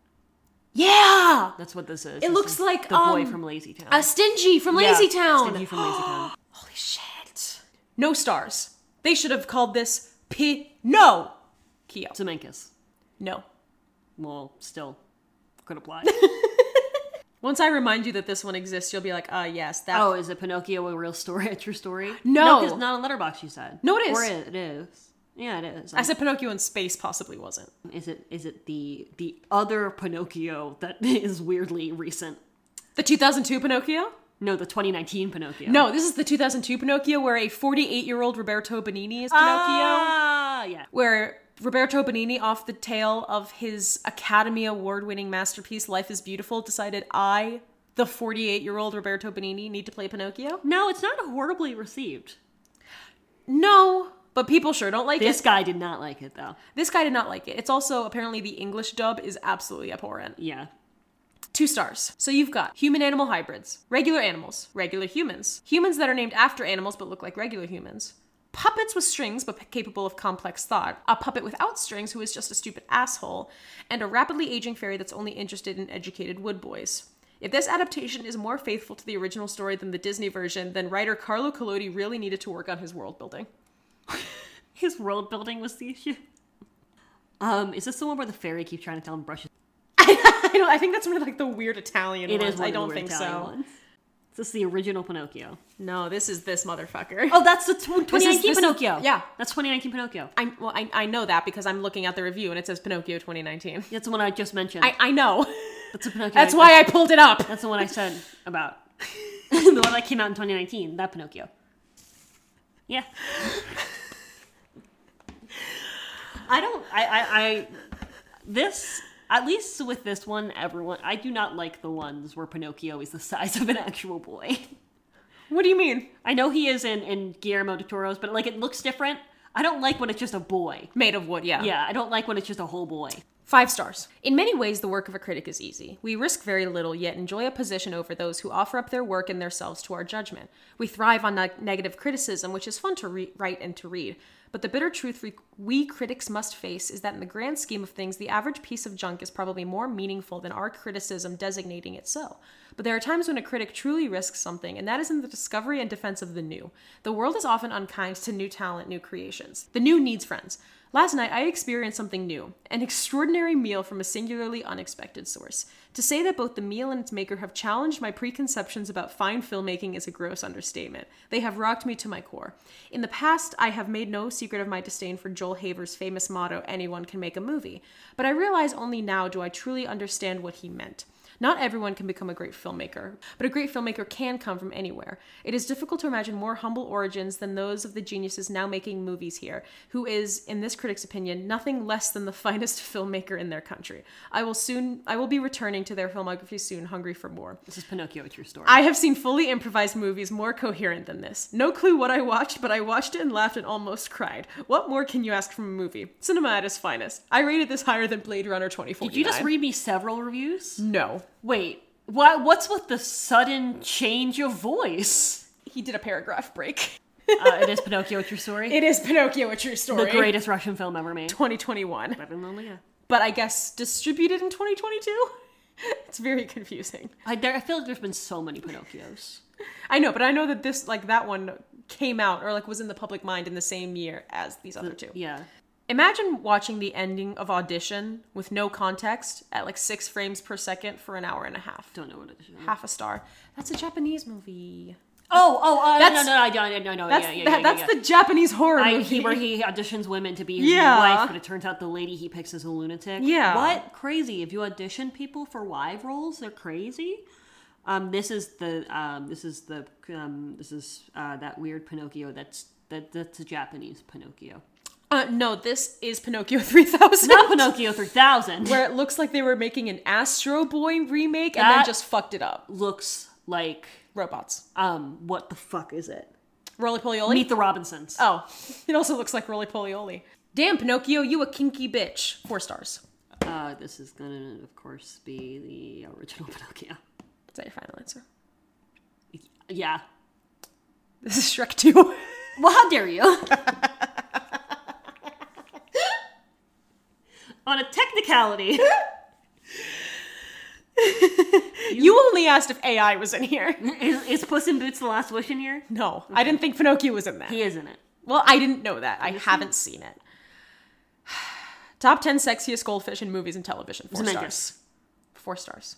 Yeah,
That's what this is. It
looks like,
the boy
um,
from Lazy Town.
A stingy from
Yeah,
Lazy Town.
Stingy from Lazy Town.
Holy shit. No stars. They should have called this P No Kyo.
Zemeckis.
No.
Well, still could apply.
Once I remind you that this one exists, you'll be like, ah, yes, that.
oh, is it Pinocchio a real story, a true story?
No.
it's not on Letterbox. You said
No, it is.
Or it it is. Yeah, it is. Um,
I said Pinocchio in space possibly wasn't.
is it is it the the other Pinocchio that is weirdly recent?
The 2002 Pinocchio?
No, the 2019 Pinocchio.
No, this is the 2002 Pinocchio where a 48 year old Roberto Benini is Pinocchio.
Ah, yeah.
Where Roberto Benini, off the tail of his Academy Award winning masterpiece, Life is Beautiful, decided I, the 48 year old Roberto Benini, need to play Pinocchio.
No, it's not horribly received.
No, but people sure don't like
This
it.
guy did not like it though.
This guy did not like it. It's also apparently the English dub is absolutely abhorrent.
Yeah.
Two stars. So you've got human animal hybrids, regular animals, regular humans, humans that are named after animals but look like regular humans, puppets with strings but capable of complex thought, a puppet without strings who is just a stupid asshole, and a rapidly aging fairy that's only interested in educated wood boys. If this adaptation is more faithful to the original story than the Disney version, then writer Carlo Collodi really needed to work on his world building.
His world building was the issue. Um, is this the one where the fairy keeps trying to tell him brushes?
I don't. I think that's one of like the weird Italian
It
ones.
is one
I
of the
don't
weird
think
Italian
so.
ones. This is the original Pinocchio.
No, this is this motherfucker.
Oh, that's the tw- 2019
this is-
Pinocchio.
yeah.
That's 2019 Pinocchio.
I'm, well, I, I know that because I'm looking at the review and it says Pinocchio 2019.
That's the one I just mentioned.
I, I know.
that's the Pinocchio.
That's
I-
why I pulled it up.
That's the one I said about the one that came out in 2019. That Pinocchio. Yeah. I don't. I. I. I this. At least with this one, everyone. I do not like the ones where Pinocchio is the size of an actual boy.
What do you mean?
I know he is in in Guillermo de Toro's, but like it looks different. I don't like when it's just a boy.
Made of wood, yeah.
Yeah, I don't like when it's just a whole boy.
Five stars. In many ways, the work of a critic is easy. We risk very little, yet enjoy a position over those who offer up their work and themselves to our judgment. We thrive on neg- negative criticism, which is fun to re- write and to read. But the bitter truth we, we critics must face is that, in the grand scheme of things, the average piece of junk is probably more meaningful than our criticism designating it so. But there are times when a critic truly risks something, and that is in the discovery and defense of the new. The world is often unkind to new talent, new creations. The new needs friends. Last night, I experienced something new an extraordinary meal from a singularly unexpected source. To say that both the meal and its maker have challenged my preconceptions about fine filmmaking is a gross understatement. They have rocked me to my core. In the past, I have made no secret of my disdain for Joel Haver's famous motto, anyone can make a movie. But I realize only now do I truly understand what he meant. Not everyone can become a great filmmaker, but a great filmmaker can come from anywhere. It is difficult to imagine more humble origins than those of the geniuses now making movies here, who is, in this critic's opinion, nothing less than the finest filmmaker in their country. I will soon I will be returning to their filmography soon, hungry for more.
This is Pinocchio, a true story.
I have seen fully improvised movies more coherent than this. No clue what I watched, but I watched it and laughed and almost cried. What more can you ask from a movie? Cinema at its finest. I rated this higher than Blade Runner 2049.
Did you just read me several reviews?
No.
Wait, why? What's with the sudden change of voice?
He did a paragraph break.
Uh, it is Pinocchio, a true story.
It is Pinocchio, a true story.
the greatest Russian film ever made.
2021.
Better than Lilia.
But I guess distributed in 2022? It's very confusing.
I, there, I feel like there's been so many Pinocchios.
I know, but I know that this, like, that one came out or, like, was in the public mind in the same year as these other two.
Yeah.
Imagine watching the ending of Audition with no context at, like, six frames per second for an hour and a half.
Don't know what it is.
Half a star. That's a Japanese movie.
Oh, oh, uh, no, no,
That's-
no, I don't- I know, I know,
That's,
yeah, yeah,
that,
yeah,
that's
yeah.
the Japanese horror
I,
movie.
he, where he auditions women to be his
Yeah.
new wife, but it turns out the lady he picks is a lunatic.
Yeah.
What? Crazy. If you audition people for wife roles, they're crazy. Um, this is the um, this is the um, this is uh, that weird Pinocchio. That's that that's a Japanese Pinocchio,
uh, no, this is Pinocchio 3000.
not Pinocchio three thousand.
where it looks like they were making an Astro Boy remake and then
That-
just fucked it up.
Looks like
Robots.
um, what the fuck is it?
Roly Polioli?
Meet the Robinsons.
oh, it also looks like Roly Polioli. Damn, Pinocchio, you a kinky bitch. Four stars.
Uh, this is gonna, of course, be the original Pinocchio.
Is that your final answer?
Yeah.
This is Shrek 2.
Well, how dare you? On a technicality.
you only asked if AI was in here.
is, is Puss in Boots the last wish in here?
No, I didn't think Pinocchio was in that.
He is in it.
Well, I didn't know that. I haven't seen it. Top 10 sexiest goldfish in movies and television. Four
Zemeckis.
stars. Four stars.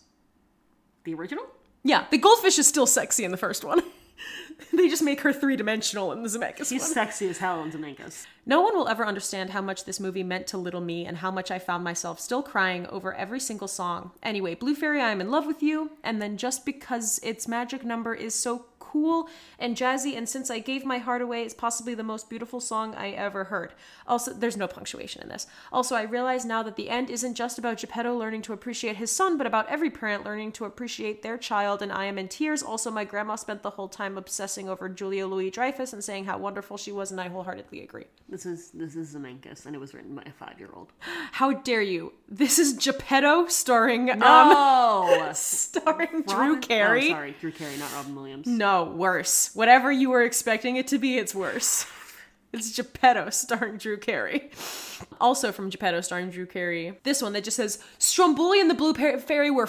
The original?
Yeah, the goldfish is still sexy in the first one. they just make her three dimensional in the Zemeckis
He's
one.
sexy as hell in Zemeckis.
No one will ever understand how much this movie meant to little me and how much I found myself still crying over every single song. Anyway, Blue Fairy, I am in love with you, and then just because its magic number is so cool and jazzy, and since I gave my heart away, it's possibly the most beautiful song I ever heard. Also, there's no punctuation in this. Also, I realize now that the end isn't just about Geppetto learning to appreciate his son, but about every parent learning to appreciate their child, and I am in tears. Also, my grandma spent the whole time obsessing over Julia Louis Dreyfus and saying how wonderful she was, and I wholeheartedly agree.
This is this is Zemeckis, and it was written by a five year old.
How dare you? This is Geppetto starring um
Oh,
starring Drew Carey.
sorry, Drew Carey, not Robin Williams.
no, worse. Whatever you were expecting it to be, it's worse. It's Geppetto starring Drew Carey. Also from Geppetto starring Drew Carey. This one that just says Stromboli and the Blue Par- Fairy were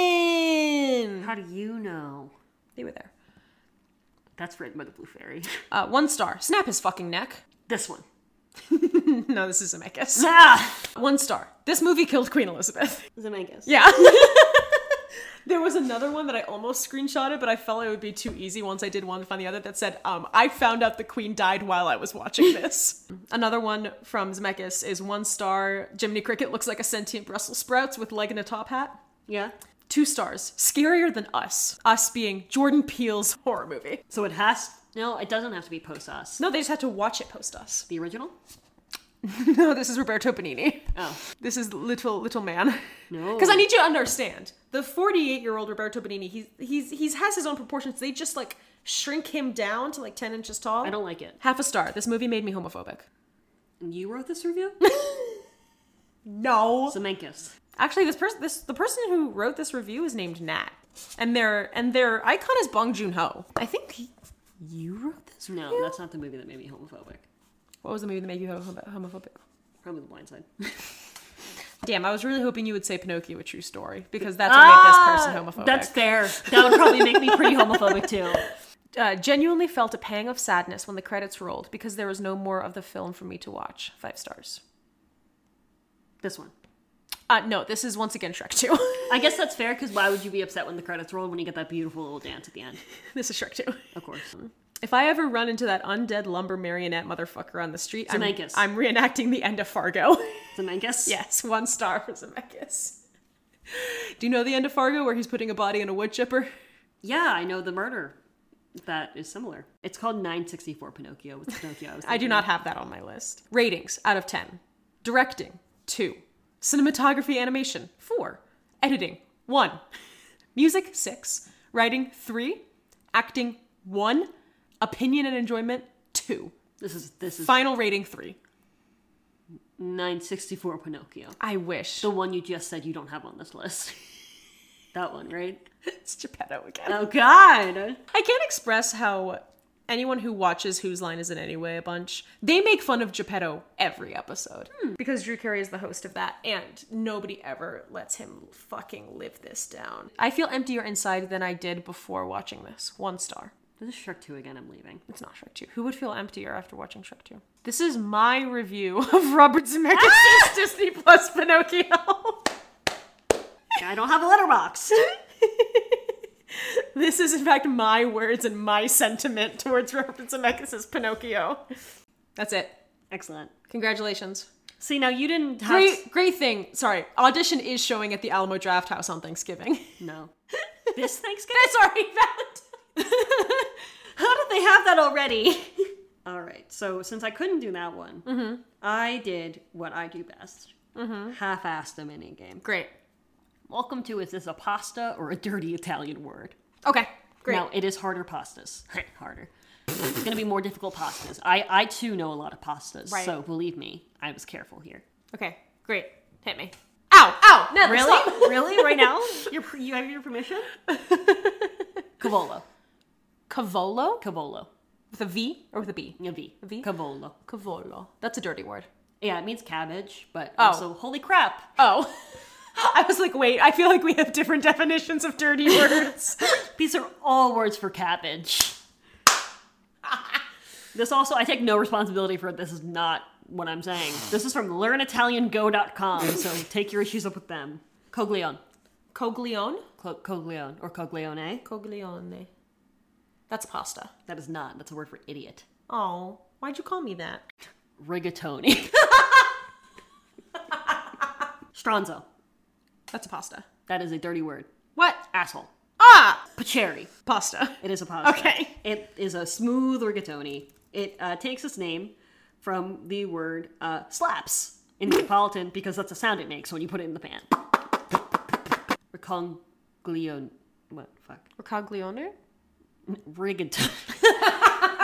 fucking.
How do you know?
They were there.
That's written by the Blue Fairy.
Uh, one star. Snap his fucking neck.
This one.
no, this is Zemeckis.
Ah!
One star. This movie killed Queen Elizabeth.
Zemeckis.
Yeah. There was another one that I almost screenshotted, but I felt it would be too easy once I did one to find the other that said, um, I found out the queen died while I was watching this. another one from Zemeckis is one star, Jiminy Cricket looks like a sentient Brussels sprouts with leg and a top hat.
Yeah.
Two stars, scarier than us. Us being Jordan Peele's horror movie.
So it has. No, it doesn't have to be post us.
No, they just had to watch it post us.
The original?
no, this is Roberto Benini.
Oh.
This is little little man.
No.
Because I need you to understand the 48 year old Roberto Benini. He's he's he's has his own proportions. They just like shrink him down to like 10 inches tall.
I don't like it.
Half a star. This movie made me homophobic.
You wrote this review?
No.
Zemeckis.
Actually, this person this the person who wrote this review is named Nat, and their and their icon is Bong Joon Ho. I think he- you wrote this.
No,
review?
that's not the movie that made me homophobic.
What was the movie that made you homo- homophobic?
Probably The Blind Side.
Damn, I was really hoping you would say Pinocchio: A True Story because that's what made this person homophobic.
Ah, That's fair. That would probably make me pretty homophobic too.
uh, genuinely felt a pang of sadness when the credits rolled because there was no more of the film for me to watch. Five stars.
This one.
Uh, no, this is once again Shrek 2.
I guess that's fair because why would you be upset when the credits roll when you get that beautiful little dance at the end?
this is Shrek 2.
Of course.
If I ever run into that undead lumber marionette motherfucker on the street, I'm,
Zemeckis.
I'm reenacting the end of Fargo.
Zemeckis?
yes, one star for Zemeckis. Do you know the end of Fargo where he's putting a body in a wood chipper?
Yeah, I know the murder that is similar. It's called 964 Pinocchio with Pinocchio. was
I do
thinking.
not have that on my list. Ratings out of 10. Directing, 2. Cinematography animation, 4. Editing, 1. Music, 6. Writing, 3. Acting, 1. Opinion and enjoyment, 2.
This is this is
Final rating, 3.
964 Pinocchio.
I wish.
The one you just said you don't have on this list. that one, right?
It's Geppetto again.
Oh god.
I can't express how anyone who watches Whose Line Is It Anyway a bunch, they make fun of Geppetto every episode. Hmm. Because Drew Carey is the host of that, and nobody ever lets him fucking live this down. I feel emptier inside than I did before watching this. One star.
This is Shrek 2 again, I'm leaving.
It's not Shrek 2. Who would feel emptier after watching Shrek 2? This is my review of Robert Zemeckis' Disney Plus Pinocchio.
I don't have a letterbox.
this is, in fact, my words and my sentiment towards Robert Zemeckis' Pinocchio. That's it.
Excellent.
Congratulations.
See now you didn't have
Great, great thing. Sorry, audition is showing at the Alamo Draft House on Thanksgiving.
No. This Thanksgiving?
That's already found.
How did they have that already? All right. So since I couldn't do that one, I did what I do best: Mm-hmm. half-assed a mini game.
Great.
Welcome to is this a pasta or a dirty Italian word?
Okay. Great.
No, it is harder pastas. harder. It's gonna be more difficult pastas. I I too know a lot of pastas,
Right.
so believe me, I was careful here.
Okay. Great. Hit me. Ow! Ow! Ned, stop.
really? Right now? You're, you have your permission? Cavolo.
Cavolo
Cavolo.
with a V or with a B?
A V.
V?
Cavolo.
Cavolo. That's a dirty word.
Yeah, it means cabbage, but
Oh.
also holy crap.
Oh. I was like, wait. I feel like we have different definitions of dirty words.
These are all words for cabbage. this also, I take no responsibility for it. This is not what I'm saying. This is from learnitaliango.com, so take your issues up with them. Coglione.
Coglione.
Clo- coglione or coglione.
Coglione. That's pasta.
That is not. That's a word for idiot.
Oh, why'd you call me that?
Rigatoni. Stronzo.
That's a pasta.
That is a dirty word.
What?
Asshole.
Ah,
Pacheri.
pasta.
It is a pasta.
Okay.
It is a smooth rigatoni. It uh, takes its name from the word uh, slaps in Neapolitan because that's the sound it makes when you put it in the pan. Riconglione. What? Fuck.
Ricoglione?
Rigatoni.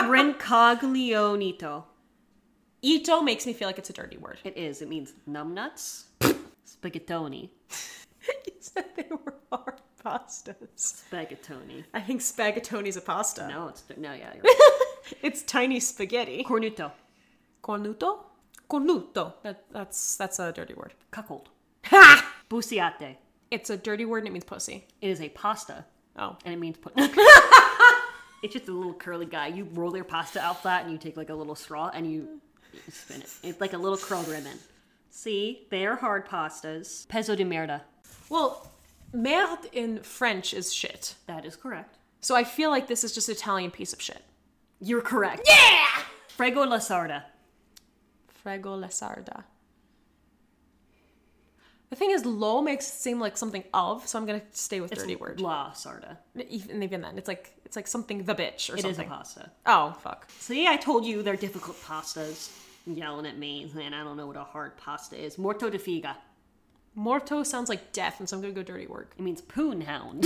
Rincoglionito.
Ito makes me feel like it's a dirty word.
It is. It means numbnuts. Spaghettoni.
you said they were hard pastas.
Spaghettoni.
I think spaghettoni's a pasta.
No, it's no. Yeah, you're right.
It's tiny spaghetti.
cornuto.
Cornuto? Cornuto. That, that's that's a dirty word.
Cuckold.
Ha!
Busiate.
It's a dirty word and it means pussy.
It is a pasta
Oh.
and it means put. it's just a little curly guy. You roll your pasta out flat, and you take like a little straw and you spin it. It's like a little curled ribbon. See, they are hard pastas. Peso de merda.
Well, Merde in French is shit.
That is correct.
So I feel like this is just Italian piece of shit.
You're correct. Yeah! Frego la sarda.
Frego la sarda. The thing is, lo makes it seem like something of, so I'm gonna stay with dirty word.
La sarda.
Even even then, it's like it's like something the bitch or
It is a
something.
pasta.
oh fuck.
See, I told you they're difficult pastas. Yelling at me, and I don't know what a hard pasta is. Morto de figa.
Morto sounds like death, and so I'm gonna go dirty word.
It means poon hound.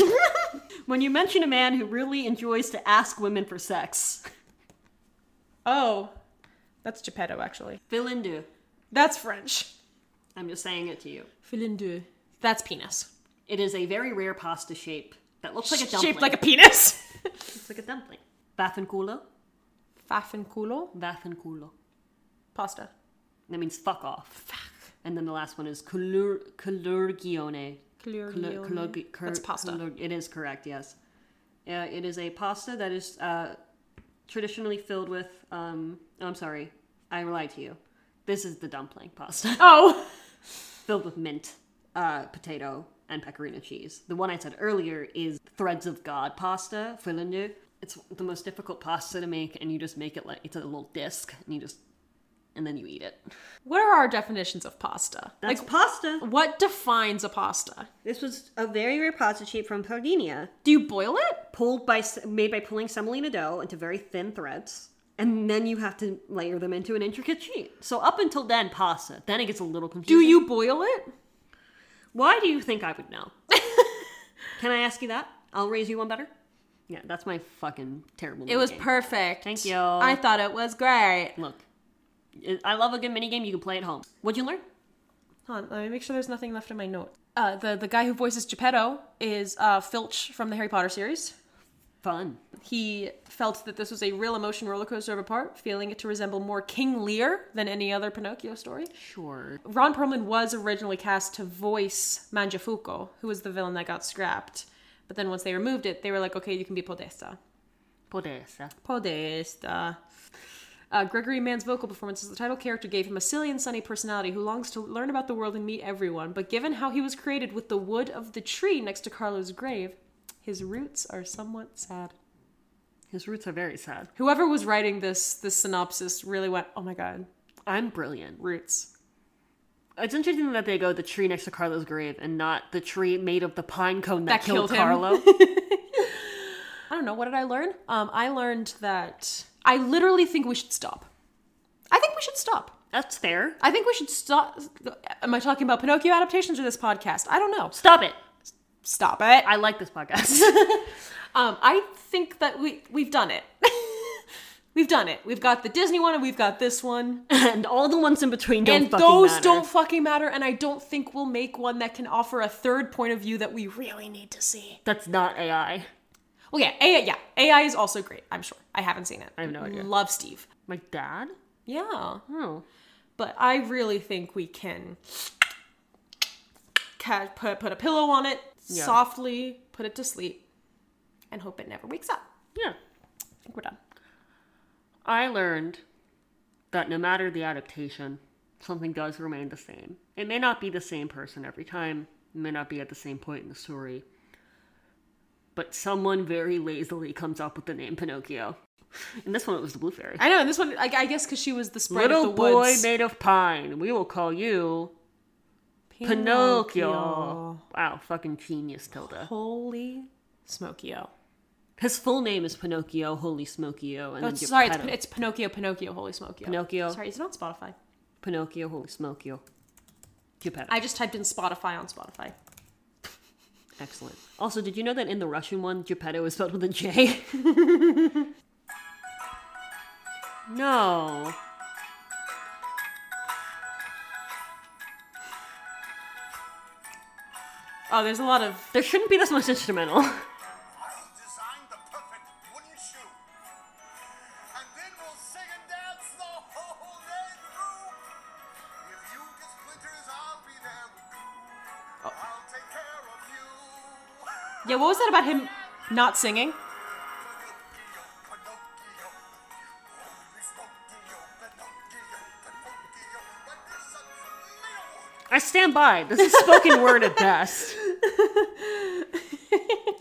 when you mention a man who really enjoys to ask women for sex,
Oh, that's Geppetto actually.
fill in do.
That's French.
I'm just saying it to you.
Filin de. That's penis.
It is a very rare pasta shape that looks like a dumpling.
Shaped like a penis.
it's like a dumpling. Vaffanculo.
Faffinculo.
Vaffanculo.
Pasta.
That means fuck off. And then the last one is colur- colurgione. Colur- colurgi- cur-
That's pasta.
colur- it is correct, yes. Uh, it is a pasta that is uh, traditionally filled with. Um, oh, I'm sorry, I lied to you. This is the dumpling pasta
Oh.
filled with mint, uh, potato, and pecorino cheese. The one I said earlier is threads of God pasta, filandu. It's the most difficult pasta to make, and you just make it like it's a little disc, and you just and then you eat it.
What are our definitions of pasta?
That's
like,
pasta.
what defines a pasta?
This was a very rare pasta sheet from Sardinia,
Do you boil it?
pulled by made by pulling semolina dough into very thin threads, and then you have to layer them into an intricate sheet. So up until then, pasta. Then it gets a little confusing.
Do you boil it?
Why do you think I would know? Can I ask you that? I'll raise you one better. Yeah, that's my fucking terrible.
It was
minigame.
perfect.
Thank you.
I thought it was great.
Look, I- I love a good minigame. You can play at home. What'd you learn?
Hold on, let me make sure there's nothing left in my note. Uh, the the guy who voices Geppetto is uh, Filch from the Harry Potter series.
Fun.
He felt that this was a real emotion roller coaster of a part, feeling it to resemble more King Lear than any other Pinocchio story.
Sure.
Ron Perlman was originally cast to voice Manjafuco, who was the villain that got scrapped. But then once they removed it, they were like, okay, you can be Podesta.
Podesta.
Podesta. Uh, Gregory Mann's vocal performance as the title character gave him a silly and sunny personality who longs to learn about the world and meet everyone. But given how he was created with the wood of the tree next to Carlo's grave, his roots are somewhat sad.
His roots are very sad.
Whoever was writing this this synopsis really went, oh my god,
I'm brilliant.
roots.
It's interesting that they go the tree next to Carlo's grave and not the tree made of the pine cone that,
That killed
killed,
him.
Carlo.
I don't know. What did I learn? Um, I learned that I literally think we should stop. I think we should stop.
That's fair.
I think we should stop. Am I talking about Pinocchio adaptations or this podcast? I don't know.
Stop it.
Stop it.
I like this podcast.
Um, I think that we we've done it. we've done it. We've got the Disney one and we've got this one,
and all the ones in between don't
and
fucking
those
matter.
don't fucking matter. And I don't think we'll make one that can offer a third point of view that we really need to see.
That's not AI.
Well, yeah, AI, yeah, AI is also great. I'm sure. I haven't seen it. I
have no idea.
Love Steve.
My dad?
Yeah,
Oh.
but I really think we can ca- put put a pillow on it
Yeah.
softly, put it to sleep, and hope it never wakes up.
Yeah.
I think we're done.
I learned that no matter the adaptation, something does remain the same. It may not be the same person every time, it may not be at the same point in the story, but someone very lazily comes up with the name Pinocchio. In this one, it was the Blue Fairy.
I know, and this one, I, I guess, because she was the sprite
Little
of the
boy
woods.
made of pine, we will call you Pinocchio. Wow, fucking genius, Tilda.
Holy Smokio.
His full name is Pinocchio, Holy Smokio, and
Oh,
then
sorry, it's,
Geppetto.
Pin- it's Pinocchio, Pinocchio, Holy Smokio.
Pinocchio.
Sorry, it's not Spotify.
Pinocchio, Holy Smokio. Geppetto.
I just typed in Spotify on Spotify.
Excellent. Also, did you know that in the Russian one, Geppetto is spelled with a J? no.
Oh, there's a lot of.
There shouldn't be this much instrumental.
I'll design the perfect wooden shoe. And then we'll sing and dance the whole day through. If you get splinters, I'll be there with you. I'll take care of you.
Oh. Yeah, what was that about him not singing?
Pinocchio, Pinocchio. Holy Smokio, Pinocchio, Pinocchio. But this is a meal.
I stand by. This is spoken word at best.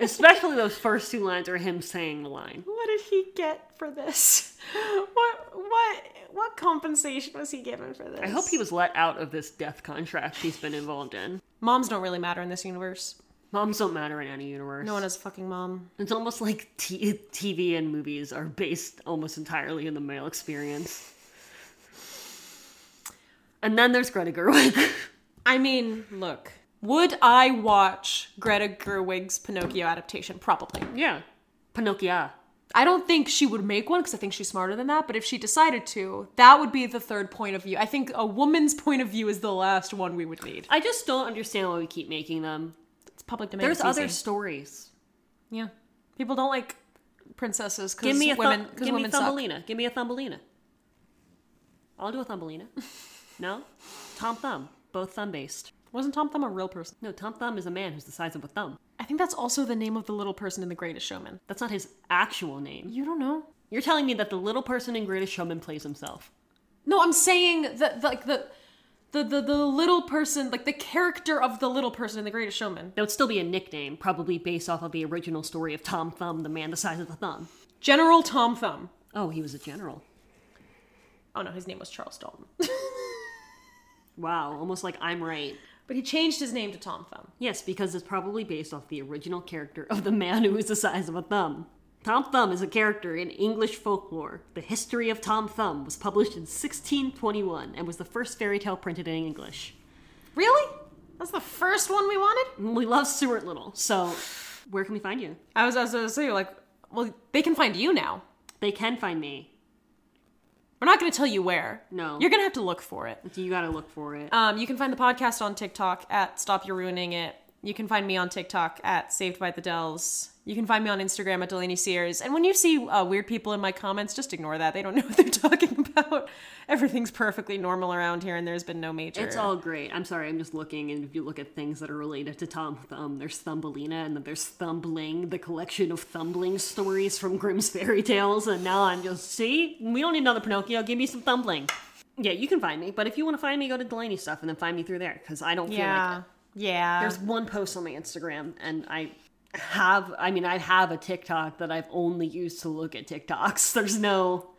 Especially those first two lines are him saying the line.
What did he get for this? What what what compensation was he given for this?
I hope he was let out of this death contract he's been involved in.
Moms don't really matter in this universe.
Moms don't matter in any universe.
No one has a fucking mom.
It's almost like t- TV and movies are based almost entirely in the male experience. And then there's Greta Gerwig.
I mean, look. Would I watch Greta Gerwig's Pinocchio adaptation? Probably.
yeah. Pinocchia.
I don't think she would make one because I think she's smarter than that. But if she decided to, that would be the third point of view. I think a woman's point of view is the last one we would need.
I just don't understand why we keep making them.
It's public domain.
There's
it's
other
easy.
stories.
Yeah. People don't like princesses
Give
because
me a thumb-
women. Because
give me
women suck.
Thumbelina. Give me a Thumbelina. I'll do a Thumbelina. no, Tom Thumb. Both thumb based.
Wasn't Tom Thumb a real person?
No, Tom Thumb is a man who's the size of a thumb.
I think that's also the name of the little person in The Greatest Showman.
That's not his actual name.
You don't know?
You're telling me that the little person in Greatest Showman plays himself.
No, I'm saying that like the. The, the, the little person, like the character of the little person in The Greatest Showman.
That would still be a nickname, probably based off of the original story of Tom Thumb, the man the size of a thumb.
General Tom Thumb.
Oh, he was a general.
Oh no, his name was Charles Dalton.
Wow, almost like I'm right.
but he changed his name to Tom Thumb.
Yes, because it's probably based off the original character of the man who is the size of a thumb. Tom Thumb is a character in English folklore. The History of Tom Thumb was published in 1621 and was the first fairy tale printed in English.
Really? That's the first one we wanted?
We love Stuart Little, so where can we find you?
I was, I was, I was saying, like, well, they can find you now.
They can find me.
We're not going to tell you where.
No.
You're going to have to look for it.
You gotta look for it.
Um, you can find the podcast on TikTok at Stop You Ruining It. You can find me on TikTok at Saved by the Dells. You can find me on Instagram at Delaney Sears. And when you see uh, weird people in my comments, just ignore that. They don't know what they're talking about. Everything's perfectly normal around here, and there's been no major.
It's all great. I'm sorry, I'm just looking, and if you look at things that are related to Tom Thumb, there's Thumbelina, and then there's Thumbling, the collection of Thumbling stories from Grimm's fairy tales, and now I'm just, see? We don't need another Pinocchio, give me some Thumbling. Yeah, you can find me, but if you want to find me, go to Delaney stuff and then find me through there, because I don't feel like
yeah,
it.
yeah.
There's one post on my Instagram, and I have, I mean, I have a TikTok that I've only used to look at TikToks. There's no.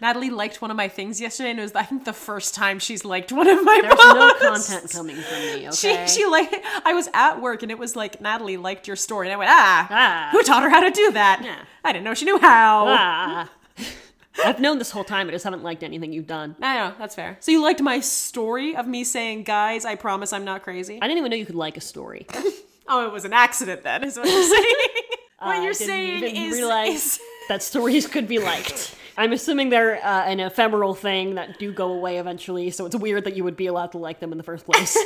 Natalie liked one of my things yesterday, and it was I think the first time she's liked one of my.
There's no
posts.
content coming from me, okay?
She she like I was at work and it was like Natalie liked your story and I went ah,
Ah.
who taught her how to do that
Yeah.
I didn't know she knew how
Ah. I've known this whole time. I just haven't liked anything you've done.
I know that's fair so you liked my story of me saying guys I promise I'm not crazy
I didn't even know you could like a story.
oh it was an accident then is what you're saying what
I
you're
didn't
saying
even
is,
realize
is-
that stories could be liked. I'm assuming they're uh, an ephemeral thing that do go away eventually, so it's weird that you would be allowed to like them in the first place.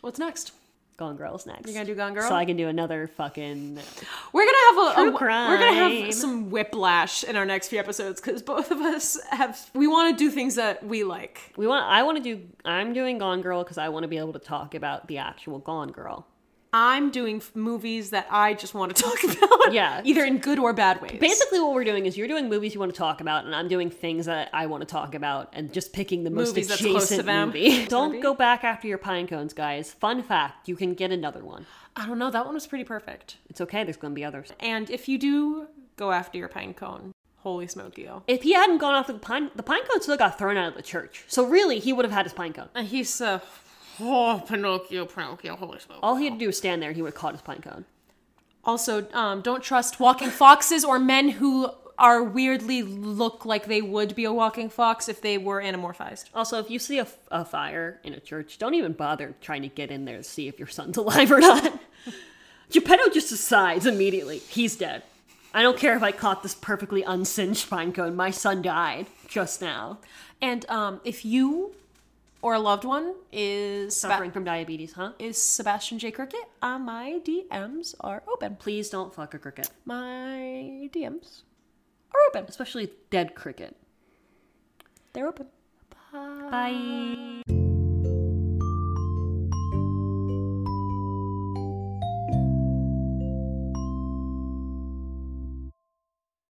what's next
Gone Girl's next.
you gonna do Gone Girl
So I can do another fucking.
We're gonna have a, a-
True crime.
we're gonna have some whiplash in our next few episodes because both of us have we want to do things that we like.
We want. I want to do. I'm doing Gone Girl because I want to be able to talk about the actual Gone Girl.
I'm doing f- movies that I just want to talk about,
Yeah.
either in good or bad ways.
Basically, what we're doing is you're doing movies you want to talk about, and I'm doing things that I want to talk about, and just picking the most
Movies that's
adjacent
close to them.
movie.
Maybe.
Don't go back after your pine cones, guys. Fun fact: you can get another one.
I don't know. That one was pretty perfect.
It's okay. There's going to be others.
And if you do go after your pine cone, holy smokey!
If he hadn't gone after the pine, the pine cone still got thrown out of the church. So really, he would have had his pine cone.
And he's uh, oh Pinocchio, Pinocchio, holy smoke.
All he had to do was stand there, and he would have caught his pine cone.
Also, um, don't trust walking foxes or men who are weirdly look like they would be a walking fox if they were anamorphized.
Also, if you see a, f- a fire in a church, don't even bother trying to get in there to see if your son's alive or not. Geppetto just decides immediately he's dead. I don't care if I caught this perfectly unsinged pine cone. My son died just now,
And um, if you or a loved one is Seba-
suffering from diabetes, huh?
is Sebastian J. Cricket, uh, my DMs are open.
Please don't fuck a cricket,
My DMs are open.
especially dead cricket.
They're open.
Bye.